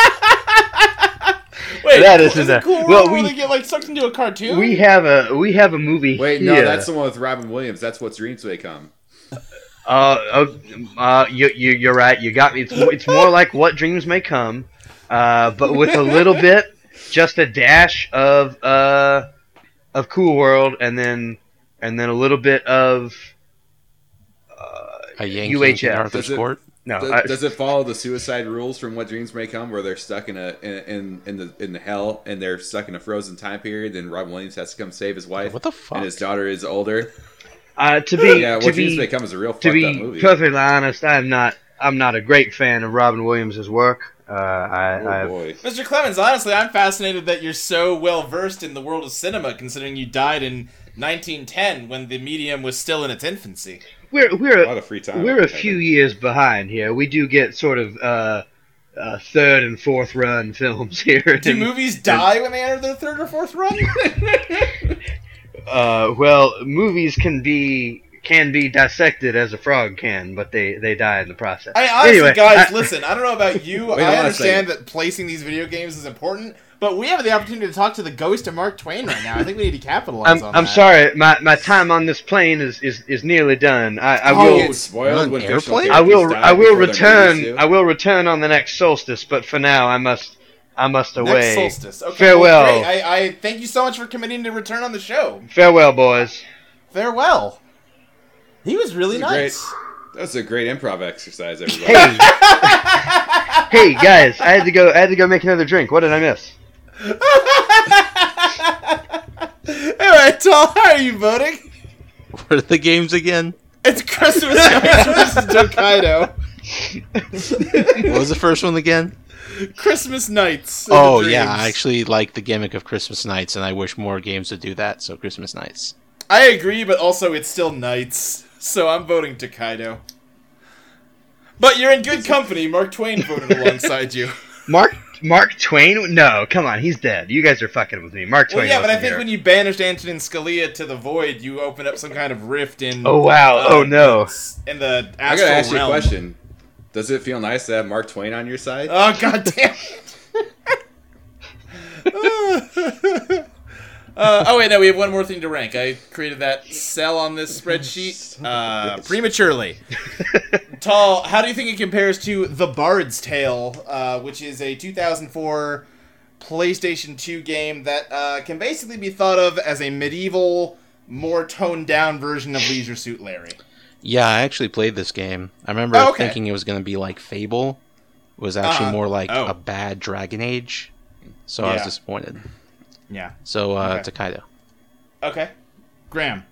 Speaker 2: Wait,
Speaker 4: That is-
Speaker 2: is it cool
Speaker 4: well,
Speaker 2: World where
Speaker 4: we-
Speaker 2: they get like sucked into a cartoon?
Speaker 4: we have a we have a movie.
Speaker 6: Wait,
Speaker 4: here.
Speaker 6: no, that's the one with Robin Williams. That's what dreams may come.
Speaker 4: Uh, oh, uh, you, you, you're right. You got me. It's, it's more like What Dreams May Come, uh, but with
Speaker 6: [LAUGHS]
Speaker 4: a little bit, just a dash of uh, of Cool World, and then and then a little bit of
Speaker 3: A Yankee
Speaker 4: UHF.
Speaker 3: in Arthur's
Speaker 6: Does it-
Speaker 3: Court.
Speaker 4: no.
Speaker 6: Does,
Speaker 4: I-
Speaker 6: does it follow the suicide rules from What Dreams May Come, where they're stuck in a in, in, in the in the hell and they're stuck in a frozen time period? Then Robin Williams has to come save his wife.
Speaker 3: What the fuck? [LAUGHS]
Speaker 6: And his daughter is older.
Speaker 4: uh, to be
Speaker 6: Yeah,
Speaker 4: to
Speaker 6: What Dreams May
Speaker 4: be
Speaker 6: Come is a real fucked
Speaker 4: to
Speaker 6: up
Speaker 4: be
Speaker 6: movie.
Speaker 4: perfectly honest, I'm not I'm not a great fan of Robin Williams' work. Uh, I,
Speaker 6: Oh
Speaker 4: I
Speaker 6: boy.
Speaker 2: Mr. Clemens, honestly, I'm fascinated that you're so well versed in the world of cinema, considering you died in 1910 when the medium was still in its infancy.
Speaker 4: we're we're
Speaker 6: A lot of free time.
Speaker 4: We're a few years behind here. We do get sort of uh, uh, third and fourth run films [LAUGHS] here.
Speaker 2: Do
Speaker 4: And,
Speaker 2: movies die when they enter their third or fourth run?
Speaker 4: uh, well, movies can be can be dissected as a frog can, but they, they die in the process.
Speaker 2: I honestly,
Speaker 4: Anyway,
Speaker 2: guys,
Speaker 4: I-
Speaker 2: listen. I don't know about
Speaker 4: [LAUGHS]
Speaker 2: you.
Speaker 6: Wait,
Speaker 2: I
Speaker 6: hold on a
Speaker 2: understand
Speaker 6: second.
Speaker 2: that placing these video games is important, but we have the opportunity to talk to the ghost of Mark Twain right now. I think we need to capitalize
Speaker 4: I'm,
Speaker 2: on
Speaker 4: I'm
Speaker 2: that.
Speaker 4: sorry, my, my time on this plane is, is, is nearly done. I,
Speaker 6: I
Speaker 4: I
Speaker 2: Oh,
Speaker 4: will
Speaker 6: get spoiled
Speaker 3: on
Speaker 6: when
Speaker 3: airplane?
Speaker 6: fictional
Speaker 4: I will
Speaker 6: characters die
Speaker 4: I will
Speaker 6: before they're
Speaker 4: return
Speaker 6: released
Speaker 4: I
Speaker 6: to.
Speaker 4: will return on the next solstice, but for now I must I must
Speaker 2: Next
Speaker 4: away.
Speaker 2: solstice. Okay,
Speaker 4: Farewell.
Speaker 2: well, great. I, I thank you so much for committing to return on the show.
Speaker 4: Farewell, boys.
Speaker 2: Farewell. He was really
Speaker 6: Great.
Speaker 2: nice.
Speaker 6: That's a great improv
Speaker 4: [LAUGHS]
Speaker 6: exercise, everybody.
Speaker 4: Hey,
Speaker 2: [LAUGHS]
Speaker 4: hey guys, I had to go I had to go make another drink. What did I miss?
Speaker 2: Anyway, Tal, how are you voting?
Speaker 3: What are the games again?
Speaker 2: It's [LAUGHS] Christmas Nights versus Hokkaido.
Speaker 3: What was the first one again?
Speaker 2: Christmas nights. are [LAUGHS] the
Speaker 3: Oh yeah,
Speaker 2: dreams.
Speaker 3: I actually like the gimmick of Christmas nights, and I wish more games would do that. So Christmas nights.
Speaker 2: I agree, but also it's still nights, so I'm voting Takedo. But you're in good company. Mark Twain voted alongside [LAUGHS] you.
Speaker 4: Mark Mark Twain? No, come on, he's dead. You guys are fucking with me. Mark Twain.
Speaker 2: Well, yeah, but I
Speaker 4: wasn't
Speaker 2: think
Speaker 4: here.
Speaker 2: when you banished Antonin Scalia to the void, you opened up some kind of rift in.
Speaker 4: Oh wow!
Speaker 2: uh,
Speaker 4: oh no!
Speaker 2: In the astral
Speaker 6: I gotta ask you a
Speaker 2: realm.
Speaker 6: question. Does it feel nice to have Mark Twain on your side?
Speaker 4: Uh,
Speaker 2: Oh god damn it. Uh, oh wait, no, we have one more thing to rank. I created that cell on this spreadsheet uh, prematurely. Tall, how do you think it compares to The Bard's Tale, uh, which is a 2004 PlayStation 2 game that uh, can basically be thought of as a medieval, more toned down version of Leisure Suit Larry?
Speaker 3: Yeah, I actually played this game. I remember
Speaker 2: Oh, okay.
Speaker 3: thinking it was going to be like Fable. It was actually
Speaker 2: Uh,
Speaker 3: more like
Speaker 2: oh.
Speaker 3: a bad Dragon Age. So I was
Speaker 2: Yeah.
Speaker 3: disappointed.
Speaker 2: Yeah.
Speaker 3: So uh,
Speaker 2: Okay.
Speaker 3: Takedo.
Speaker 2: Okay. Graham.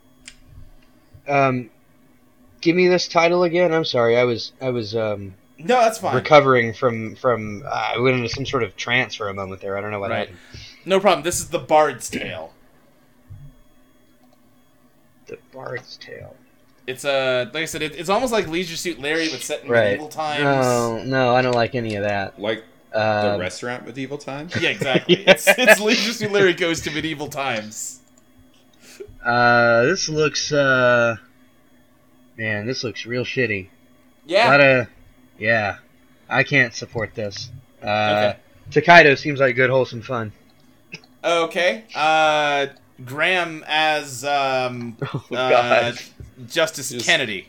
Speaker 4: Um, give me this title again. I'm sorry, I was I was um
Speaker 2: No, that's fine.
Speaker 4: recovering from from uh, I went into some sort of trance for a moment there. I don't know what
Speaker 2: Right.
Speaker 4: happened.
Speaker 2: No problem. This is The Bard's Tale.
Speaker 4: The Bard's Tale.
Speaker 2: It's uh, like I said, it, it's almost like Leisure Suit Larry, but set in
Speaker 4: Right.
Speaker 2: medieval times.
Speaker 4: No, no, I don't like any of that.
Speaker 6: Like the
Speaker 4: Uh,
Speaker 6: restaurant medieval
Speaker 4: [LAUGHS]
Speaker 6: times?
Speaker 2: Yeah, exactly. [LAUGHS] It's, it's Leisure Suit Larry goes to medieval times.
Speaker 4: uh, this looks uh, man, this looks real shitty. A
Speaker 2: Yeah.
Speaker 4: lot of, yeah, I can't support this. Uh,
Speaker 2: Okay.
Speaker 4: Takedo seems like good wholesome fun.
Speaker 2: Okay. Uh, Graham as [LAUGHS] um,
Speaker 4: Oh
Speaker 2: uh, Justice
Speaker 6: Just-
Speaker 2: Kennedy.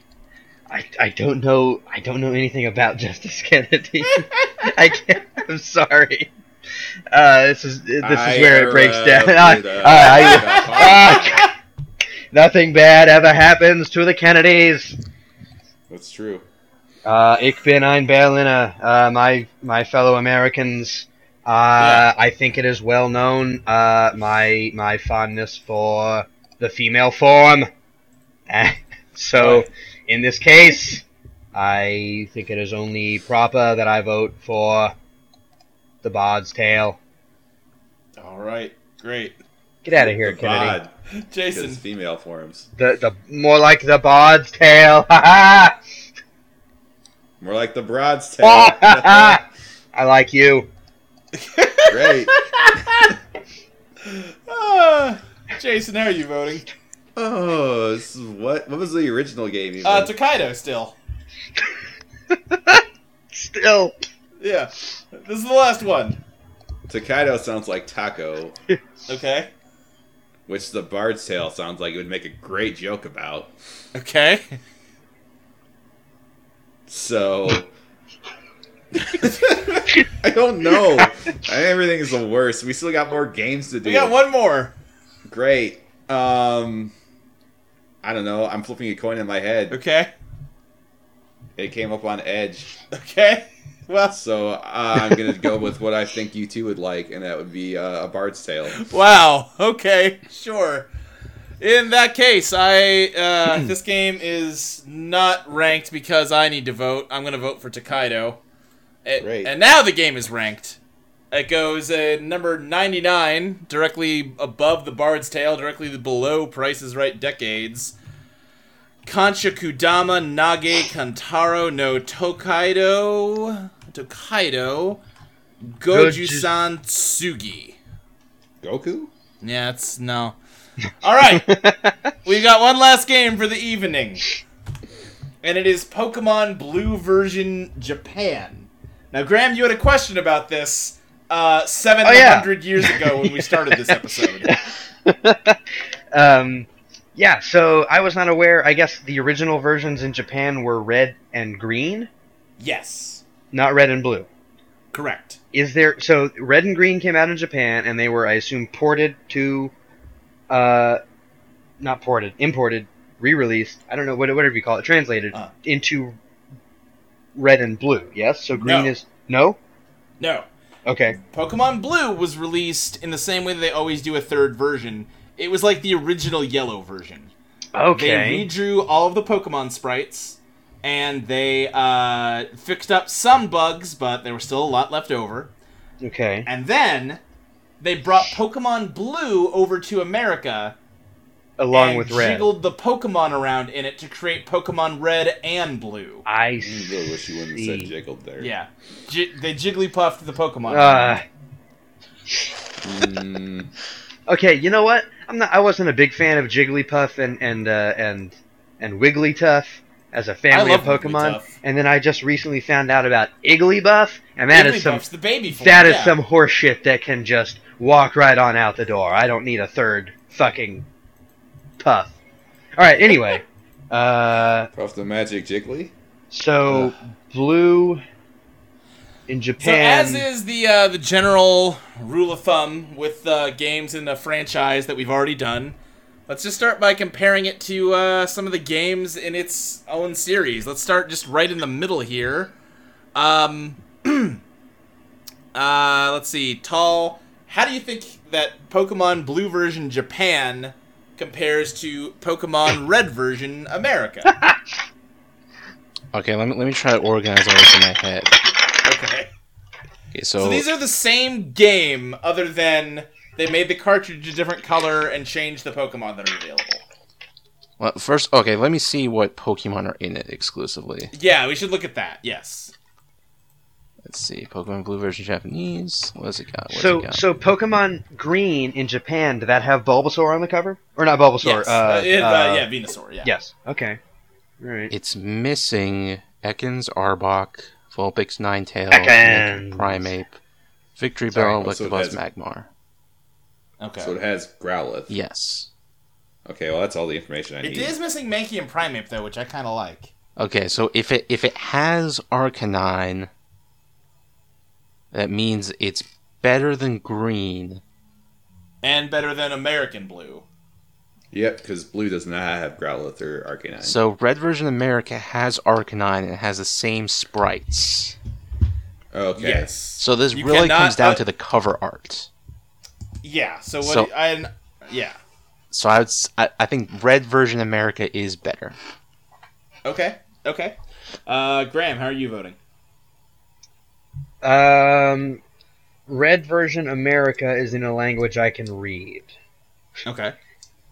Speaker 4: I, I don't know I don't know anything about [LAUGHS]
Speaker 2: [LAUGHS]
Speaker 4: Justice Kennedy. I can't. I'm sorry. Uh, this is this is where it breaks down. [LAUGHS] Uh,
Speaker 6: [LAUGHS]
Speaker 4: I- Ah, nothing bad ever happens to the Kennedys.
Speaker 6: That's true.
Speaker 4: Uh, ich bin ein Berliner. Uh, my my fellow Americans. Uh,
Speaker 2: Yeah.
Speaker 4: I think it is well known. Uh, my my fondness for the female form. [LAUGHS] Eh, so, in this case, I think it is only proper that I vote for the Bard's Tale.
Speaker 2: All right. Great.
Speaker 4: Get out of here,
Speaker 6: The
Speaker 4: Kennedy.
Speaker 6: bod, 'cause
Speaker 2: Jason.
Speaker 6: it's female forms.
Speaker 4: The the more like the Bard's Tale. [LAUGHS] Ha ha.
Speaker 6: More like the
Speaker 4: [LAUGHS]
Speaker 6: broad's tail. [LAUGHS]
Speaker 4: I like you.
Speaker 6: Great.
Speaker 2: Ah, Jason, how are you voting?
Speaker 6: Oh, this is what? What was the original game? Even?
Speaker 2: Uh, Takedo still.
Speaker 4: Still.
Speaker 2: Yeah. This is the last one.
Speaker 6: Takedo sounds like taco,
Speaker 2: Okay.
Speaker 6: which the bard's tail sounds like it would make a great joke about.
Speaker 2: Okay.
Speaker 6: So [LAUGHS] I don't know. I think everything's the worst. We still got more games to do.
Speaker 2: We got one more.
Speaker 6: Great. Um, I don't know. I'm flipping a coin in my head.
Speaker 2: Okay.
Speaker 6: It came up on Edge,
Speaker 2: Okay. [LAUGHS] Well,
Speaker 6: so uh, I'm gonna go with what I think you two would like, and that would be uh, a Bard's Tale.
Speaker 2: Wow. Okay. Sure. In that case, I uh, this game is not ranked because I need to vote. I'm gonna vote for Takedo. A-
Speaker 6: Great.
Speaker 2: And now the game is ranked. It goes uh, number 99, directly above the Bard's Tale, directly below Prices Right Decades. Kancha Kudama Nage Kantaro no Tokaido Tokaido Goju-san Tsugi.
Speaker 6: Goku.
Speaker 2: Yeah, it's no. All right, we've got one last game for the evening, and it is Pokemon Blue version Japan. Now, Graham, you had a question about this uh, seven hundred years ago when we started this episode.
Speaker 4: um, yeah, so I was not aware. I guess the original versions in Japan were red and green,
Speaker 2: yes,
Speaker 4: not red and blue.
Speaker 2: correct.
Speaker 4: Is there so red and green came out in Japan, and they were, I assume, ported to, uh, not ported, imported, re-released. I don't know what whatever you call it, translated
Speaker 2: Uh.
Speaker 4: into red and blue. Yes, so green
Speaker 2: No.
Speaker 4: is no.
Speaker 2: No,
Speaker 4: Okay,
Speaker 2: Pokemon Blue was released in the same way that they always do a third version. It was like the original yellow version. They redrew all of the Pokemon sprites. and they uh, fixed up some bugs, but there was still a lot left over.
Speaker 4: Okay.
Speaker 2: And then they brought Pokemon Blue over to America
Speaker 4: Along
Speaker 2: and
Speaker 4: with red.
Speaker 2: jiggled the Pokemon around in it to create Pokemon Red and Blue.
Speaker 4: I
Speaker 6: I really wish you wouldn't have said jiggled there.
Speaker 2: E. Yeah, J- they Jigglypuffed the Pokemon.
Speaker 4: Uh,
Speaker 6: Mm,
Speaker 4: okay, you know what? I'm not. I wasn't a big fan of Jigglypuff and and uh, and and Wigglytuff as a family
Speaker 2: I
Speaker 4: of
Speaker 2: love
Speaker 4: Pokemon,
Speaker 2: Wigglytuff.
Speaker 4: and then I just recently found out about Igglybuff, and that is some
Speaker 2: Jigglypuff's the baby form.
Speaker 4: that is
Speaker 2: yeah.
Speaker 4: some horseshit that can just walk right on out the door. I don't need a third fucking puff. All right. Anyway, uh,
Speaker 6: Puff the magic jiggly.
Speaker 4: so blue in
Speaker 2: So
Speaker 4: Japan.
Speaker 2: as is the uh, the general rule of thumb with uh, games in the franchise that we've already done, let's just start by comparing it to uh, some of the games in its own series. Let's start just right in the middle here. Um, [CLEARS THROAT] uh, let's see, Tall. How do you think that Pokemon Blue version Japan compares to Pokemon Red version America?
Speaker 3: Okay, let me let me try to organize all this in my head.
Speaker 2: Okay.
Speaker 3: Okay, so,
Speaker 2: So these are the same game, other than they made the cartridge a different color and changed the Pokemon that are available.
Speaker 3: well, first, okay, let me see what Pokemon are in it exclusively.
Speaker 2: Yeah, we should look at that. Yes.
Speaker 3: Let's see, Pokemon Blue version Japanese. What does it got? What
Speaker 4: So,
Speaker 3: does it got?
Speaker 4: so Pokemon Green in Japan, did that have Bulbasaur on the cover? Or not Bulbasaur?
Speaker 2: yes.
Speaker 4: Uh,
Speaker 2: Uh, it- uh,
Speaker 4: uh,
Speaker 2: yeah, Venusaur. Yeah.
Speaker 4: Yes. Okay. All right.
Speaker 3: it's missing Ekans, Arbok, Vulpix, Ninetail,
Speaker 4: Ekans.
Speaker 3: Nick Primeape, Victory
Speaker 6: Sorry,
Speaker 3: Bell,
Speaker 6: oh, so it
Speaker 3: Electabuzz,
Speaker 6: has-
Speaker 3: Magmar.
Speaker 2: Okay.
Speaker 6: So it has Growlithe.
Speaker 3: Yes.
Speaker 6: Okay, well that's all the information I
Speaker 2: it
Speaker 6: need.
Speaker 2: is missing Mankey and Primeape though, which I kind of like.
Speaker 3: Okay, so if it if it has Arcanine, that means it's better than green.
Speaker 2: And better than American Blue.
Speaker 6: Yep, because blue does not have Growlithe or Arcanine.
Speaker 3: So red version America has Arcanine and it has the same sprites.
Speaker 6: okay.
Speaker 2: Yes.
Speaker 3: So this
Speaker 2: You
Speaker 3: really
Speaker 2: cannot-
Speaker 3: comes down
Speaker 2: uh,
Speaker 3: to the cover art.
Speaker 2: Yeah. So what?
Speaker 3: So-
Speaker 2: I, yeah.
Speaker 3: So I would s- I, I think red version America is better.
Speaker 2: Okay. Okay. Uh, Graham, how are you voting?
Speaker 4: Um, red version America is in a language I can read,
Speaker 2: Okay.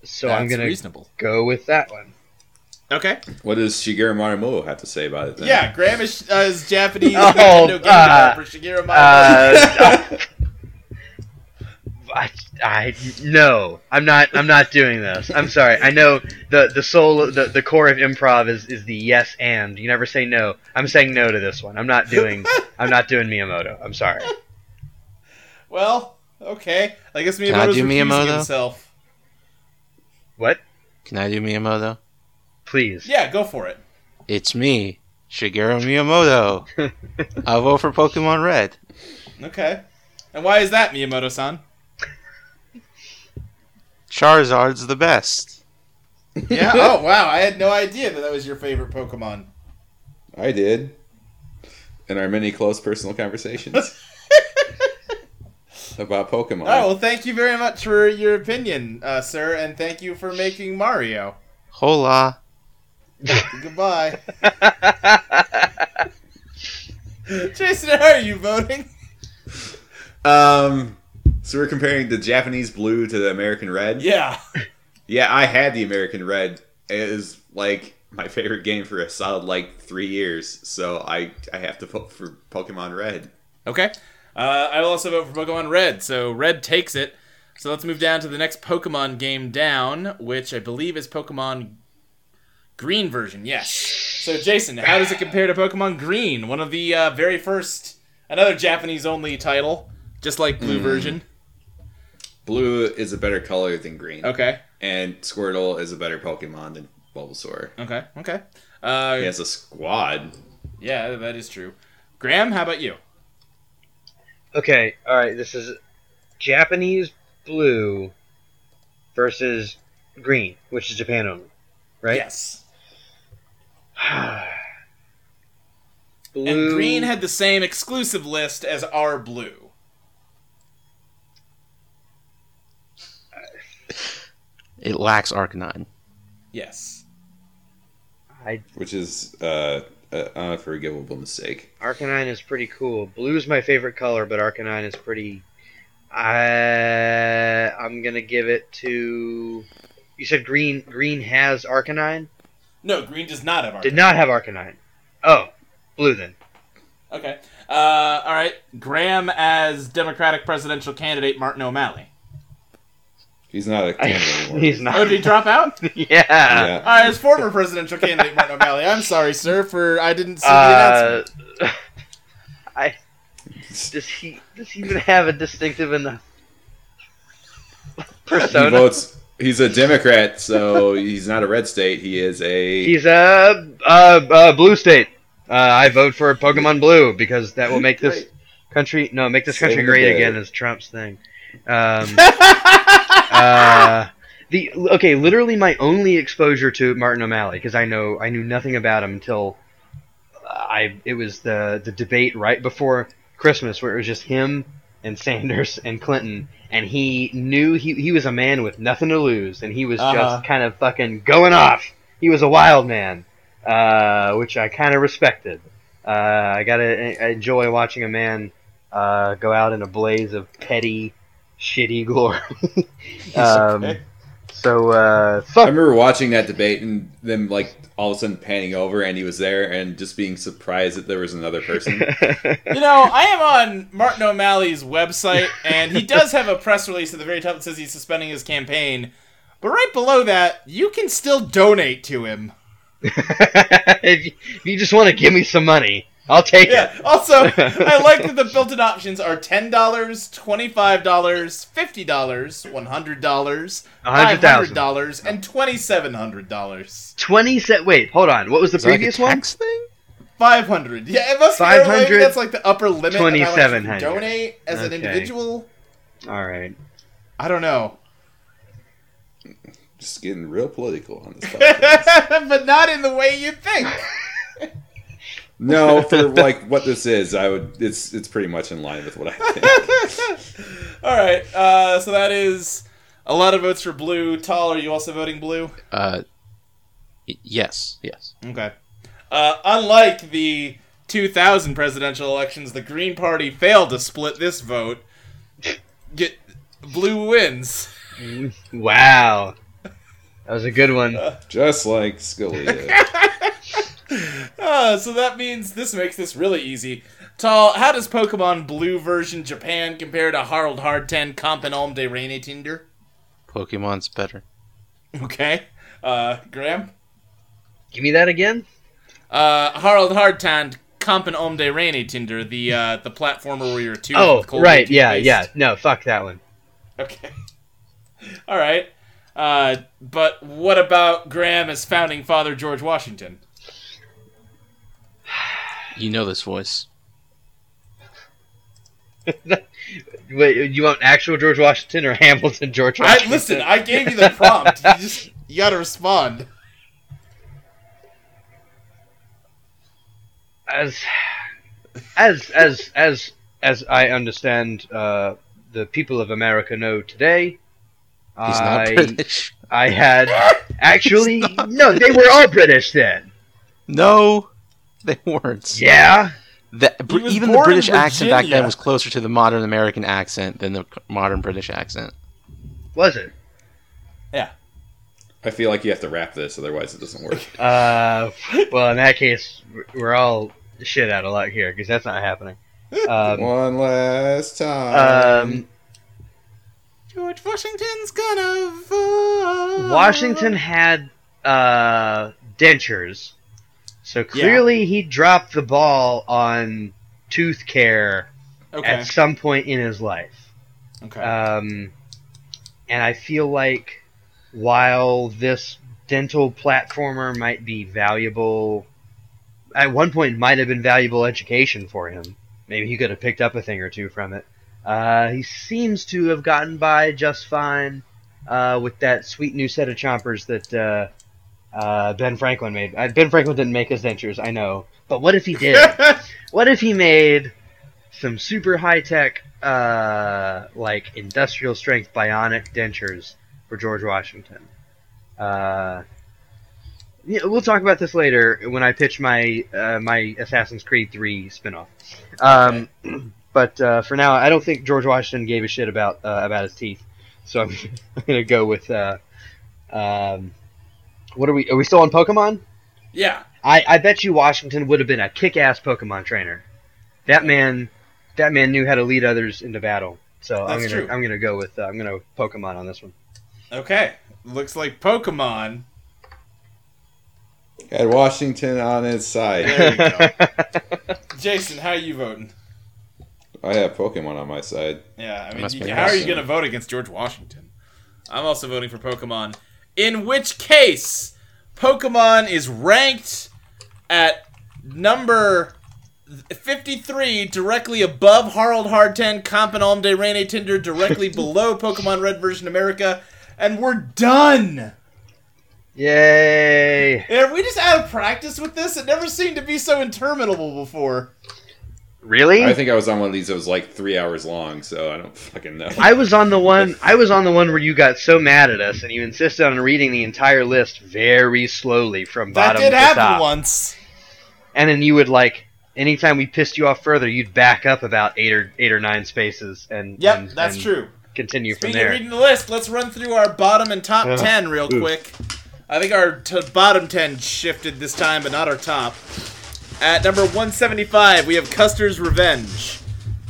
Speaker 4: so
Speaker 2: That's
Speaker 4: I'm gonna
Speaker 2: reasonable.
Speaker 4: go with that one.
Speaker 2: Okay.
Speaker 6: What does Shigeru Maramoto have to say about it then?
Speaker 2: Yeah, Graham is, uh, is Japanese
Speaker 4: [LAUGHS] Oh,
Speaker 2: Nintendo game
Speaker 4: uh,
Speaker 2: developer Shigeru Miyamoto.
Speaker 4: Uh, I, I no, I'm not. I'm not doing this. I'm sorry. I know the the soul, the the core of improv is is the yes and. You never say no. I'm saying no to this one. I'm not doing. I'm not doing Miyamoto. I'm sorry.
Speaker 2: Well, okay. I guess Miyamoto's
Speaker 3: Can I do
Speaker 2: refusing
Speaker 3: Miyamoto?
Speaker 2: himself.
Speaker 4: What?
Speaker 3: Can I do Miyamoto?
Speaker 4: Please.
Speaker 2: Yeah, go for it.
Speaker 3: It's me, Shigeru Miyamoto. I vote for Pokemon Red.
Speaker 2: Okay. And why is that, Miyamoto-san?
Speaker 3: Charizard's the best.
Speaker 2: Yeah. [LAUGHS] oh wow, I had no idea that that was your favorite Pokemon.
Speaker 6: I did. In our many close
Speaker 2: [LAUGHS]
Speaker 6: personal conversations about Pokemon.
Speaker 2: All right. Well, thank you very much for your opinion, uh, sir, and thank you for making Mario.
Speaker 3: Hola. [LAUGHS]
Speaker 2: Goodbye. Jason, how are you voting? Oh.
Speaker 6: Um, so we're comparing the Japanese blue to the American red.
Speaker 2: Yeah.
Speaker 6: Yeah, I had the American red. It is like my favorite game for a solid like three years. So I I have to vote for Pokemon Red.
Speaker 2: Okay. Uh, I will also vote for Pokemon Red, so Red takes it. So let's move down to the next Pokemon game down, which I believe is Pokemon Green version. Yes. So Jason, how does it compare to Pokemon Green, one of the uh, very first, another Japanese-only title, just like Blue
Speaker 4: Mm.
Speaker 2: version?
Speaker 6: Blue is a better color than green.
Speaker 2: Okay.
Speaker 6: And Squirtle is a better Pokemon than Bulbasaur.
Speaker 2: Okay. Okay. Uh,
Speaker 6: He has a squad.
Speaker 2: Yeah, that is true. Graham, how about you?
Speaker 4: Okay, all right. This is Japanese blue versus green, which is Japan only, [SIGHS] right?
Speaker 2: Yes.
Speaker 4: Blue,
Speaker 2: And Green had the same exclusive list as our Blue.
Speaker 3: It lacks Arcanine.
Speaker 2: Yes.
Speaker 4: I
Speaker 6: which is uh, an unforgivable mistake.
Speaker 4: Arcanine is pretty cool. Blue's my favorite color, but Arcanine is pretty. I I'm gonna give it to. You said green. Green has Arcanine.
Speaker 2: No, green does not have Arcanine.
Speaker 4: Did not have Arcanine. Oh, blue then.
Speaker 2: Okay. Uh, all right. Graham as Democratic presidential candidate Martin O'Malley.
Speaker 6: He's not a
Speaker 4: [LAUGHS]
Speaker 6: candidate anymore.
Speaker 4: He's not.
Speaker 2: Oh, did he drop out?
Speaker 4: [LAUGHS] yeah.
Speaker 2: All
Speaker 6: Yeah.
Speaker 2: right, as former presidential candidate Martin O'Malley, I'm sorry, sir, for I didn't see the
Speaker 4: Uh,
Speaker 2: announcement.
Speaker 4: I does he does he even have a distinctive enough
Speaker 6: He
Speaker 4: persona?
Speaker 6: votes. He's a Democrat,
Speaker 4: [LAUGHS]
Speaker 6: so he's not a red state. He is a.
Speaker 4: He's a uh, uh, blue state. Uh, I vote for Pokemon Blue because that will make this country no make this country
Speaker 6: Save the
Speaker 4: great
Speaker 6: day.
Speaker 4: again is Trump's thing.
Speaker 6: [LAUGHS]
Speaker 4: Um, uh, the okay, literally my only exposure to Martin O'Malley because I know I knew nothing about him until I it was the the debate right before Christmas where it was just him and Sanders and Clinton and he knew he he was a man with nothing to lose and he was
Speaker 2: Uh-huh.
Speaker 4: just kind of fucking going off. He was a wild man, uh, which I kind of respected. Uh, I gotta I enjoy watching a man uh, go out in a blaze of petty, shitty glory. [LAUGHS] um,
Speaker 2: okay.
Speaker 4: So uh,
Speaker 6: I
Speaker 4: fuck. [LAUGHS]
Speaker 6: remember watching that debate and them like all of a sudden panning over, and he was there, and just being surprised that there was another
Speaker 4: [LAUGHS]
Speaker 6: person.
Speaker 2: You know, I am on Martin O'Malley's website, and he does have a press release at the very top that says he's suspending his campaign. But right below that, you can still donate to him.
Speaker 4: if, you, if you just want to give me some money, I'll take
Speaker 2: Yeah. Also, I [LAUGHS] like that the built-in options are ten dollars, twenty-five dollars, fifty dollars, one hundred dollars, five hundred
Speaker 4: $100,000.
Speaker 2: dollars, and twenty-seven hundred dollars.
Speaker 4: it. Twenty set. Wait, hold on. What was the
Speaker 3: Is that like a
Speaker 4: previous one?
Speaker 3: tax thing?
Speaker 2: Five hundred. Yeah, it must be. maybe
Speaker 4: 500,
Speaker 2: That's like the upper limit. of how much you can
Speaker 4: 2700.
Speaker 2: Donate as an
Speaker 4: Okay.
Speaker 2: individual.
Speaker 4: All right.
Speaker 2: I don't know, [LAUGHS]
Speaker 6: just getting real political on this.
Speaker 4: [LAUGHS]
Speaker 6: podcast.
Speaker 2: but not in the way you [LAUGHS] think.
Speaker 6: no, for like what this is, I would. It's it's pretty much in line with what I think.
Speaker 4: [LAUGHS]
Speaker 2: All right. Uh, so that is a lot of votes for blue. Tall, are you also voting blue?
Speaker 3: Uh, y- yes, yes.
Speaker 2: Okay. Uh, unlike the 2000 presidential elections, the Green Party failed to split this vote. Get blue wins.
Speaker 4: Wow. That was a good one.
Speaker 3: Uh,
Speaker 6: Just like Scalia.
Speaker 2: Uh, so that means this makes this really easy. Tall, how does Pokemon Blue version Japan compare to Harold Hardten Compen Alm de Reine Tinder?
Speaker 3: Pokemon's better.
Speaker 2: Okay. Uh, Graham?
Speaker 4: Give me that again.
Speaker 2: Uh, Harald Hardtand, Kampen Om de Rainy Tinder, the uh, the platformer where you're two.
Speaker 4: Oh,
Speaker 2: with cold
Speaker 4: right.
Speaker 2: blue
Speaker 4: Yeah,
Speaker 2: toothpaste.
Speaker 4: yeah. No, fuck that one.
Speaker 2: Okay. [LAUGHS] All right. Uh, but what about Graham as founding father George Washington?
Speaker 3: You know this voice.
Speaker 4: Wait, you want actual George Washington or [LAUGHS] Hamilton George
Speaker 2: I [LAUGHS]
Speaker 4: Washington?
Speaker 2: listen. I gave you the prompt. You just you gotta respond.
Speaker 4: as as as as as I understand, uh, the people of America know today.
Speaker 3: He's
Speaker 4: I,
Speaker 3: not British. [LAUGHS]
Speaker 4: I had actually no. They were all British then.
Speaker 3: No, they weren't.
Speaker 4: Yeah.
Speaker 3: That,
Speaker 2: He
Speaker 3: br-
Speaker 2: was
Speaker 3: even the
Speaker 2: born in
Speaker 3: British accent back then
Speaker 2: Virginia.
Speaker 3: was closer to the modern American accent than the c- modern British accent.
Speaker 4: Was it?
Speaker 6: I feel like you have to wrap this, otherwise it doesn't work.
Speaker 4: Uh, well, in that case, we're all shit out of luck here because that's not happening. Um,
Speaker 6: One last time.
Speaker 4: um,
Speaker 2: George Washington's gonna vote.
Speaker 4: Washington had uh, dentures, so clearly he dropped the ball on tooth care
Speaker 2: Okay.
Speaker 4: at some point in his life.
Speaker 2: Okay.
Speaker 4: Um, and I feel like while this dental platformer might be valuable, at one point might have been valuable education for him. Maybe he could have picked up a thing or two from it. Uh, he seems to have gotten by just fine uh, with that sweet new set of chompers that uh, uh, Ben Franklin made. Uh, ben Franklin didn't make his dentures, I know, but what if he did? what if he made some super high tech, uh, like industrial strength bionic dentures for George Washington? Uh, Yeah, we'll talk about this later when I pitch my uh, my Assassin's Creed Three spinoff. Um, [CLEARS THROAT] But uh, for now, I don't think George Washington gave a shit about uh, about his teeth, so I'm, [LAUGHS] I'm gonna go with. Uh, um, what are we? Are we still on Pokemon?
Speaker 2: Yeah.
Speaker 4: I, I bet you Washington would have been a kick-ass Pokemon trainer. That man, that man knew how to lead others into battle. So I'm
Speaker 2: That's
Speaker 4: gonna
Speaker 2: true.
Speaker 4: I'm gonna go with uh, I'm gonna Pokemon on this one.
Speaker 2: Okay. Looks like Pokemon.
Speaker 6: Had Washington on his
Speaker 4: [LAUGHS]
Speaker 6: side.
Speaker 2: There you go. Jason, how are you voting?
Speaker 6: I have Pokemon on my side.
Speaker 2: Yeah, I mean,
Speaker 3: Must
Speaker 2: you,
Speaker 3: be
Speaker 2: how are you
Speaker 6: awesome.
Speaker 2: going to vote against George Washington? I'm also voting for Pokemon. In which case, Pokemon is ranked at number 53, directly above Harald Hardten, Compton Alm de Rene Tinder,
Speaker 4: [LAUGHS]
Speaker 2: directly below Pokemon Red Version America, and we're done!
Speaker 4: Yay!
Speaker 2: Are we just out of practice with this? It never seemed to be so interminable before.
Speaker 4: Really?
Speaker 6: I think I was on one of these that was like three hours long, so I don't fucking know.
Speaker 4: I was on the one. I was on the one where you got so mad at us, and you insisted on reading the entire list very slowly from
Speaker 2: That
Speaker 4: bottom
Speaker 2: did
Speaker 4: to
Speaker 2: happen
Speaker 4: top.
Speaker 2: once.
Speaker 4: And then you would like, anytime we pissed you off further, you'd back up about eight or eight or nine spaces, and
Speaker 2: Yep,
Speaker 4: and-
Speaker 2: that's
Speaker 4: and
Speaker 2: true.
Speaker 4: Continue from
Speaker 2: Speaking of
Speaker 4: there.
Speaker 2: reading the list, let's run through our bottom and top
Speaker 4: Ugh.
Speaker 2: ten real
Speaker 4: Oof.
Speaker 2: quick. I think our t- bottom ten shifted this time, but not our top. At number 175, we have Custer's Revenge.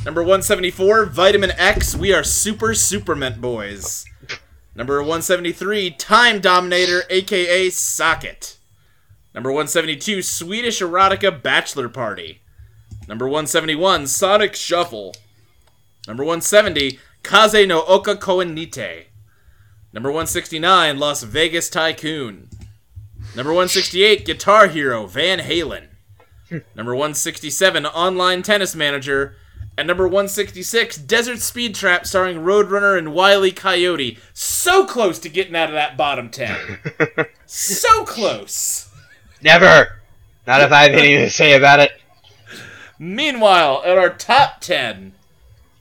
Speaker 2: Number 174, Vitamin X. We are super Superman boys. Number 173, Time Dominator, aka Socket. Number 172, Swedish Erotica Bachelor Party. Number 171, Sonic Shuffle. Number 170, Kaze no Oka Koenite. Number 169, Las Vegas Tycoon. Number 168, Guitar Hero Van Halen. Number 167, Online Tennis Manager. And number 166, Desert Speed Trap starring Roadrunner and Wile E. Coyote. So close to getting out of that bottom 10. so close.
Speaker 4: Never. Not if I have anything to say about it.
Speaker 2: Meanwhile, at our top 10,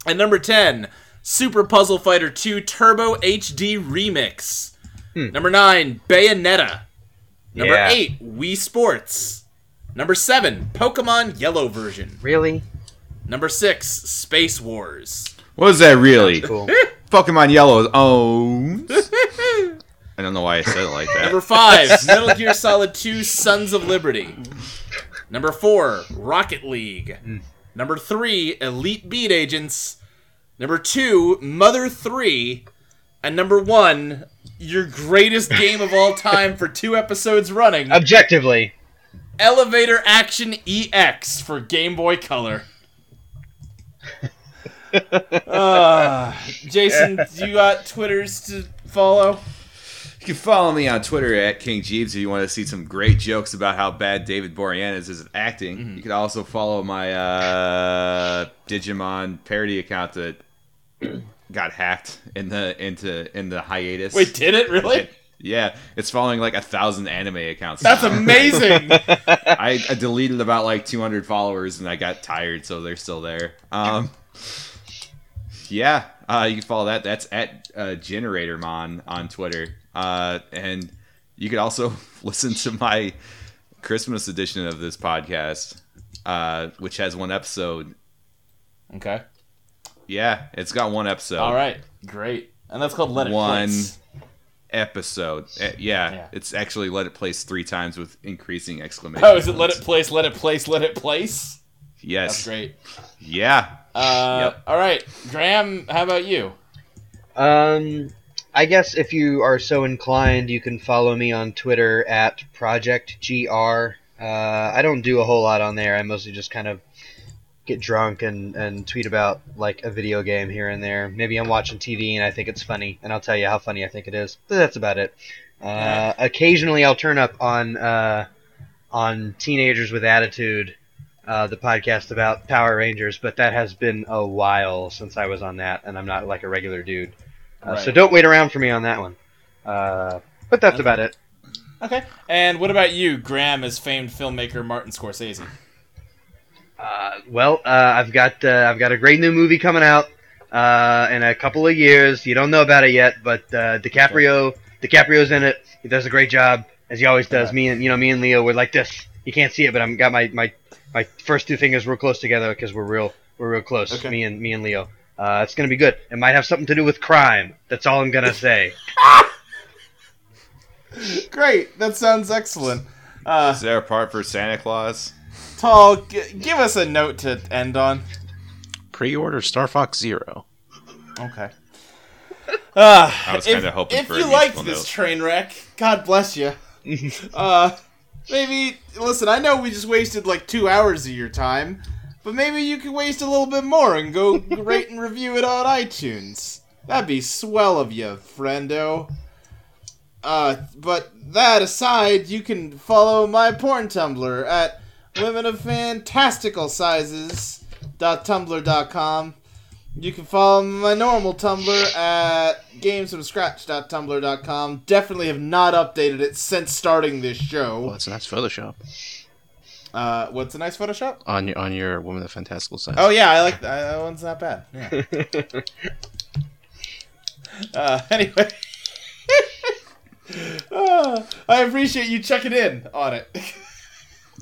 Speaker 2: at number 10, Super Puzzle Fighter 2 Turbo HD Remix. Number 9, Bayonetta. Number
Speaker 4: Yeah.
Speaker 2: 8, Wii Sports. Number 7, Pokemon Yellow version.
Speaker 4: Really?
Speaker 2: Number 6, Space Wars.
Speaker 6: What was that really?
Speaker 4: Cool.
Speaker 6: Pokemon Yellow [LAUGHS] owns. I don't know why I said it like
Speaker 2: Number
Speaker 6: that.
Speaker 2: 5, Metal Gear Solid 2 Sons of Liberty. Number 4, Rocket League. Number 3, Elite Beat Agents. Number 2, Mother 3. And number 1, your greatest game of all time for two episodes running,
Speaker 4: Objectively.
Speaker 2: Elevator Action EX for Game Boy Color. Uh, Jason, you got Twitters to follow?
Speaker 6: You can follow me on Twitter at King Jeeves if you want to see some great jokes about how bad David Boreanaz is at acting. You can also follow my uh, Digimon parody account [CLEARS THROAT] that got hacked in the into in the hiatus.
Speaker 2: Wait, did it really?
Speaker 6: yeah, it's following like a thousand anime accounts.
Speaker 2: That's
Speaker 6: now.
Speaker 2: amazing.
Speaker 6: I, I deleted about like 200 followers and I got tired, so they're still there. Um, yeah, uh, you can follow that. That's at uh, GeneratorMon on Twitter. Uh, and you could also [LAUGHS] listen to my Christmas edition of this podcast, uh, which has one episode.
Speaker 2: Okay.
Speaker 6: Yeah, it's got one episode.
Speaker 2: All right. Great. And that's called Let It
Speaker 6: One.
Speaker 2: Place.
Speaker 6: Episode. Eh, yeah,
Speaker 2: Yeah.
Speaker 6: it's actually let it place three times with increasing exclamation.
Speaker 2: Oh, is it Let It
Speaker 6: points.
Speaker 2: Place, Let It Place, Let It Place? That's
Speaker 6: Yes.
Speaker 2: great.
Speaker 6: Yeah.
Speaker 2: Uh,
Speaker 6: Yep.
Speaker 2: All right. Graham, how about you?
Speaker 4: Um, I guess if you are so inclined, you can follow me on Twitter at Project GR. Uh, I don't do a whole lot on there. I mostly just kind of get drunk and, and tweet about like a video game here and there. Maybe I'm watching TV and I think it's funny, and I'll tell you how funny I think it is. But that's about it. Uh, occasionally, I'll turn up on uh, on Teenagers with Attitude, uh, the podcast about Power Rangers, but that has been a while since I was on that, and I'm not like a regular dude. Uh, So
Speaker 2: Right.
Speaker 4: don't wait around for me on that one. Uh, but that's about it.
Speaker 2: Okay. And what about you, Graham, as famed filmmaker Martin Scorsese?
Speaker 4: Uh, well, uh, I've got uh, I've got a great new movie coming out uh, in a couple of years. You don't know about it yet, but uh, DiCaprio DiCaprio's in it. He does a great job. as he always does. Me and you know me and Leo we're like this. You can't see it, but I'm got my my, my first two fingers real close together because we're real we're real close.
Speaker 7: Okay.
Speaker 4: Me and me and Leo. Uh, it's gonna be good. It might have something to do with crime. That's all I'm
Speaker 2: [LAUGHS]
Speaker 4: gonna say.
Speaker 2: Great. That sounds excellent. Uh,
Speaker 6: Is there a part for Santa Claus?
Speaker 2: Tall, g- give us a note to end on.
Speaker 3: Pre-order Star Fox Zero.
Speaker 2: Okay. Uh,
Speaker 6: I was
Speaker 2: if-
Speaker 6: kinda hoping
Speaker 2: if
Speaker 6: for a
Speaker 2: you liked
Speaker 6: musical
Speaker 2: this
Speaker 6: note.
Speaker 2: train wreck, God bless
Speaker 6: [LAUGHS]
Speaker 2: you. uh, maybe listen. I know we just wasted like two hours of your time, but maybe you could waste a little bit more and
Speaker 6: [LAUGHS]
Speaker 2: go rate and review it on iTunes. That'd be swell of you, friendo. Uh, but that aside, you can follow my porn Tumblr at women of fantastical sizes you can follow my normal Tumblr at gamesfromscratch.tumblr.com. Definitely have not updated it since starting this
Speaker 3: Well,
Speaker 2: show.
Speaker 3: that's a nice Photoshop
Speaker 2: Uh, what's a nice Photoshop?
Speaker 3: on your on your Woman of the Fantastical side.
Speaker 2: Oh yeah, I like that. That one's not bad. Yeah. [LAUGHS] uh, anyway, [LAUGHS] Uh, I appreciate you checking in on it. [LAUGHS]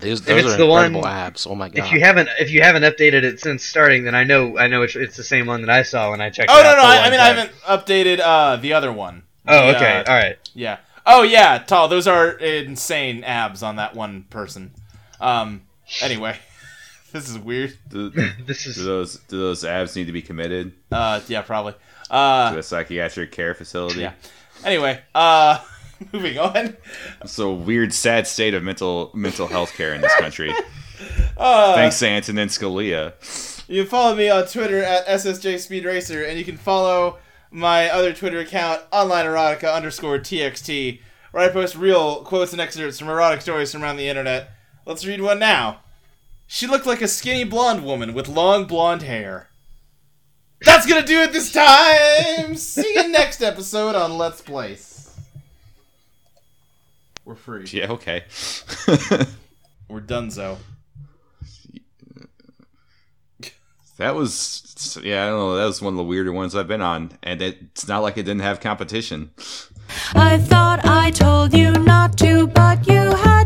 Speaker 3: those,
Speaker 4: it's
Speaker 3: those are
Speaker 4: the
Speaker 3: incredible
Speaker 4: one-
Speaker 3: abs. Oh my god!
Speaker 4: if you haven't if you haven't updated it since starting, then I know I know it's, it's the same one that I saw when I checked.
Speaker 2: oh
Speaker 4: it
Speaker 2: no,
Speaker 4: out
Speaker 2: no.
Speaker 4: the
Speaker 2: I,
Speaker 4: one
Speaker 2: I mean, I
Speaker 4: time.
Speaker 2: haven't updated uh, the other one.
Speaker 4: Oh
Speaker 2: The,
Speaker 4: okay,
Speaker 2: uh,
Speaker 4: all right.
Speaker 2: Yeah. Oh yeah, tall. Those are insane abs on that one person. Um. Anyway, [LAUGHS] this is weird.
Speaker 6: Do,
Speaker 4: This
Speaker 6: do
Speaker 4: is
Speaker 6: those do those abs need to be committed
Speaker 2: Uh. Yeah. Probably.
Speaker 6: to
Speaker 2: Uh.
Speaker 6: a psychiatric care facility?
Speaker 2: Yeah. Anyway. Uh. [LAUGHS] Moving on.
Speaker 6: It's a weird, sad state of mental mental health care in this
Speaker 2: [LAUGHS]
Speaker 6: country.
Speaker 2: Uh,
Speaker 6: Thanks to Antonin Scalia.
Speaker 2: You can follow me on Twitter at SSJ Speed Racer, and you can follow my other Twitter account, online erotica underscore txt, where I post real quotes and excerpts from erotic stories from around the internet. Let's read one now. She looked like a skinny blonde woman with long blonde hair. That's gonna do it this time. See you next episode on Let's Place. We're free.
Speaker 6: Yeah, okay. [LAUGHS]
Speaker 2: We're donezo.
Speaker 6: that was yeah, I don't know. That was one of the weirder ones I've been on, and it, it's not like it didn't have competition.
Speaker 1: I thought I told you not to, but you have.